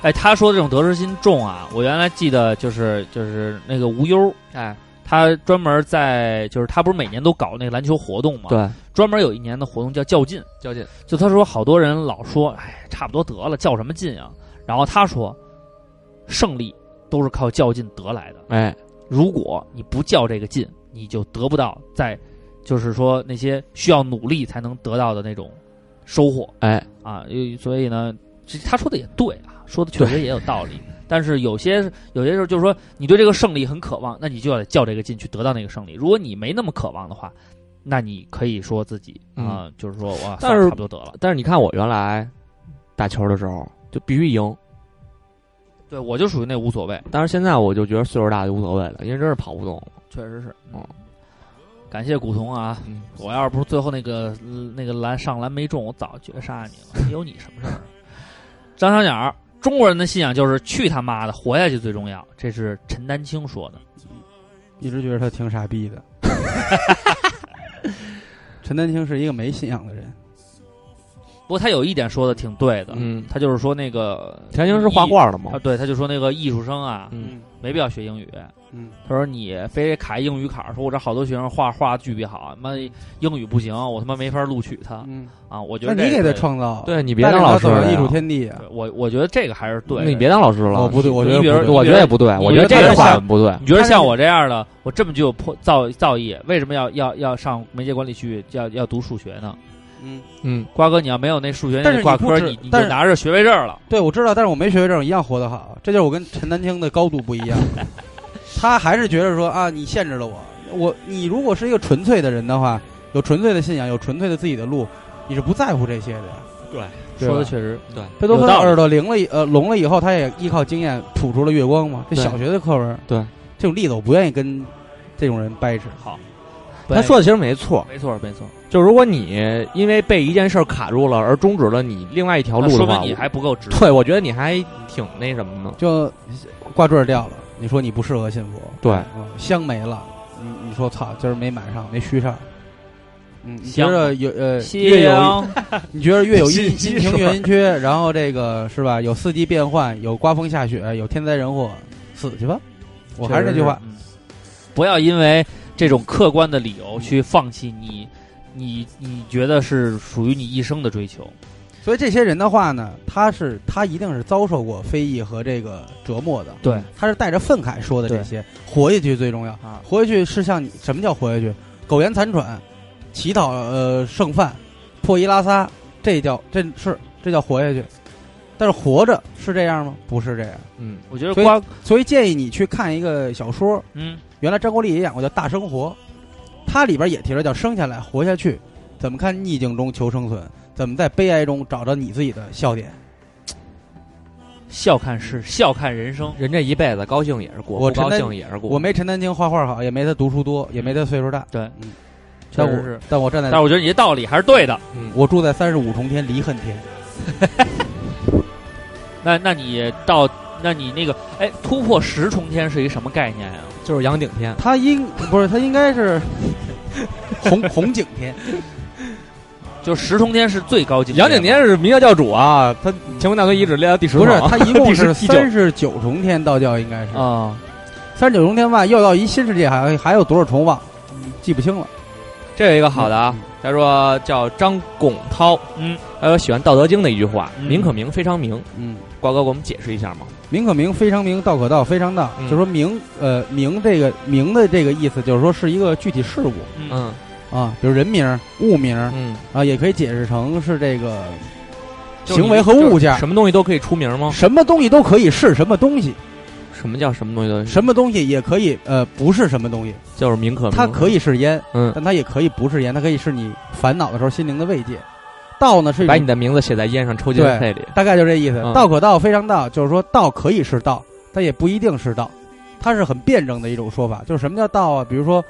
Speaker 30: 哎，他说这种得失心重啊，我原来记得就是就是那个无忧，哎，他专门在就是他不是每年都搞那个篮球活动嘛，
Speaker 3: 对，
Speaker 30: 专门有一年的活动叫较劲，
Speaker 3: 较劲，
Speaker 30: 就他说好多人老说，哎，差不多得了，较什么劲啊？然后他说，胜利都是靠较劲得来的，
Speaker 3: 哎，
Speaker 30: 如果你不较这个劲，你就得不到在，就是说那些需要努力才能得到的那种收获。
Speaker 3: 哎，
Speaker 30: 啊，呃所以呢，其实他说的也对啊，说的确实也有道理。但是有些有些时候就是说，你对这个胜利很渴望，那你就要较这个劲去得到那个胜利。如果你没那么渴望的话，那你可以说自己啊、就是说哇，
Speaker 3: 嗯但是
Speaker 30: 差不多得了。
Speaker 3: 但是你看我原来打球的时候就必须赢，
Speaker 30: 对我就属于那无所谓，
Speaker 3: 但是现在我就觉得岁数大就无所谓了，因为真是跑不动了。
Speaker 30: 确实是。嗯，感谢古潼啊！我要是不是最后那个呃那个篮上篮没中，我早绝杀你了，有你什么事儿？啊 张小鸟，中国人的信仰就是去他妈的，活下去最重要。这是陈丹青说的。
Speaker 5: 一直觉得他挺傻逼 的。陈丹青是一个没信仰的人，
Speaker 30: 不过他有一点说的挺对的，
Speaker 3: 嗯，
Speaker 30: 他就是说那个
Speaker 3: 陈丹青是画画的吗
Speaker 30: 啊，对，他就说那个艺术生啊，
Speaker 3: 嗯，
Speaker 30: 没必要学英语。
Speaker 5: 嗯，
Speaker 30: 他说你非得卡英语坎儿，说我这好多学生画画巨别好，妈英语不行，我他妈没法录取他。
Speaker 5: 嗯
Speaker 30: 啊，我觉
Speaker 5: 那
Speaker 30: 得
Speaker 5: 你
Speaker 30: 这
Speaker 5: 给他
Speaker 30: 个
Speaker 5: 创造，
Speaker 3: 对你别
Speaker 5: 带领
Speaker 3: 当老
Speaker 5: 他
Speaker 3: 师
Speaker 5: 走
Speaker 3: 了
Speaker 5: 上
Speaker 3: 呀
Speaker 5: 艺术天地啊！
Speaker 30: 我我觉得这个还是对的。
Speaker 3: 你别当老师了，
Speaker 5: 哦不对我觉得
Speaker 30: 你比如
Speaker 5: 不对
Speaker 3: 我觉得也不对，
Speaker 30: 你
Speaker 3: 我觉得
Speaker 30: 啊比
Speaker 3: 这
Speaker 30: 如
Speaker 3: 个
Speaker 30: 像嗯
Speaker 3: 话很不对。
Speaker 30: 你觉得像我这样的，我这么具有破造造诣，为什么要要要上媒介管理区要要读数学呢？
Speaker 5: 嗯
Speaker 3: 嗯，
Speaker 30: 瓜哥，你要没有那数学
Speaker 5: 但
Speaker 30: 那个
Speaker 5: 是
Speaker 30: 挂
Speaker 5: 你不
Speaker 30: 科，
Speaker 5: 知
Speaker 30: 你你就
Speaker 5: 但是
Speaker 30: 拿着学位证了。
Speaker 5: 对，我知道，但是我没学位证，一样活得好。这就是我跟陈丹青的高度不 一样。他还是觉得说啊，你限制了我，我你如果是一个纯粹的人的话，有纯粹的信仰，有纯粹的自己的路，你是不在乎这些的呀。
Speaker 30: 对，
Speaker 5: 对
Speaker 30: 说的
Speaker 5: 吧
Speaker 30: 确实
Speaker 3: 对
Speaker 5: 贝多
Speaker 30: 有
Speaker 5: 芬
Speaker 30: 道理
Speaker 5: 耳朵灵了以，呃，聋了以后，他也依靠经验谱出了月光嘛。这
Speaker 3: 对
Speaker 5: 小学的课文，
Speaker 3: 对
Speaker 5: 这种例子，我不愿意跟这种人掰扯。
Speaker 30: 好，
Speaker 3: 他说的其实没错，
Speaker 30: 没错没错，
Speaker 3: 就如果你因为被一件事儿卡住了而终止了你另外一条
Speaker 30: 那
Speaker 3: 路
Speaker 30: 说
Speaker 3: 的话，
Speaker 30: 明你
Speaker 3: 我
Speaker 30: 还不够直。
Speaker 3: 对我觉得你还挺那什么的。
Speaker 5: 就挂坠儿掉了，你说你不适合信佛，
Speaker 3: 对
Speaker 5: 嗯香没了，你你说操，今儿没买上，没续上。嗯，你觉
Speaker 30: 香
Speaker 5: 得有呃，
Speaker 30: 香
Speaker 5: 越有
Speaker 30: 嗯
Speaker 5: 你觉得越有阴
Speaker 30: 信息
Speaker 5: 阴晴
Speaker 30: 水儿
Speaker 5: 圆缺，然后这个是吧？有四季变换，有刮风下雪，有天灾人祸，死去吧！我还是那句话，
Speaker 30: 嗯，不要因为这种客观的理由
Speaker 5: 嗯
Speaker 30: 去放弃你你你觉得是属于你一生的追求。
Speaker 5: 所以这些人的话呢，他是他一定是遭受过非议和这个折磨的，
Speaker 30: 对，
Speaker 5: 他是带着愤慨说的这些，活下去最重要。
Speaker 3: 嗯
Speaker 30: 啊
Speaker 5: 活下去是像你什么叫活下去？苟延残喘，乞讨呃剩饭，破衣拉撒，这叫这是这叫活下去。但是活着是这样吗？不是这样。
Speaker 3: 嗯，
Speaker 30: 我觉得
Speaker 5: 所
Speaker 30: 瓜
Speaker 5: 以所以建议你去看一个小说，
Speaker 30: 嗯，
Speaker 5: 原来张国立也演过叫《大生活》，它里边也提了叫生下来活下去，怎么看逆境中求生存，怎么在悲哀中找到你自己的笑点。
Speaker 30: 笑看世，笑看人生。
Speaker 3: 人这一辈子高兴也是过，
Speaker 5: 我
Speaker 3: 不
Speaker 5: 陈
Speaker 3: 高
Speaker 5: 丹
Speaker 3: 兴也是过。
Speaker 5: 我没陈丹青画画好，也没他读书多，也没他岁数大。
Speaker 30: 对，
Speaker 5: 嗯，
Speaker 30: 确
Speaker 5: 但
Speaker 30: 实
Speaker 5: 我
Speaker 30: 是
Speaker 5: 但我站在，
Speaker 30: 但是我觉得你这道理还是对的。
Speaker 3: 嗯，
Speaker 5: 我住在三十五重天离恨天，
Speaker 30: 那那你到，那你那个，哎，突破十重天是一什么概念呀、啊
Speaker 3: 就是杨顶天，
Speaker 5: 他应不是他应该是红红景天，
Speaker 30: 就石通天是最高境界
Speaker 8: 杨
Speaker 30: 嘛。
Speaker 8: 景年是明教教主啊，他乾坤大挪移只列到第十
Speaker 5: 不是，
Speaker 8: 他
Speaker 5: 它一共
Speaker 8: 第十
Speaker 5: 是
Speaker 8: 第九
Speaker 5: 三十九重天道教，应该是
Speaker 30: 啊，
Speaker 5: 三十九重天外又到一新世界，还还有多少重望，
Speaker 8: 嗯
Speaker 5: 记不清了。
Speaker 8: 这有一个好的啊，他说叫张拱涛，
Speaker 30: 嗯，
Speaker 8: 他说喜欢《道德经》的一句话：“
Speaker 5: 嗯
Speaker 8: 名可名，非常名。”
Speaker 5: 嗯，
Speaker 8: 瓜哥给我们解释一下嘛。
Speaker 5: 名可名，非常名；道可道，非常道。
Speaker 8: 嗯
Speaker 5: 就说名，呃，名这个名的这个意思，就是说是一个具体事物
Speaker 8: 嗯
Speaker 5: 啊，比如人名、物名，
Speaker 8: 嗯
Speaker 5: 啊，也可以解释成是这个
Speaker 8: 就是
Speaker 5: 行为和物件
Speaker 8: 就是，什么东西都可以出名吗？
Speaker 5: 什么东西都可以是什么东西，
Speaker 8: 什么叫什么东西都
Speaker 5: 什么东西也可以呃不是什么东西，
Speaker 8: 就是名可名？
Speaker 5: 它可以是烟，
Speaker 8: 嗯
Speaker 5: 但它也可以不是烟，它可以是你烦恼的时候心灵的慰藉。道呢是一
Speaker 8: 把
Speaker 5: 种
Speaker 8: 你的名字写在烟上，抽进肺
Speaker 5: 对
Speaker 8: 里。，
Speaker 5: 大概就这意思。
Speaker 8: 嗯
Speaker 5: 道可道，非常道，就是说道可以是道，但也不一定是道，它是很辩证的一种说法。就是什么叫道啊？比如说，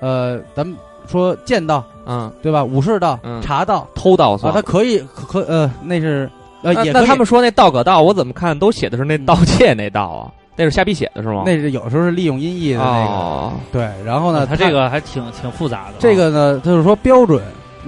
Speaker 5: 呃，咱们说剑道，
Speaker 8: 嗯，
Speaker 5: 对吧？武士道、
Speaker 8: 嗯
Speaker 5: 茶道
Speaker 8: 偷盗
Speaker 5: 啊，
Speaker 8: 算
Speaker 5: 它
Speaker 8: 吗。
Speaker 5: 可以可可呃，那是呃
Speaker 8: 那
Speaker 5: 也可
Speaker 8: 那
Speaker 5: 以
Speaker 8: 他们说那道可道，我怎么看都写的是那盗窃那道啊？那是瞎逼写的是吗？
Speaker 5: 那是有时候是利用音译的那个。
Speaker 8: 哦
Speaker 5: 对，然后呢，
Speaker 30: 他这个还挺挺复杂的。啊
Speaker 5: 这个呢，就是说标准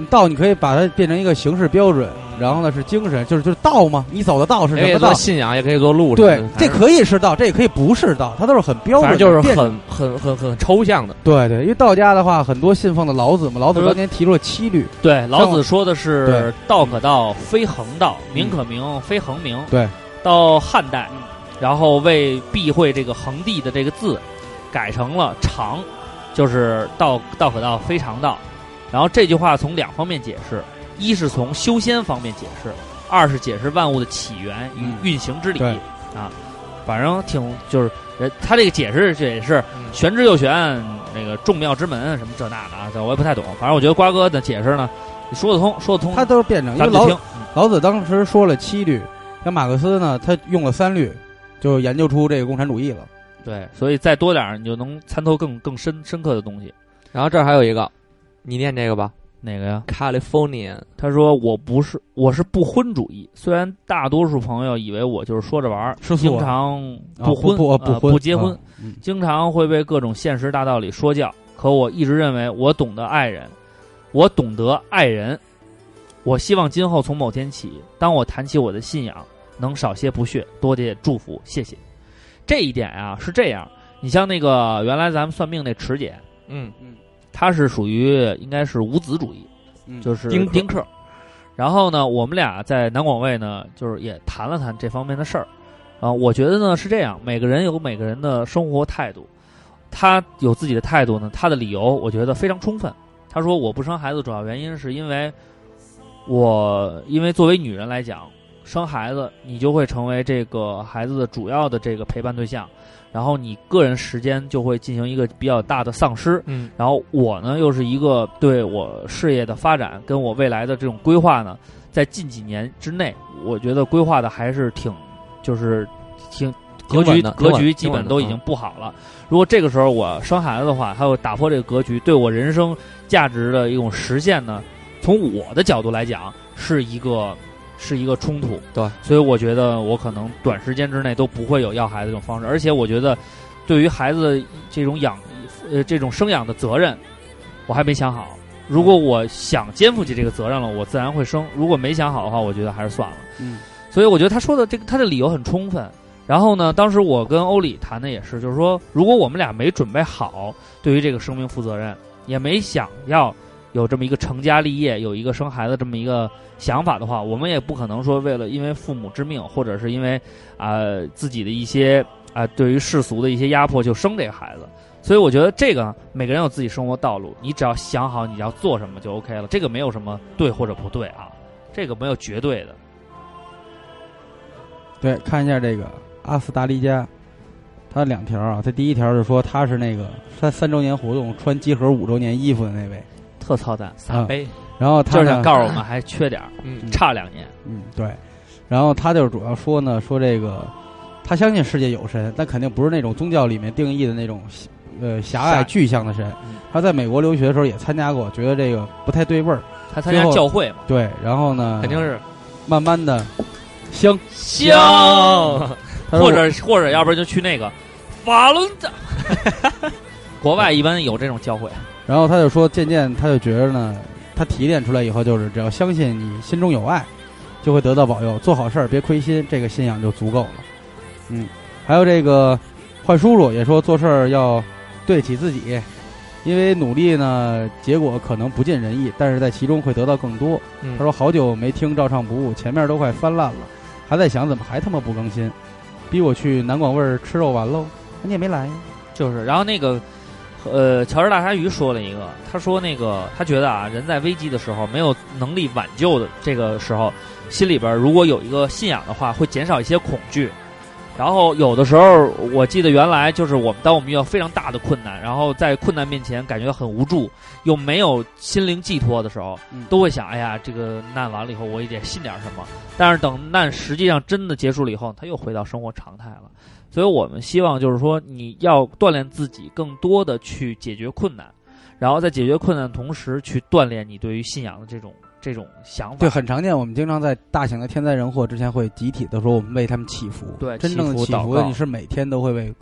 Speaker 5: 道，你可以把它变成一个形式标准，然后呢是精神，就是就是道嘛，你走的道是
Speaker 8: 也可
Speaker 3: 哎
Speaker 5: 什
Speaker 8: 以
Speaker 5: 么
Speaker 8: 做
Speaker 5: 道？
Speaker 8: 信仰，也可以做路。
Speaker 5: 对，这
Speaker 8: 以，
Speaker 5: 可以是道，这也可以不是道，它都是很标
Speaker 8: 反
Speaker 5: 准
Speaker 8: 正
Speaker 5: 的，
Speaker 8: 就是
Speaker 5: 辩证
Speaker 8: 很很很很抽象的。
Speaker 5: 对对，因为道家的话，很多信奉的老子嘛，老子
Speaker 30: 他说
Speaker 5: 当年提出了七律，
Speaker 30: 对老
Speaker 5: 像
Speaker 30: 子
Speaker 5: 我
Speaker 30: 说的是
Speaker 5: 对嗯
Speaker 30: “道可道，非恒道；名可名，非恒名。”
Speaker 5: 对，
Speaker 30: 到汉代，嗯然后为避讳这个“恒帝”的这个字，改成了“常”，就是道“道可道，非常道”。然后这句话从两方面解释：一是从修仙方面解释，二是解释万物的起源与
Speaker 5: 嗯
Speaker 30: 运行之理、
Speaker 5: 对
Speaker 30: 啊。反正挺就是，人他这个解释这也是玄之又玄，那个众妙之门什么这那的啊，这我也不太懂。反正我觉得瓜哥的解释呢，说得通，说得通。
Speaker 5: 它都是辩证。因
Speaker 30: 嗯
Speaker 5: 为
Speaker 30: 咱们就
Speaker 5: 老
Speaker 30: 听，
Speaker 5: 老子当时说了七律，像马克思呢，他用了三律，就研究出这个共产主义了。
Speaker 30: 对，所以再多点儿，你就能参透更更深深刻的东西。
Speaker 8: 然后这儿还有一个，你念这个吧
Speaker 30: 哪个呀？
Speaker 8: ，California。
Speaker 30: 他说：“我不是，我是不婚主义。虽然大多数朋友以为我就是说着玩儿，
Speaker 5: 吃素
Speaker 30: 经
Speaker 5: 啊
Speaker 30: 常
Speaker 5: 啊
Speaker 30: 婚、
Speaker 5: 不不
Speaker 30: 呃
Speaker 5: 啊
Speaker 30: 不
Speaker 5: 不婚
Speaker 30: 结婚、
Speaker 5: 啊嗯
Speaker 30: 经常会被各种现实大道理说教。可我一直认为我懂得爱人，我懂得爱人。我希望今后从某天起，当我谈起我的信仰，能少些不屑，多些祝福。谢谢。这一点啊是这样，你像那个原来咱们算命那池姐，
Speaker 8: 嗯，
Speaker 30: 她是属于应该是无子主义，
Speaker 5: 嗯
Speaker 30: 就是
Speaker 8: 丁
Speaker 30: 丁克。然后呢，我们俩在南广卫呢，就是也谈了谈这方面的事儿。啊、我觉得呢是这样，每个人有每个人的生活态度，他有自己的态度呢，他的理由我觉得非常充分。他说我不生孩子的主要原因是因为我因为作为女人来讲，生孩子你就会成为这个孩子的主要的这个陪伴对象，然后你个人时间就会进行一个比较大的丧失。
Speaker 8: 嗯，
Speaker 30: 然后我呢又是一个对我事业的发展跟我未来的这种规划呢，在近几年之内，我觉得规划的还是挺就是挺。
Speaker 8: 挺
Speaker 30: 格局
Speaker 8: 稳的
Speaker 30: 格
Speaker 8: 挺
Speaker 30: 局
Speaker 8: 稳
Speaker 30: 基
Speaker 8: 挺
Speaker 30: 本
Speaker 8: 稳的
Speaker 30: 都已
Speaker 8: 嗯
Speaker 30: 经不好了。如果这个时候我生孩子的话，还有打破这个格局，对我人生价值的一种实现呢，从我的角度来讲，是一个是一个冲突。
Speaker 8: 对，
Speaker 30: 所以我觉得我可能短时间之内都不会有要孩子这种方式，而且我觉得对于孩子这种养呃这种生养的责任，我还没想好。如果我想肩负起这个责任了，我自然会生；如果没想好的话，我觉得还是算了。
Speaker 5: 嗯，
Speaker 30: 所以我觉得他说的这个他的理由很充分。然后呢，当时我跟欧里谈的也是，就是说，如果我们俩没准备好对于这个生命负责任，也没想要有这么一个成家立业、有一个生孩子这么一个想法的话，我们也不可能说为了因为父母之命，或者是因为啊、呃自己的一些啊、对于世俗的一些压迫就生这个孩子。所以我觉得这个每个人有自己生活道路，你只要想好你要做什么就 OK 了，这个没有什么对或者不对啊，这个没有绝对啊的。
Speaker 5: 对，看一下这个阿斯达黎加，他两条啊，他第一条就说他是那个他三周年活动穿集合五周年衣服的那位，
Speaker 30: 特操蛋，
Speaker 5: 撒
Speaker 8: 杯
Speaker 5: 然后他
Speaker 30: 就是想
Speaker 5: 呢
Speaker 30: 告诉我们还缺点儿，
Speaker 8: 嗯
Speaker 30: 差两年。
Speaker 5: 嗯，对。然后他就是主要说呢，说这个他相信世界有神，但肯定不是那种宗教里面定义的那种呃狭隘
Speaker 30: 狭
Speaker 5: 具象的神。他在美国留学的时候也参加过，觉得这个不太对味儿。
Speaker 30: 他参加
Speaker 5: 最后
Speaker 30: 教会嘛，
Speaker 5: 对，然后呢，
Speaker 8: 肯定是
Speaker 5: 慢慢的香
Speaker 30: 香，
Speaker 5: 他说
Speaker 30: 或者或者要不然就去那个法轮大， 国外一般有这种教会，
Speaker 5: 然后他就说，渐渐他就觉得呢，他提炼出来以后，就是只要相信你心中有爱，就会得到保佑，做好事儿别亏心，这个信仰就足够了。嗯，还有这个坏叔叔也说做事儿要对得起自己，因为努力呢，结果可能不尽人意，但是在其中会得到更多。
Speaker 3: 嗯
Speaker 5: 他说好久没听照唱不误，前面都快翻烂了，还在想怎么还他妈不更新，逼我去南广味儿吃肉丸喽，哎你也没来呀。
Speaker 30: 就是，然后那个，呃，乔治大鲨鱼说了一个，他说那个他觉得啊，人在危机的时候没有能力挽救的这个时候，心里边如果有一个信仰的话，会减少一些恐惧。然后有的时候，我记得原来就是我们，当我们遇到非常大的困难，然后在困难面前感觉很无助，又没有心灵寄托的时候，
Speaker 5: 嗯
Speaker 30: 都会想，哎呀，这个难完了以后，我也得信点什么。但是等难实际上真的结束了以后，他又回到生活常态了。所以我们希望就是说，你要锻炼自己，更多的去解决困难，然后在解决困难的同时，去锻炼你对于信仰的这种这种想法。
Speaker 5: 对，很常见。我们经常在大型的天灾人祸之前，会集体的说我们为他们祈福。
Speaker 30: 对
Speaker 5: 真正的
Speaker 30: 祈福
Speaker 5: 祈
Speaker 30: 祷
Speaker 5: 福的，
Speaker 30: 告
Speaker 5: 你是每天都会为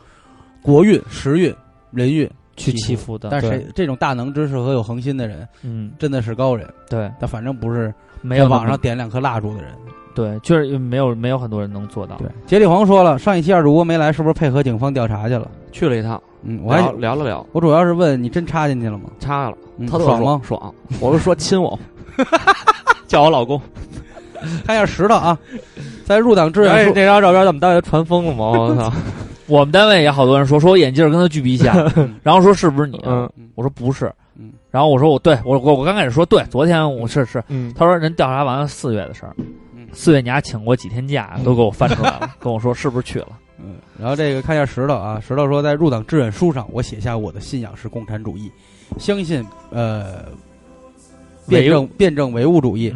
Speaker 5: 国运、时运、人运
Speaker 30: 去
Speaker 5: 祈
Speaker 30: 祈福的
Speaker 5: 但
Speaker 30: 对
Speaker 5: 谁这种大能之士和有恒心的人，
Speaker 30: 嗯，
Speaker 5: 真的是高人。
Speaker 30: 对，
Speaker 5: 但反正不是
Speaker 30: 没有
Speaker 5: 在
Speaker 30: 那
Speaker 5: 网
Speaker 30: 么
Speaker 5: 上点两颗蜡烛的人。
Speaker 30: 对，就是没有没有很多人能做到。对，
Speaker 5: 杰里黄说了，上一期二主播没来，是不是配合警方调查去了？
Speaker 3: 去了一趟，
Speaker 5: 嗯，我还
Speaker 3: 聊聊了聊，
Speaker 5: 我主要是问你真插进去了吗？
Speaker 3: 插了
Speaker 5: 嗯，
Speaker 3: 他特
Speaker 5: 爽吗
Speaker 3: 爽，我是说亲 我，叫我老公。
Speaker 5: 看一下石 头啊，在入党志愿
Speaker 3: 哎
Speaker 5: 书，
Speaker 3: 那张照片咱们单位传疯了吗？我 操！
Speaker 30: 我们单位也好多人说，说我眼镜跟他巨逼 像，然后说是不是你？啊
Speaker 3: 嗯，
Speaker 30: 我说不是。
Speaker 5: 嗯
Speaker 30: 然后我说我对我我我刚开始说对，昨天我是是，
Speaker 3: 嗯
Speaker 30: 他说人调查完了四月的事儿，
Speaker 5: 嗯
Speaker 30: 四月你还请过几天假，都给我翻出来了，跟我说是不是去了？
Speaker 5: 嗯，然后这个看一下石头啊，石头说在入党志愿书上，我写下我的信仰是共产主义，相信呃辩
Speaker 30: 唯物嗯
Speaker 5: 证辩证唯物主义。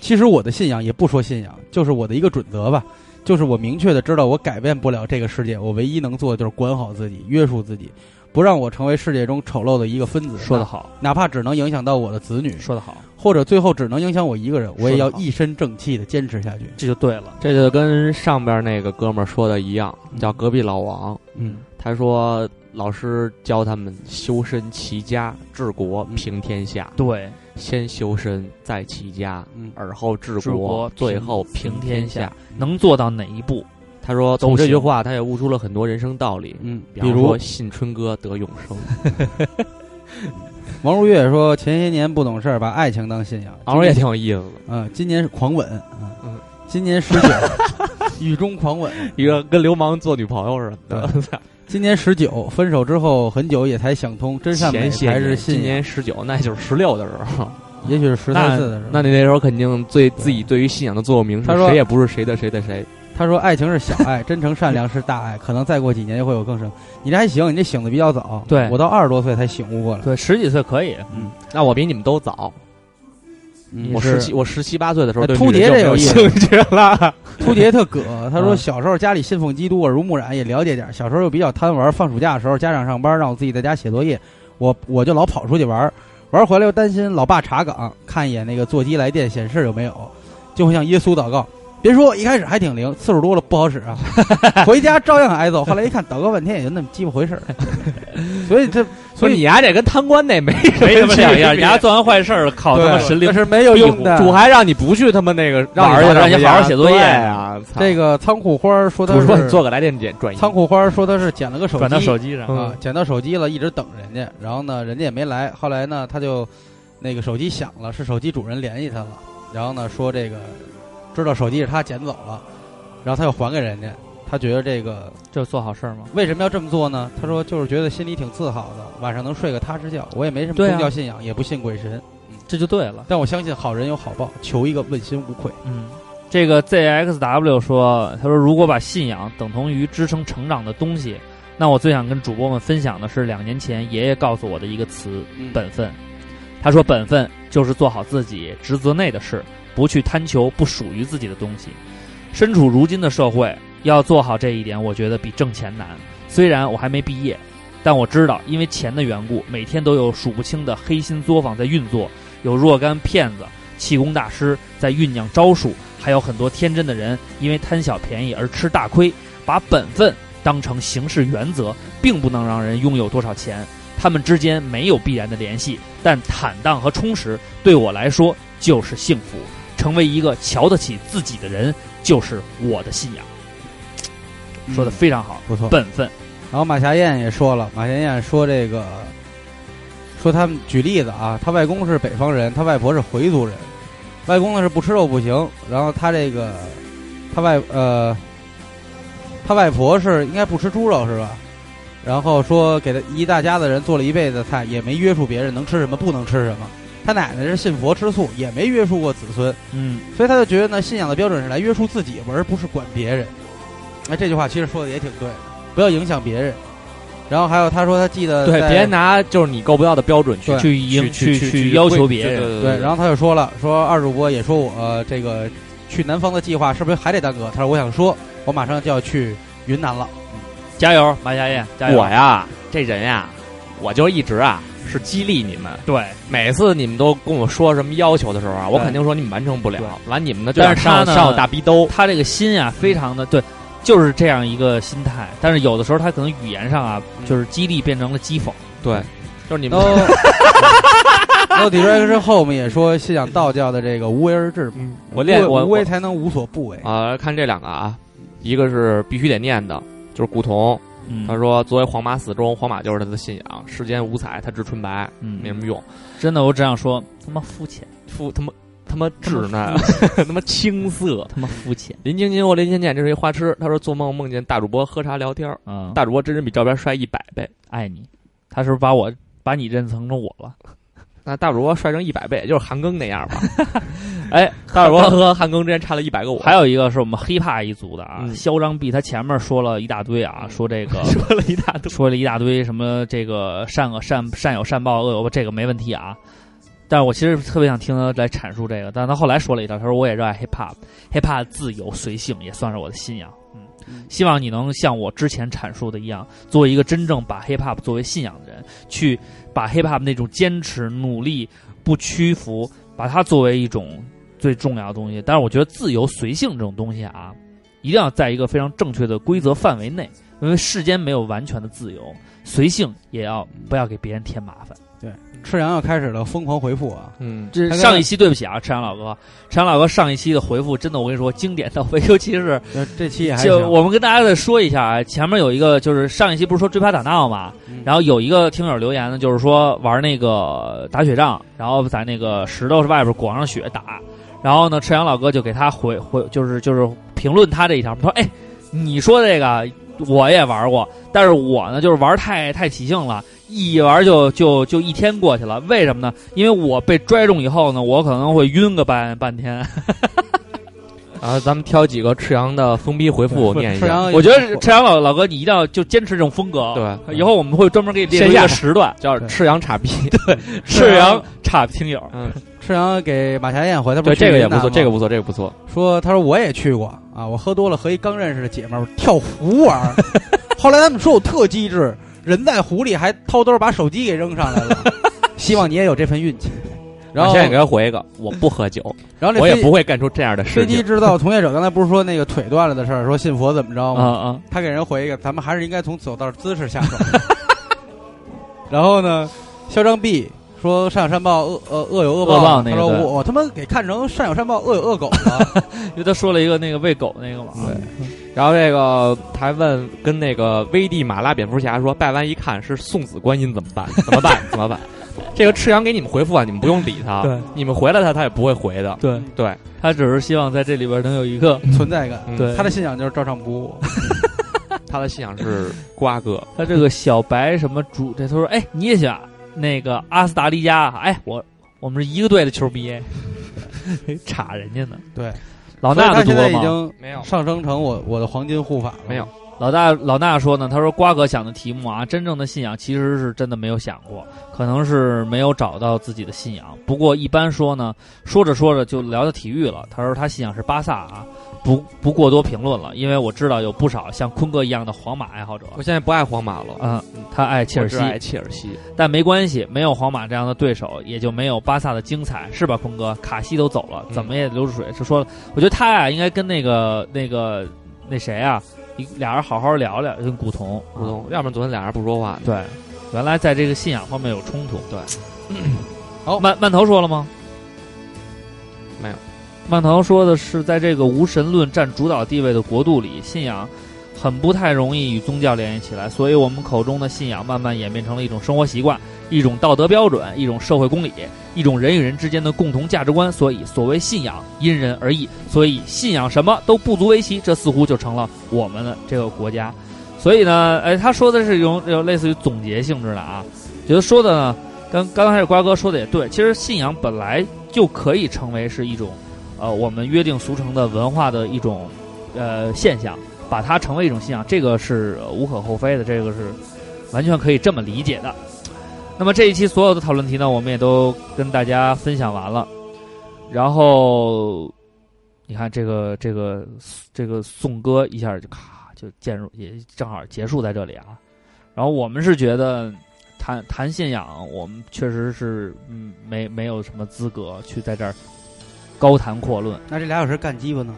Speaker 5: 其实我的信仰也不说信仰，就是我的一个准则吧，就是我明确的知道我改变不了这个世界，我唯一能做的就是管好自己，约束自己，不让我成为世界中丑陋的一个分子。
Speaker 30: 说得好，
Speaker 5: 哪怕只能影响到我的子女。
Speaker 30: 说得好，
Speaker 5: 或者最后只能影响我一个人，我也要
Speaker 3: 说得好
Speaker 5: 一身正气的坚持下去。
Speaker 30: 这就对了。
Speaker 5: 嗯
Speaker 3: 这就跟上边那个哥们儿说的一样，叫隔壁老王。
Speaker 5: 嗯，
Speaker 3: 他说老师教他们修身齐家治国平天下。
Speaker 30: 对，
Speaker 3: 先修身，再齐家，
Speaker 5: 嗯
Speaker 3: 而后治
Speaker 30: 治国
Speaker 3: 最
Speaker 30: 平
Speaker 3: 后平
Speaker 30: 平天
Speaker 3: 下
Speaker 30: 下。能做到哪一步？
Speaker 3: 他说
Speaker 30: 都
Speaker 3: 从这句
Speaker 30: 行
Speaker 3: 话，他也悟出了很多人生道理。
Speaker 5: 嗯
Speaker 3: 比
Speaker 5: 比
Speaker 3: 方
Speaker 5: 如
Speaker 3: 说信春哥得永生。
Speaker 5: 王如月说，前些年不懂事儿，把爱情当 信仰。
Speaker 3: 王如月挺有意思的。
Speaker 5: 嗯，今年是狂吻。嗯，今 年十九，雨中狂吻。
Speaker 3: 一个跟流氓做女朋友似 的。
Speaker 5: 今年十九，分手之后很久也才想通，真善美
Speaker 3: 前些
Speaker 5: 才是
Speaker 3: 年
Speaker 5: 信
Speaker 3: 今
Speaker 5: 仰。
Speaker 3: 年十九，那就是十六的时候，
Speaker 5: 也许是十三四的时候。
Speaker 3: 那你那时候肯定对自己对于信仰的座右铭是
Speaker 5: 他说
Speaker 3: 谁也不是谁的谁的谁。
Speaker 5: 他说：“爱情是小 爱，真诚善良是大爱。可能再过几年就会有更深。你这还行，你这醒的比较早。
Speaker 30: 对
Speaker 5: 我到二十多岁才醒悟过来。
Speaker 30: 对，十几岁可 以，
Speaker 5: 嗯，
Speaker 3: 那我比你们都早。
Speaker 5: 嗯
Speaker 3: 我
Speaker 5: 是
Speaker 3: 十七，我十七八岁的时候
Speaker 5: 哎
Speaker 3: 对
Speaker 5: 秃
Speaker 3: 女人
Speaker 5: 蝶
Speaker 3: 就
Speaker 5: 这
Speaker 3: 没有
Speaker 5: 有意
Speaker 3: 兴
Speaker 5: 思
Speaker 3: 趣了。
Speaker 5: 秃蝶特葛，他说
Speaker 3: 嗯
Speaker 5: 小时候家里信奉基督，耳濡目染，也了解点儿。小时候又比较贪玩，放暑假的时候家长上班，让我自己在家写作业，我我就老跑出去玩儿，玩儿回来又担心老爸查岗，看一眼那个座机来电显示有没有，就会向耶稣祷告。别说一开始还挺灵，次数多了不好使啊，回家照样挨揍。后来一看祷告半天也就那么鸡巴回事儿，所 以这
Speaker 3: 所以你丫这跟贪官那没
Speaker 30: 没什么两样，人
Speaker 3: 你
Speaker 30: 家做完坏事儿，靠他妈
Speaker 3: 对
Speaker 30: 神灵
Speaker 3: 这
Speaker 5: 是没有
Speaker 30: 庇护
Speaker 5: 用的
Speaker 3: 主还让你不去他妈那个，让
Speaker 30: 玩儿去
Speaker 3: 让
Speaker 30: 让你好好写作业
Speaker 3: 啊！操
Speaker 5: 这个仓库花儿说他
Speaker 3: 我
Speaker 5: 是
Speaker 3: 说你做个来电点转移。
Speaker 5: 仓库花儿说他是捡了个手机，
Speaker 30: 转到手机上
Speaker 5: 啊
Speaker 30: 嗯，
Speaker 5: 捡到手机了，一直等人家，然后呢，人家也没来。后来呢，他就那个手机响了，是手机主人联系他了，然后呢说这个知道手机是他捡走了，然后他又还给人家。他觉得这个
Speaker 30: 就做好事儿嘛。
Speaker 5: 为什么要这么做呢？他说就是觉得心里挺自豪的，晚上能睡个踏实觉。我也没什么
Speaker 30: 对啊
Speaker 5: 宗教信仰，也不信鬼神，
Speaker 30: 这就对了。
Speaker 5: 但我相信好人有好报，求一个问心无愧。
Speaker 30: 嗯，这个 ZXW 说，他说如果把信仰等同于支撑成长的东西，那我最想跟主播们分享的是两年前爷爷告诉我的一个词
Speaker 5: 嗯
Speaker 30: ——本分。他说本分就是做好自己职责内的事，不去贪求不属于自己的东西。身处如今的社会，要做好这一点，我觉得比挣钱难。虽然我还没毕业，但我知道，因为钱的缘故，每天都有数不清的黑心作坊在运作，有若干骗子、气功大师在酝酿招数，还有很多天真的人因为贪小便宜而吃大亏，把本分当成行事原则，并不能让人拥有多少钱。他们之间没有必然的联系，但坦荡和充实对我来说就是幸福。成为一个瞧得起自己的人，就是我的信仰。说的非常好，
Speaker 5: 不错，
Speaker 30: 本分。
Speaker 5: 然后马霞燕也说了，马霞燕说这个，说他们举例子啊，他外公是北方人，他外婆是回族人，外公呢是不吃肉不行，然后他这个，他外呃，他外婆是应该不吃猪肉是吧？然后说给他一大家子人做了一辈子菜，也没约束别人能吃什么不能吃什么。他奶奶是信佛吃素，也没约束过子孙，
Speaker 30: 嗯，
Speaker 5: 所以他就觉得呢，信仰的标准是来约束自己，而不是管别人。哎，这句话其实说的也挺对的，不要影响别人。然后还有他说他记
Speaker 30: 呃
Speaker 5: 得
Speaker 3: 对，
Speaker 5: 在
Speaker 3: 别拿就是你够不到的标准去
Speaker 5: 对
Speaker 3: 去
Speaker 30: 应
Speaker 3: 去
Speaker 30: 去去要求别人
Speaker 3: 对
Speaker 5: 对，然后他就说了，说二主播也说我、呃这个去南方的计划是不是还得耽搁？他说我想说，我马上就要去云南了。
Speaker 30: 加油，马佳燕，加油！
Speaker 3: 我呀，这人呀，我就一直啊是激励你们。
Speaker 30: 对，
Speaker 3: 每次你们都跟我说什么要求的时候啊，我肯定说你们完成不了。完，你们呢就
Speaker 30: 但
Speaker 3: 想
Speaker 30: 是他
Speaker 3: 上
Speaker 30: 呢，
Speaker 3: 上我大逼兜。
Speaker 30: 他这个心呀、非常的对，就是这样一个心态。但是有的时候他可能语言上啊，
Speaker 3: 嗯
Speaker 30: 就是激励变成了讥讽。
Speaker 3: 对，就是你
Speaker 5: 们。 然后 Direction 后面也说信仰道教的这个无为而治嘛，
Speaker 3: 嗯我练
Speaker 5: 无为
Speaker 3: 我
Speaker 5: 无为才能无所不为。
Speaker 3: 啊、看这两个啊，一个是必须得念的，就是古潼，
Speaker 30: 嗯
Speaker 3: 他说作为黄马死忠，黄马就是他的信仰，世间五彩，他只纯白，
Speaker 30: 嗯
Speaker 3: 没什么用，
Speaker 30: 真的，我只想说，他妈肤浅，
Speaker 3: 肤他妈他妈
Speaker 30: 他妈
Speaker 3: 稚嫩， 他妈青涩，
Speaker 30: 他妈肤浅。
Speaker 3: 林晶晶或林倩倩，这是一花痴，他说做梦梦见大主播喝茶聊天，
Speaker 30: 嗯，
Speaker 3: 大主播真人比照片帅一百倍，
Speaker 30: 爱你，他是不是把我把你认成了我 了？
Speaker 3: 那大主播帅成一百倍，也就是韩庚那样 吧？哎，大主播和韩庚之间差了一百个我，
Speaker 30: 还有一个是我们 hiphop 一族的啊，
Speaker 3: 嗯
Speaker 30: 嚣张毕，他前面说了一大堆啊，说这 个说了一大堆，说了一大堆什么这个善恶善善有善报，恶有恶报这个没问题啊。但是我其实特别想听他来阐述这个，但他后来说了一条，他说我也热爱 hiphop，hiphop 自由随性也算是我的信仰。嗯，希望你能像我之前阐述的一样，做一个真正把 hiphop 作为信仰的人，去把 hiphop 那种坚持、努力、不屈服，把它作为一种最重要的东西。但是我觉得自由随性这种东西啊，一定要在一个非常正确的规则范围内，因为世间没有完全的自由，随性也要不要给别人添麻烦。
Speaker 5: 对，赤阳又开始了疯狂回复啊，
Speaker 3: 嗯，
Speaker 30: 这上一期对不起啊，赤阳老哥，赤阳老哥上一期的回复真的，我跟你说经典到 位，尤其是
Speaker 5: 呃这期也还
Speaker 30: 就
Speaker 5: 行
Speaker 30: 我们跟大家再说一下啊，前面有一个就是上一期不是说追爬打闹嘛，
Speaker 5: 嗯
Speaker 30: 然后有一个听友留言呢，就是说玩那个打雪仗，然后在那个石头外边裹上雪打，然后呢，赤阳老哥就给他回回就是就是评论他这一条，他说哎，你说这个我也玩过，但是我呢就是玩太太起兴了。一玩就就就一天过去了，为什么呢？因为我被拽中以后呢，我可能会晕个半半 天。
Speaker 3: 然后啊咱们挑几个赤阳的封逼回复念一下。
Speaker 30: 我觉得赤阳老老哥，你一定要就坚持这种风格。对，以后我们会专门给你列
Speaker 3: 线
Speaker 30: 出一
Speaker 3: 下
Speaker 30: 个时段，
Speaker 3: 叫 赤阳叉逼。
Speaker 30: 对，赤阳叉听友。
Speaker 3: 嗯，
Speaker 5: 赤阳给马霞燕回，他不
Speaker 3: 对
Speaker 5: 是
Speaker 3: 这个也不错，
Speaker 5: 去云南吗
Speaker 3: 这个不错，这个不错。
Speaker 5: 说他说我也去过啊，我喝多了和一刚认识的姐们儿跳湖 玩儿，后来他们说我特机智，人在湖里还掏兜儿把手机给扔上 来了，希望你也有这份运气。然后
Speaker 3: 我现在给他回一个，我不喝 酒，
Speaker 5: 然后这
Speaker 3: 我也
Speaker 5: 飞
Speaker 3: 不会干出这样的事
Speaker 5: 飞机
Speaker 3: 情。
Speaker 5: 制造从业者刚才不是说那个腿断了的事儿，说信佛怎么着吗？
Speaker 3: 啊啊
Speaker 5: 他给人回一个，咱们还是应该从走道姿势下手。 然后呢，嚣张 B 说善有善报，恶呃恶有恶报。
Speaker 30: 恶报那个
Speaker 5: 他说
Speaker 30: 对
Speaker 5: 我我他妈给看成善有善报，恶有恶狗了。
Speaker 30: 因为他说了一个那个喂狗那个嘛。
Speaker 3: 然后这个他还问跟那个危地马拉蝙蝠侠说，拜完一看是送子观音，怎么 办？怎么办？怎么办？这个赤阳给你们回复啊，你们不用理他，
Speaker 30: 对
Speaker 3: 你们回了他，他也不会回的。
Speaker 30: 对
Speaker 3: 对，嗯
Speaker 30: 他只是希望在这里边能有一个
Speaker 5: 存在感。
Speaker 30: 对，
Speaker 5: 他的信仰就是照常不误。
Speaker 3: 他的信仰是瓜哥，
Speaker 30: 他这个小白什么主，这他说，哎，你也想那个阿斯达利加啊？哎，我我们是一个队的球迷， 查人家呢。
Speaker 5: 对，
Speaker 30: 老衲
Speaker 5: 所
Speaker 30: 哦的
Speaker 5: 以他现
Speaker 30: 多
Speaker 5: 在
Speaker 30: 吗？
Speaker 5: 已经
Speaker 3: 没有
Speaker 5: 上升成我我的黄金护法了。
Speaker 3: 没有。
Speaker 30: 老大老大说呢，他说瓜哥想的题目啊，真正的信仰其实是真的没有想过，可能是没有找到自己的信仰。不过一般说呢，说着说着就聊到体育了。他说他信仰是巴萨啊，不不过多评论了，因为我知道有不少像坤哥一样的皇马爱好者。
Speaker 3: 我现在不爱皇马了。
Speaker 30: 嗯，他爱切尔西，
Speaker 3: 我只爱切尔西。
Speaker 30: 但没关系，没有皇马这样的对手，也就没有巴萨的精彩，是吧，坤哥？卡西都走了，怎么也流着水。就说了，我觉得他呀、应该跟那个那个那谁啊，一俩人好好聊聊，跟古潼。
Speaker 3: 嗯古潼，要不然昨天俩人不说话。
Speaker 30: 对，原来在这个信仰方面有冲突。 对，
Speaker 5: 好，
Speaker 30: 曼曼头说了吗？
Speaker 3: 没有。
Speaker 30: 曼头说的是，在这个无神论占主导地位的国度里，信仰很不太容易与宗教联系起来，所以我们口中的信仰慢慢演变成了一种生活习惯、一种道德标准、一种社会公理、一种人与人之间的共同价值观。所以，所谓信仰因人而异，所以信仰什么都不足为奇。这似乎就成了我们的这个国家。所以呢，哎，他说的是一种有类似于总结性质的啊，觉得说的呢，跟刚开始瓜哥说的也对，其实信仰本来就可以成为是一种，呃，我们约定俗成的文化的一种，呃，现象，把它成为一种信仰，这个是呃无可厚非的，这个是完全可以这么理解的。那么这一期所有的讨论题呢，我们也都跟大家分享完了，然后你看这个这个这个宋哥一下就咔。就进入也正好结束在这里啊。然后我们是觉得谈谈信仰，我们确实是嗯没没有什么资格去在这儿高谈阔论。
Speaker 5: 那这俩小时干鸡巴呢？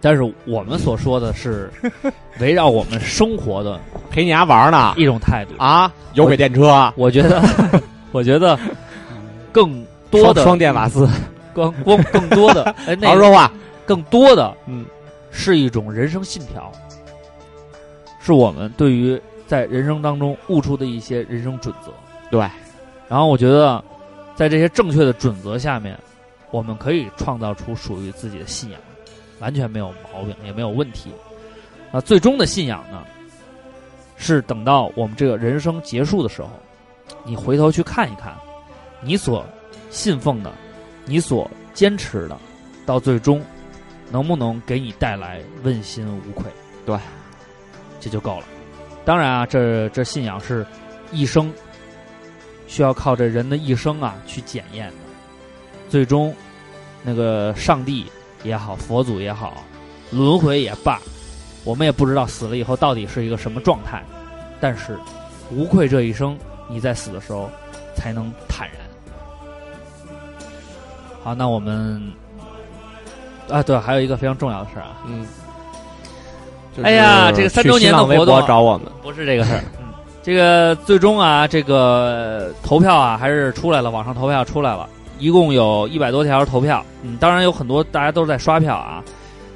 Speaker 30: 但是我们所说的 是围绕我们生活的
Speaker 3: 陪你丫玩呢
Speaker 30: 一种态度
Speaker 3: 啊，有轨电车
Speaker 30: 我。我 觉得，我觉得
Speaker 5: 嗯
Speaker 30: 更多的
Speaker 3: 双双电瓦斯，
Speaker 30: 更更更多 的哎，那个
Speaker 3: 好好说话，
Speaker 30: 更多的
Speaker 3: 嗯，
Speaker 30: 是一种人生信条。是我们对于在人生当中悟出的一些人生准则。
Speaker 3: 对，
Speaker 30: 然后我觉得，在这些正确的准则下面，我们可以创造出属于自己的信仰，完全没有毛病，也没有问题。啊，最终的信仰呢，是等到我们这个人生结束的时候，你回头去看一看，你所信奉的，你所坚持的，到最终能不能给你带来问心无愧。
Speaker 3: 对。
Speaker 30: 这就够了。当然啊，这这信仰是一生需要靠着人的一生啊去检验的。最终，那个上帝也好，佛祖也好，轮回也罢，我们也不知道死了以后到底是一个什么状态。但是，无愧这一生，你在死的时候才能坦然。好，那我们啊，对，还有一个非常重要的事儿啊，
Speaker 3: 嗯。
Speaker 30: 哎呀，这个三周年的活动
Speaker 3: 找我们
Speaker 30: 不是这个事儿。嗯，这个最终啊，这个投票啊还是出来了，网上投票出来了，一共有一百多条投票。嗯，当然有很多大家都是在刷票啊。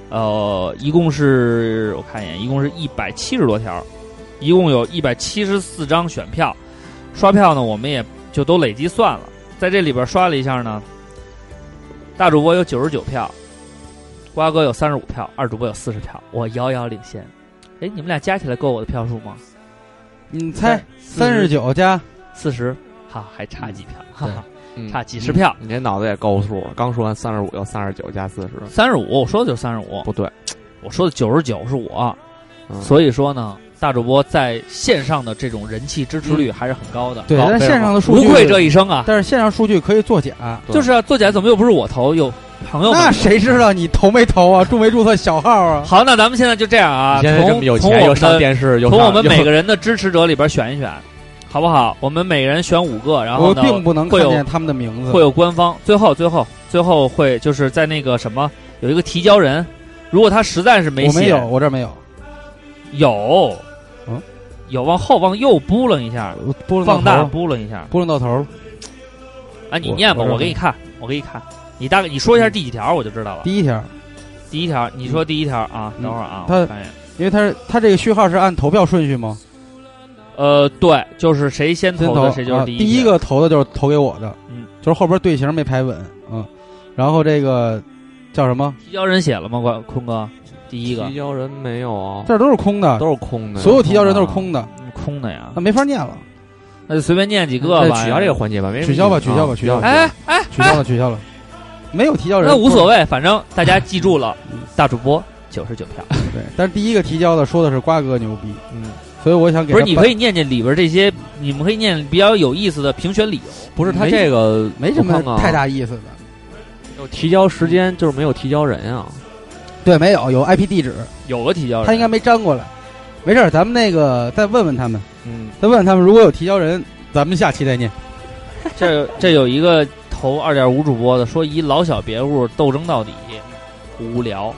Speaker 30: 呃，一共是我看一眼，一共是一百七十多条，一共有一百七十四张选票。刷票呢，我们也就都累计算了，在这里边刷了一下呢，大主播有九十九票，瓜哥有三十五票，二主播有四十票，我遥遥领先。哎，你们俩加起来够我的票数吗？
Speaker 5: 你猜三十九加
Speaker 30: 四十，哈，还差几票，哈哈，
Speaker 3: 嗯
Speaker 30: 差几十票。
Speaker 3: 你这脑子也够数了，刚说完三十五又三十九加四十，
Speaker 30: 三十五，我说的就是三十五，
Speaker 3: 不对，
Speaker 30: 我说的九十九是我，
Speaker 3: 嗯
Speaker 30: 所以说呢，大主播在线上的这种人气支持率还是很高的。
Speaker 5: 对，
Speaker 30: 高
Speaker 5: 但是
Speaker 30: 非常
Speaker 5: 线上的
Speaker 30: 高
Speaker 5: 数据
Speaker 30: 无愧这一生啊！
Speaker 5: 但是线上数据可以作假，
Speaker 30: 就是啊，作假怎么又不是我投，有朋友们
Speaker 5: 那谁知道你投没投啊？注没注册小号啊？
Speaker 30: 好，那咱们现在就这样啊，
Speaker 3: 你现在这
Speaker 30: 从
Speaker 3: 么有
Speaker 30: 从我
Speaker 3: 钱，
Speaker 30: 们
Speaker 3: 又上
Speaker 30: 的
Speaker 3: 电视，又
Speaker 30: 从
Speaker 3: 上
Speaker 30: 我们每个
Speaker 3: 又
Speaker 30: 人的支持者里边选一选，好不好？我们每个人选五个，然后
Speaker 5: 我
Speaker 30: 呢，
Speaker 5: 并不能
Speaker 30: 会
Speaker 5: 看
Speaker 30: 有
Speaker 5: 见他们的名字，
Speaker 30: 会有官方。最后，最后，最后会就是在那个什么有一个提交人，如果他实在是没
Speaker 5: 我
Speaker 30: 写，
Speaker 5: 没有，我这儿没有，
Speaker 30: 有
Speaker 5: 嗯
Speaker 30: 有往后往右拨楞一下，
Speaker 5: 我拨弄到
Speaker 30: 放大
Speaker 5: 头了
Speaker 30: 拨楞一下。
Speaker 5: 拨弄到头了。
Speaker 30: 啊，你
Speaker 5: 我
Speaker 30: 念吧，
Speaker 5: 我这
Speaker 30: 我给你看，我给你看，你大概你说一下第几条，我就知道了。
Speaker 5: 第一条，
Speaker 30: 第一条，你说第一条啊，
Speaker 5: 嗯
Speaker 30: 等会儿啊，
Speaker 5: 他
Speaker 30: 我看一眼。
Speaker 5: 因为他是他这个序号是按投票顺序吗？
Speaker 30: 呃，对，就是谁先
Speaker 5: 先
Speaker 30: 投
Speaker 5: 投
Speaker 30: 的，谁就是
Speaker 5: 啊
Speaker 30: 第
Speaker 5: 第
Speaker 30: 一
Speaker 5: 一
Speaker 30: 条。
Speaker 5: 个投的就是投给我的，
Speaker 30: 嗯，
Speaker 5: 就是后边队形没排稳，嗯，然后这个叫什么？
Speaker 30: 提交人写了吗？关坤哥，第一个
Speaker 3: 提交人没有啊，
Speaker 5: 这儿都是空的，
Speaker 3: 都是空的，
Speaker 5: 所有提交人
Speaker 30: 啊
Speaker 5: 都是空的，
Speaker 30: 空的呀
Speaker 5: 那，没法念了，
Speaker 30: 那就随便念几个
Speaker 3: 那
Speaker 30: 吧。
Speaker 3: 取消这个环节吧，没什么
Speaker 5: 取消吧，
Speaker 3: 意
Speaker 5: 取
Speaker 3: 思啊
Speaker 5: 消吧，取消吧，
Speaker 30: 哎哎，
Speaker 5: 取消了，取消了，没有提交人，
Speaker 30: 那无所谓，反正大家记住了，
Speaker 5: 嗯
Speaker 30: 大主播九十九票。
Speaker 5: 对，但是第一个提交的说的是瓜哥牛逼，
Speaker 3: 嗯，
Speaker 5: 所以我想给
Speaker 30: 不是，
Speaker 5: 他
Speaker 30: 你
Speaker 5: 颁
Speaker 30: 可以念念里边这些，你们可以念比较有意思的评选理由。
Speaker 3: 不是他
Speaker 5: 没
Speaker 3: 这个
Speaker 5: 没什
Speaker 30: 啊
Speaker 5: 么太大意思的，
Speaker 3: 有提交时间，就是没有提交人啊。
Speaker 5: 对，没有有 IP 地址，
Speaker 30: 有个提交人，
Speaker 5: 他应该没粘过来，没事儿，咱们那个再问问他们，
Speaker 3: 嗯，
Speaker 5: 再问问他们，如果有提交人，咱们下期再念。
Speaker 30: 这有这有一个投二点五主播的说以老小别屋斗争到底，无聊。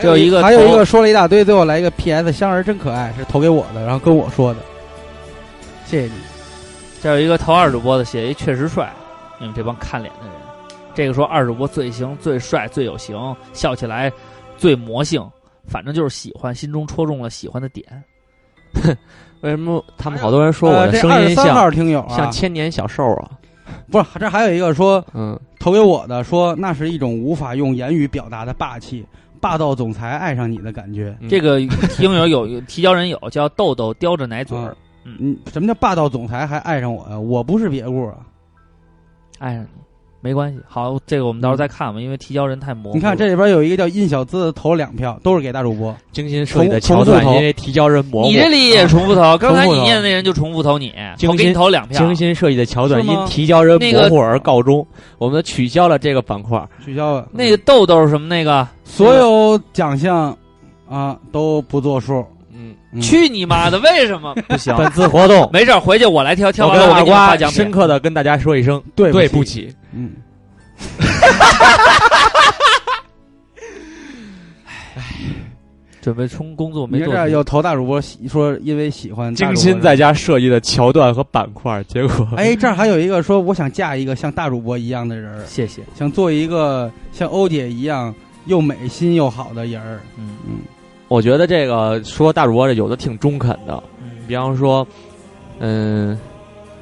Speaker 30: 这有一个
Speaker 5: 还有一
Speaker 30: 投
Speaker 5: 个说了一大堆，最后来一个 PS，香儿真可爱，是投给我的，然后跟我说的，谢谢你。
Speaker 30: 这有一个头二主播的写一确实帅，你们这帮看脸的人。这个说二主播最行、最帅、最有型，笑起来最魔性，反正就是喜欢，心中戳中了喜欢的点。
Speaker 3: 为什么他们好多人说我的声音
Speaker 5: 呃这23号
Speaker 3: 像
Speaker 5: 听友啊
Speaker 3: 像千年小兽啊？
Speaker 5: 不是，这还有一个说，
Speaker 3: 嗯，
Speaker 5: 投给我的说，那是一种无法用言语表达的霸气，霸道总裁爱上你的感觉。
Speaker 30: 这个提友有有 提交人有叫豆豆叼着奶嘴儿，
Speaker 5: 嗯，什么叫霸道总裁还爱上我呀？我不是别故啊！
Speaker 30: 爱上你哎没关系。好，这个我们到时候再看吧，因为提交人太模糊了。
Speaker 5: 你看这里边有一个叫殷小资投了两票，都是给大主播
Speaker 3: 精心设计的
Speaker 5: 重
Speaker 3: 桥
Speaker 5: 重复
Speaker 3: 段，
Speaker 5: 投
Speaker 3: 因为提交人模糊。
Speaker 30: 你这里也重复投，刚才你
Speaker 3: 啊重复
Speaker 30: 念的那人就重复投你，
Speaker 3: 精
Speaker 30: 我给
Speaker 3: 心
Speaker 30: 你投两票
Speaker 3: 精。心设计的桥段
Speaker 30: 是
Speaker 3: 因
Speaker 30: 吗
Speaker 3: 提交人
Speaker 30: 那
Speaker 3: 模
Speaker 30: 个
Speaker 3: 糊而告终。我们取消了这个板块，
Speaker 5: 取消了嗯
Speaker 30: 那个豆豆什么那个，
Speaker 5: 所有奖项啊都不作数。
Speaker 3: 嗯，
Speaker 30: 去你妈的！为 什么不行？
Speaker 3: 本次活动
Speaker 30: 没事儿，回去我来挑，挑
Speaker 3: 我
Speaker 30: 完
Speaker 3: 跟
Speaker 30: 了
Speaker 3: 二
Speaker 30: 我给你们
Speaker 3: 瓜
Speaker 30: 发奖
Speaker 3: 深
Speaker 30: 品。
Speaker 3: 刻的跟大家说一声
Speaker 5: 对
Speaker 3: 对
Speaker 5: 不
Speaker 3: 起。
Speaker 5: 嗯，
Speaker 30: 准备冲工作没
Speaker 5: 你看
Speaker 30: 做
Speaker 5: 这
Speaker 30: 足
Speaker 5: 儿有投大主播喜说因为喜欢大
Speaker 3: 精
Speaker 5: 主播
Speaker 3: 心在家设计的桥段和板块，结果
Speaker 5: 哎，这儿还有一个说，我想嫁一个像大主播一样的人儿，
Speaker 30: 谢谢，
Speaker 5: 想做一个像欧姐一样又美心又好的人儿。
Speaker 30: 嗯
Speaker 5: 嗯，
Speaker 3: 我觉得这个说大主播这有的挺中肯的，比方说，嗯，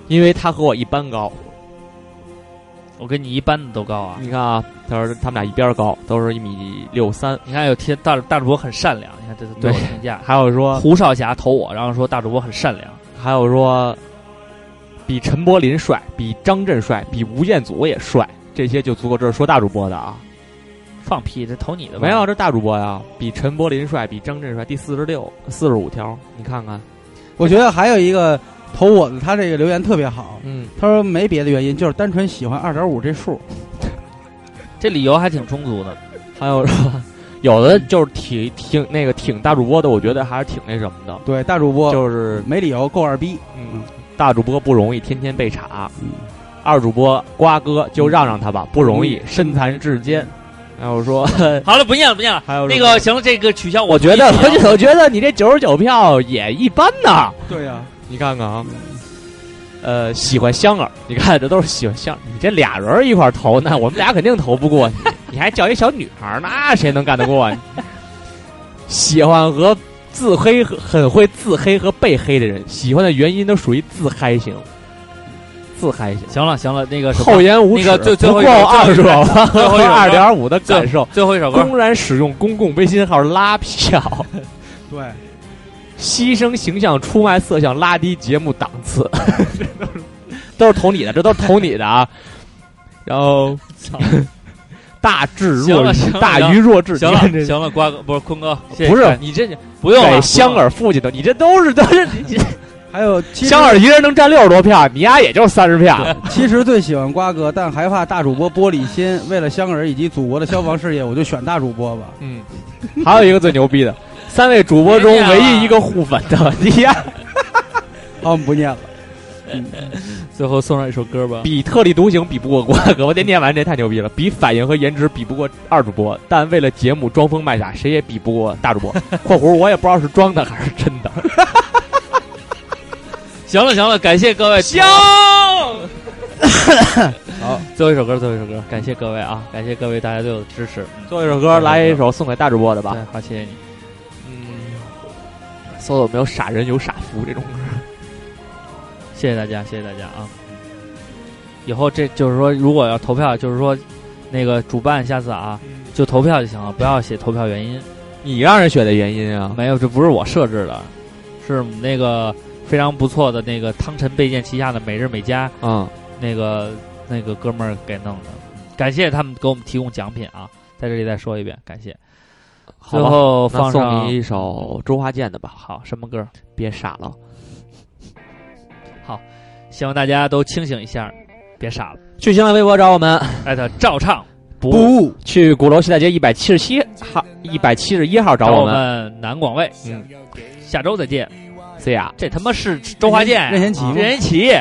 Speaker 3: 因为他和我一般高，
Speaker 30: 我跟你一般的都高啊。
Speaker 3: 你看啊，他说他们俩一边高，都是一米六三。
Speaker 30: 你看有贴大大主播很善良，你看这是对我的评价。
Speaker 3: 还有说
Speaker 30: 胡少侠投我，然后说大主播很善良。
Speaker 3: 还有说，比陈柏霖帅，比张震帅，比吴彦祖也帅，这些就足够。这是说大主播的啊，
Speaker 30: 放屁，这投你的吧
Speaker 3: 没有，这大主播呀，比陈柏霖帅，比张震帅，第四十六、四十五条，你看看，
Speaker 5: 我觉得还有一个投我的，他这个留言特别好。
Speaker 3: 嗯，
Speaker 5: 他说没别的原因，就是单纯喜欢二点五这数。
Speaker 30: 这理由还挺充足的。
Speaker 3: 还有说，有的就是挺挺那个挺大主播的，我觉得还是挺那什么的。
Speaker 5: 对，大主播
Speaker 3: 就是
Speaker 5: 没理由够二逼。
Speaker 3: 嗯，大主播不容易，天天被查。二主播瓜哥就让让他吧，不容易，身残志坚。还有说，
Speaker 30: 好了，不念了，不念了。
Speaker 3: 还有
Speaker 30: 那
Speaker 3: 什
Speaker 30: 个行了，这个取消。
Speaker 3: 我觉得，我觉得我觉得你这九十九票也一般呐。
Speaker 5: 对呀、
Speaker 3: 你看看啊，呃，喜欢香儿，你看这都是喜欢香儿。你这俩人儿一块儿投，那我们俩肯定投不 过你。你还叫一小女孩儿，那谁能干得过你？喜欢和自黑和很会自黑和被黑的人，喜欢的原因都属于自嗨型，自嗨型。
Speaker 30: 行了行了，那个什么
Speaker 3: 厚颜无耻，
Speaker 30: 那个最最
Speaker 3: 不
Speaker 30: 后一
Speaker 3: 过
Speaker 30: 首
Speaker 3: 二
Speaker 30: 最
Speaker 3: 手
Speaker 30: 后一首歌最后一首歌
Speaker 3: 二点五的感受，
Speaker 30: 最最后一首歌
Speaker 3: 公然使用公共微信号拉票，
Speaker 5: 对，
Speaker 3: 牺牲形象，出卖色相，拉低节目档次，这都是都是投你的，这都是投你的啊。然后 大智
Speaker 30: 行
Speaker 3: 若
Speaker 30: 了行了
Speaker 3: 大愚若智，
Speaker 30: 行
Speaker 3: 你看
Speaker 30: 了
Speaker 3: 这
Speaker 30: 行了，瓜哥不是坤哥，谢谢
Speaker 3: 不是
Speaker 30: 你这不用了
Speaker 3: 给香儿父亲的，你这都是都 是你
Speaker 5: 还有
Speaker 3: 香儿一个人能占六十多票，你丫也就是三十 票。
Speaker 5: 其实最喜欢瓜哥，但害怕大主播玻璃心。为了香儿以及祖国的消防事业，我就选大主播吧。
Speaker 3: 嗯，还有一个最牛逼的，三位主播中唯一一个互粉的，你呀，
Speaker 5: 好，我们不念了。
Speaker 30: 最后送上一首歌吧。
Speaker 3: 比特立独行比不过瓜哥，我得念完这太牛逼了。比反应和颜值比不过二主播，但为了节目装疯卖傻，谁也比不过大 主播。（括弧我也不知道是装的还是真的。
Speaker 30: 行了行了，感谢各位。
Speaker 3: 行，
Speaker 30: 好，最后一首歌，最后一首歌，感谢各位啊，感谢各位大家对我的支持。嗯）
Speaker 3: 最后一首歌来一首送给大主播的吧嗯
Speaker 30: 对，。好，谢谢你。
Speaker 3: 搜有没有傻人有傻福这种歌？
Speaker 30: 谢谢大家，谢谢大家啊！以后这就是说，如果要投票，就是说，那个主办下次啊，就投票就行了，不要写投票原因。
Speaker 3: 你让人选的原因啊？
Speaker 30: 没有，这不是我设置的，是我们那个非常不错的那个汤臣倍健旗下的每日美家，
Speaker 3: 嗯，
Speaker 30: 那个那个哥们儿给弄的，感谢他们给我们提供奖品啊！在这里再说一遍，感谢。
Speaker 3: 好
Speaker 30: 最
Speaker 3: 吧
Speaker 30: 后
Speaker 3: 那
Speaker 30: 放上
Speaker 3: 送你一首周华健的吧。
Speaker 30: 好，什么歌？
Speaker 3: 别傻了，
Speaker 30: 好，希望大家都清醒一下，别傻了。
Speaker 3: 去新浪微博找我们。
Speaker 30: 艾特照唱不
Speaker 3: 不去鼓楼西大街一百七十七号一百七十一号找
Speaker 30: 找
Speaker 3: 我
Speaker 30: 我
Speaker 3: 们。
Speaker 30: 们南广卫。
Speaker 3: 嗯，
Speaker 30: 下周再见。
Speaker 3: C 呀，
Speaker 30: 这他妈是周华健、
Speaker 3: 任贤齐吗
Speaker 30: 任贤齐，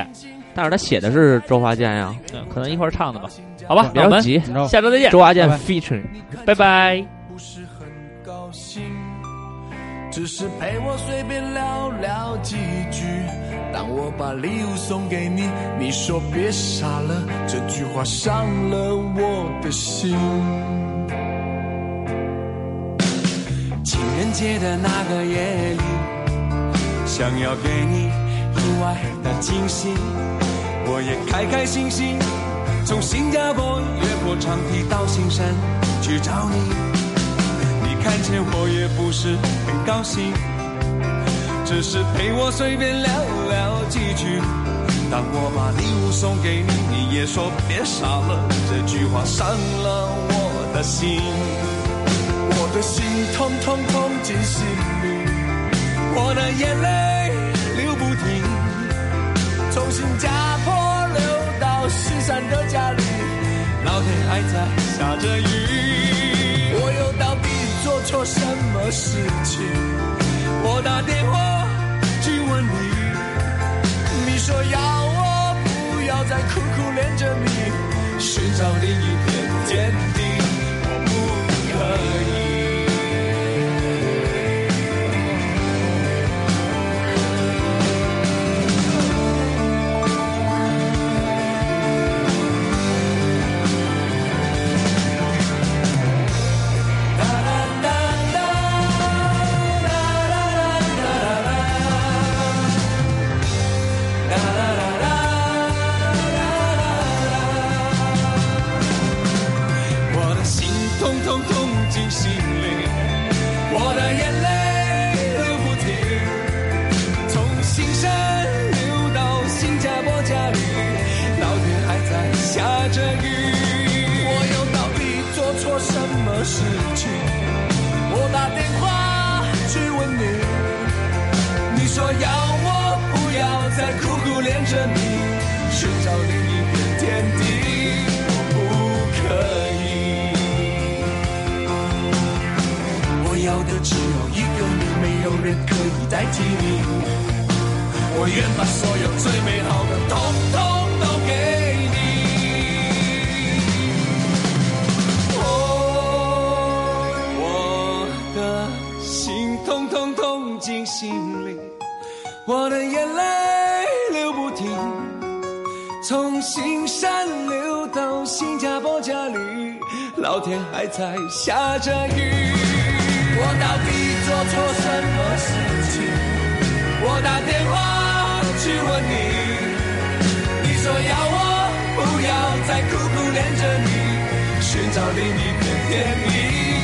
Speaker 3: 但是他写的是周华健呀，
Speaker 30: 嗯，可能一块儿唱的吧。好吧，
Speaker 3: 别
Speaker 30: 那我
Speaker 3: 着
Speaker 30: 们
Speaker 3: 急，
Speaker 30: 下周再见。
Speaker 3: 周华健 featuring。
Speaker 30: 拜拜。
Speaker 2: 不是很高兴，只是陪我随便聊聊几句。
Speaker 35: 当我把礼物送给你，你说别傻了，这句话伤了我的心。
Speaker 2: 情人节的那个夜里，想要给你意外的惊喜，我也开开心心从新加坡越过长堤到新山去找你。你看见我也不是很高兴，只是陪我随便聊聊几句。当我把礼物送给你，你也说别傻了，这句话伤了我的心。
Speaker 35: 我的心痛痛痛进心里，
Speaker 2: 我的眼泪流不停，
Speaker 35: 从新加坡流到西山的家里，
Speaker 2: 老天还在下着雨。
Speaker 35: 我又到底做错什么事情？
Speaker 2: 我打电话去问你，
Speaker 35: 你说要我不要再苦苦恋着你，
Speaker 2: 寻找另一片天地，我不可以。我的心痛痛痛进心里，我的眼泪流不停，从新山流到新加坡家里，老天还在下着雨。
Speaker 35: 我又到底做错什么事情？
Speaker 2: 我打电话去问你，你说要我不要再苦苦恋着你，寻找另一片天地，我不可以。
Speaker 35: 我要的只有一个你，没有人可以代替你。
Speaker 2: 我愿把所有最美好的统统都给你。哦，我的心痛痛痛进心里，我的眼泪流不停，从新山流到新加坡家里，老天还在下着雨。
Speaker 35: 我到底做错什么事情？
Speaker 2: 我打电话去问你，你说要我不要再苦苦恋着你，寻找另一片天地。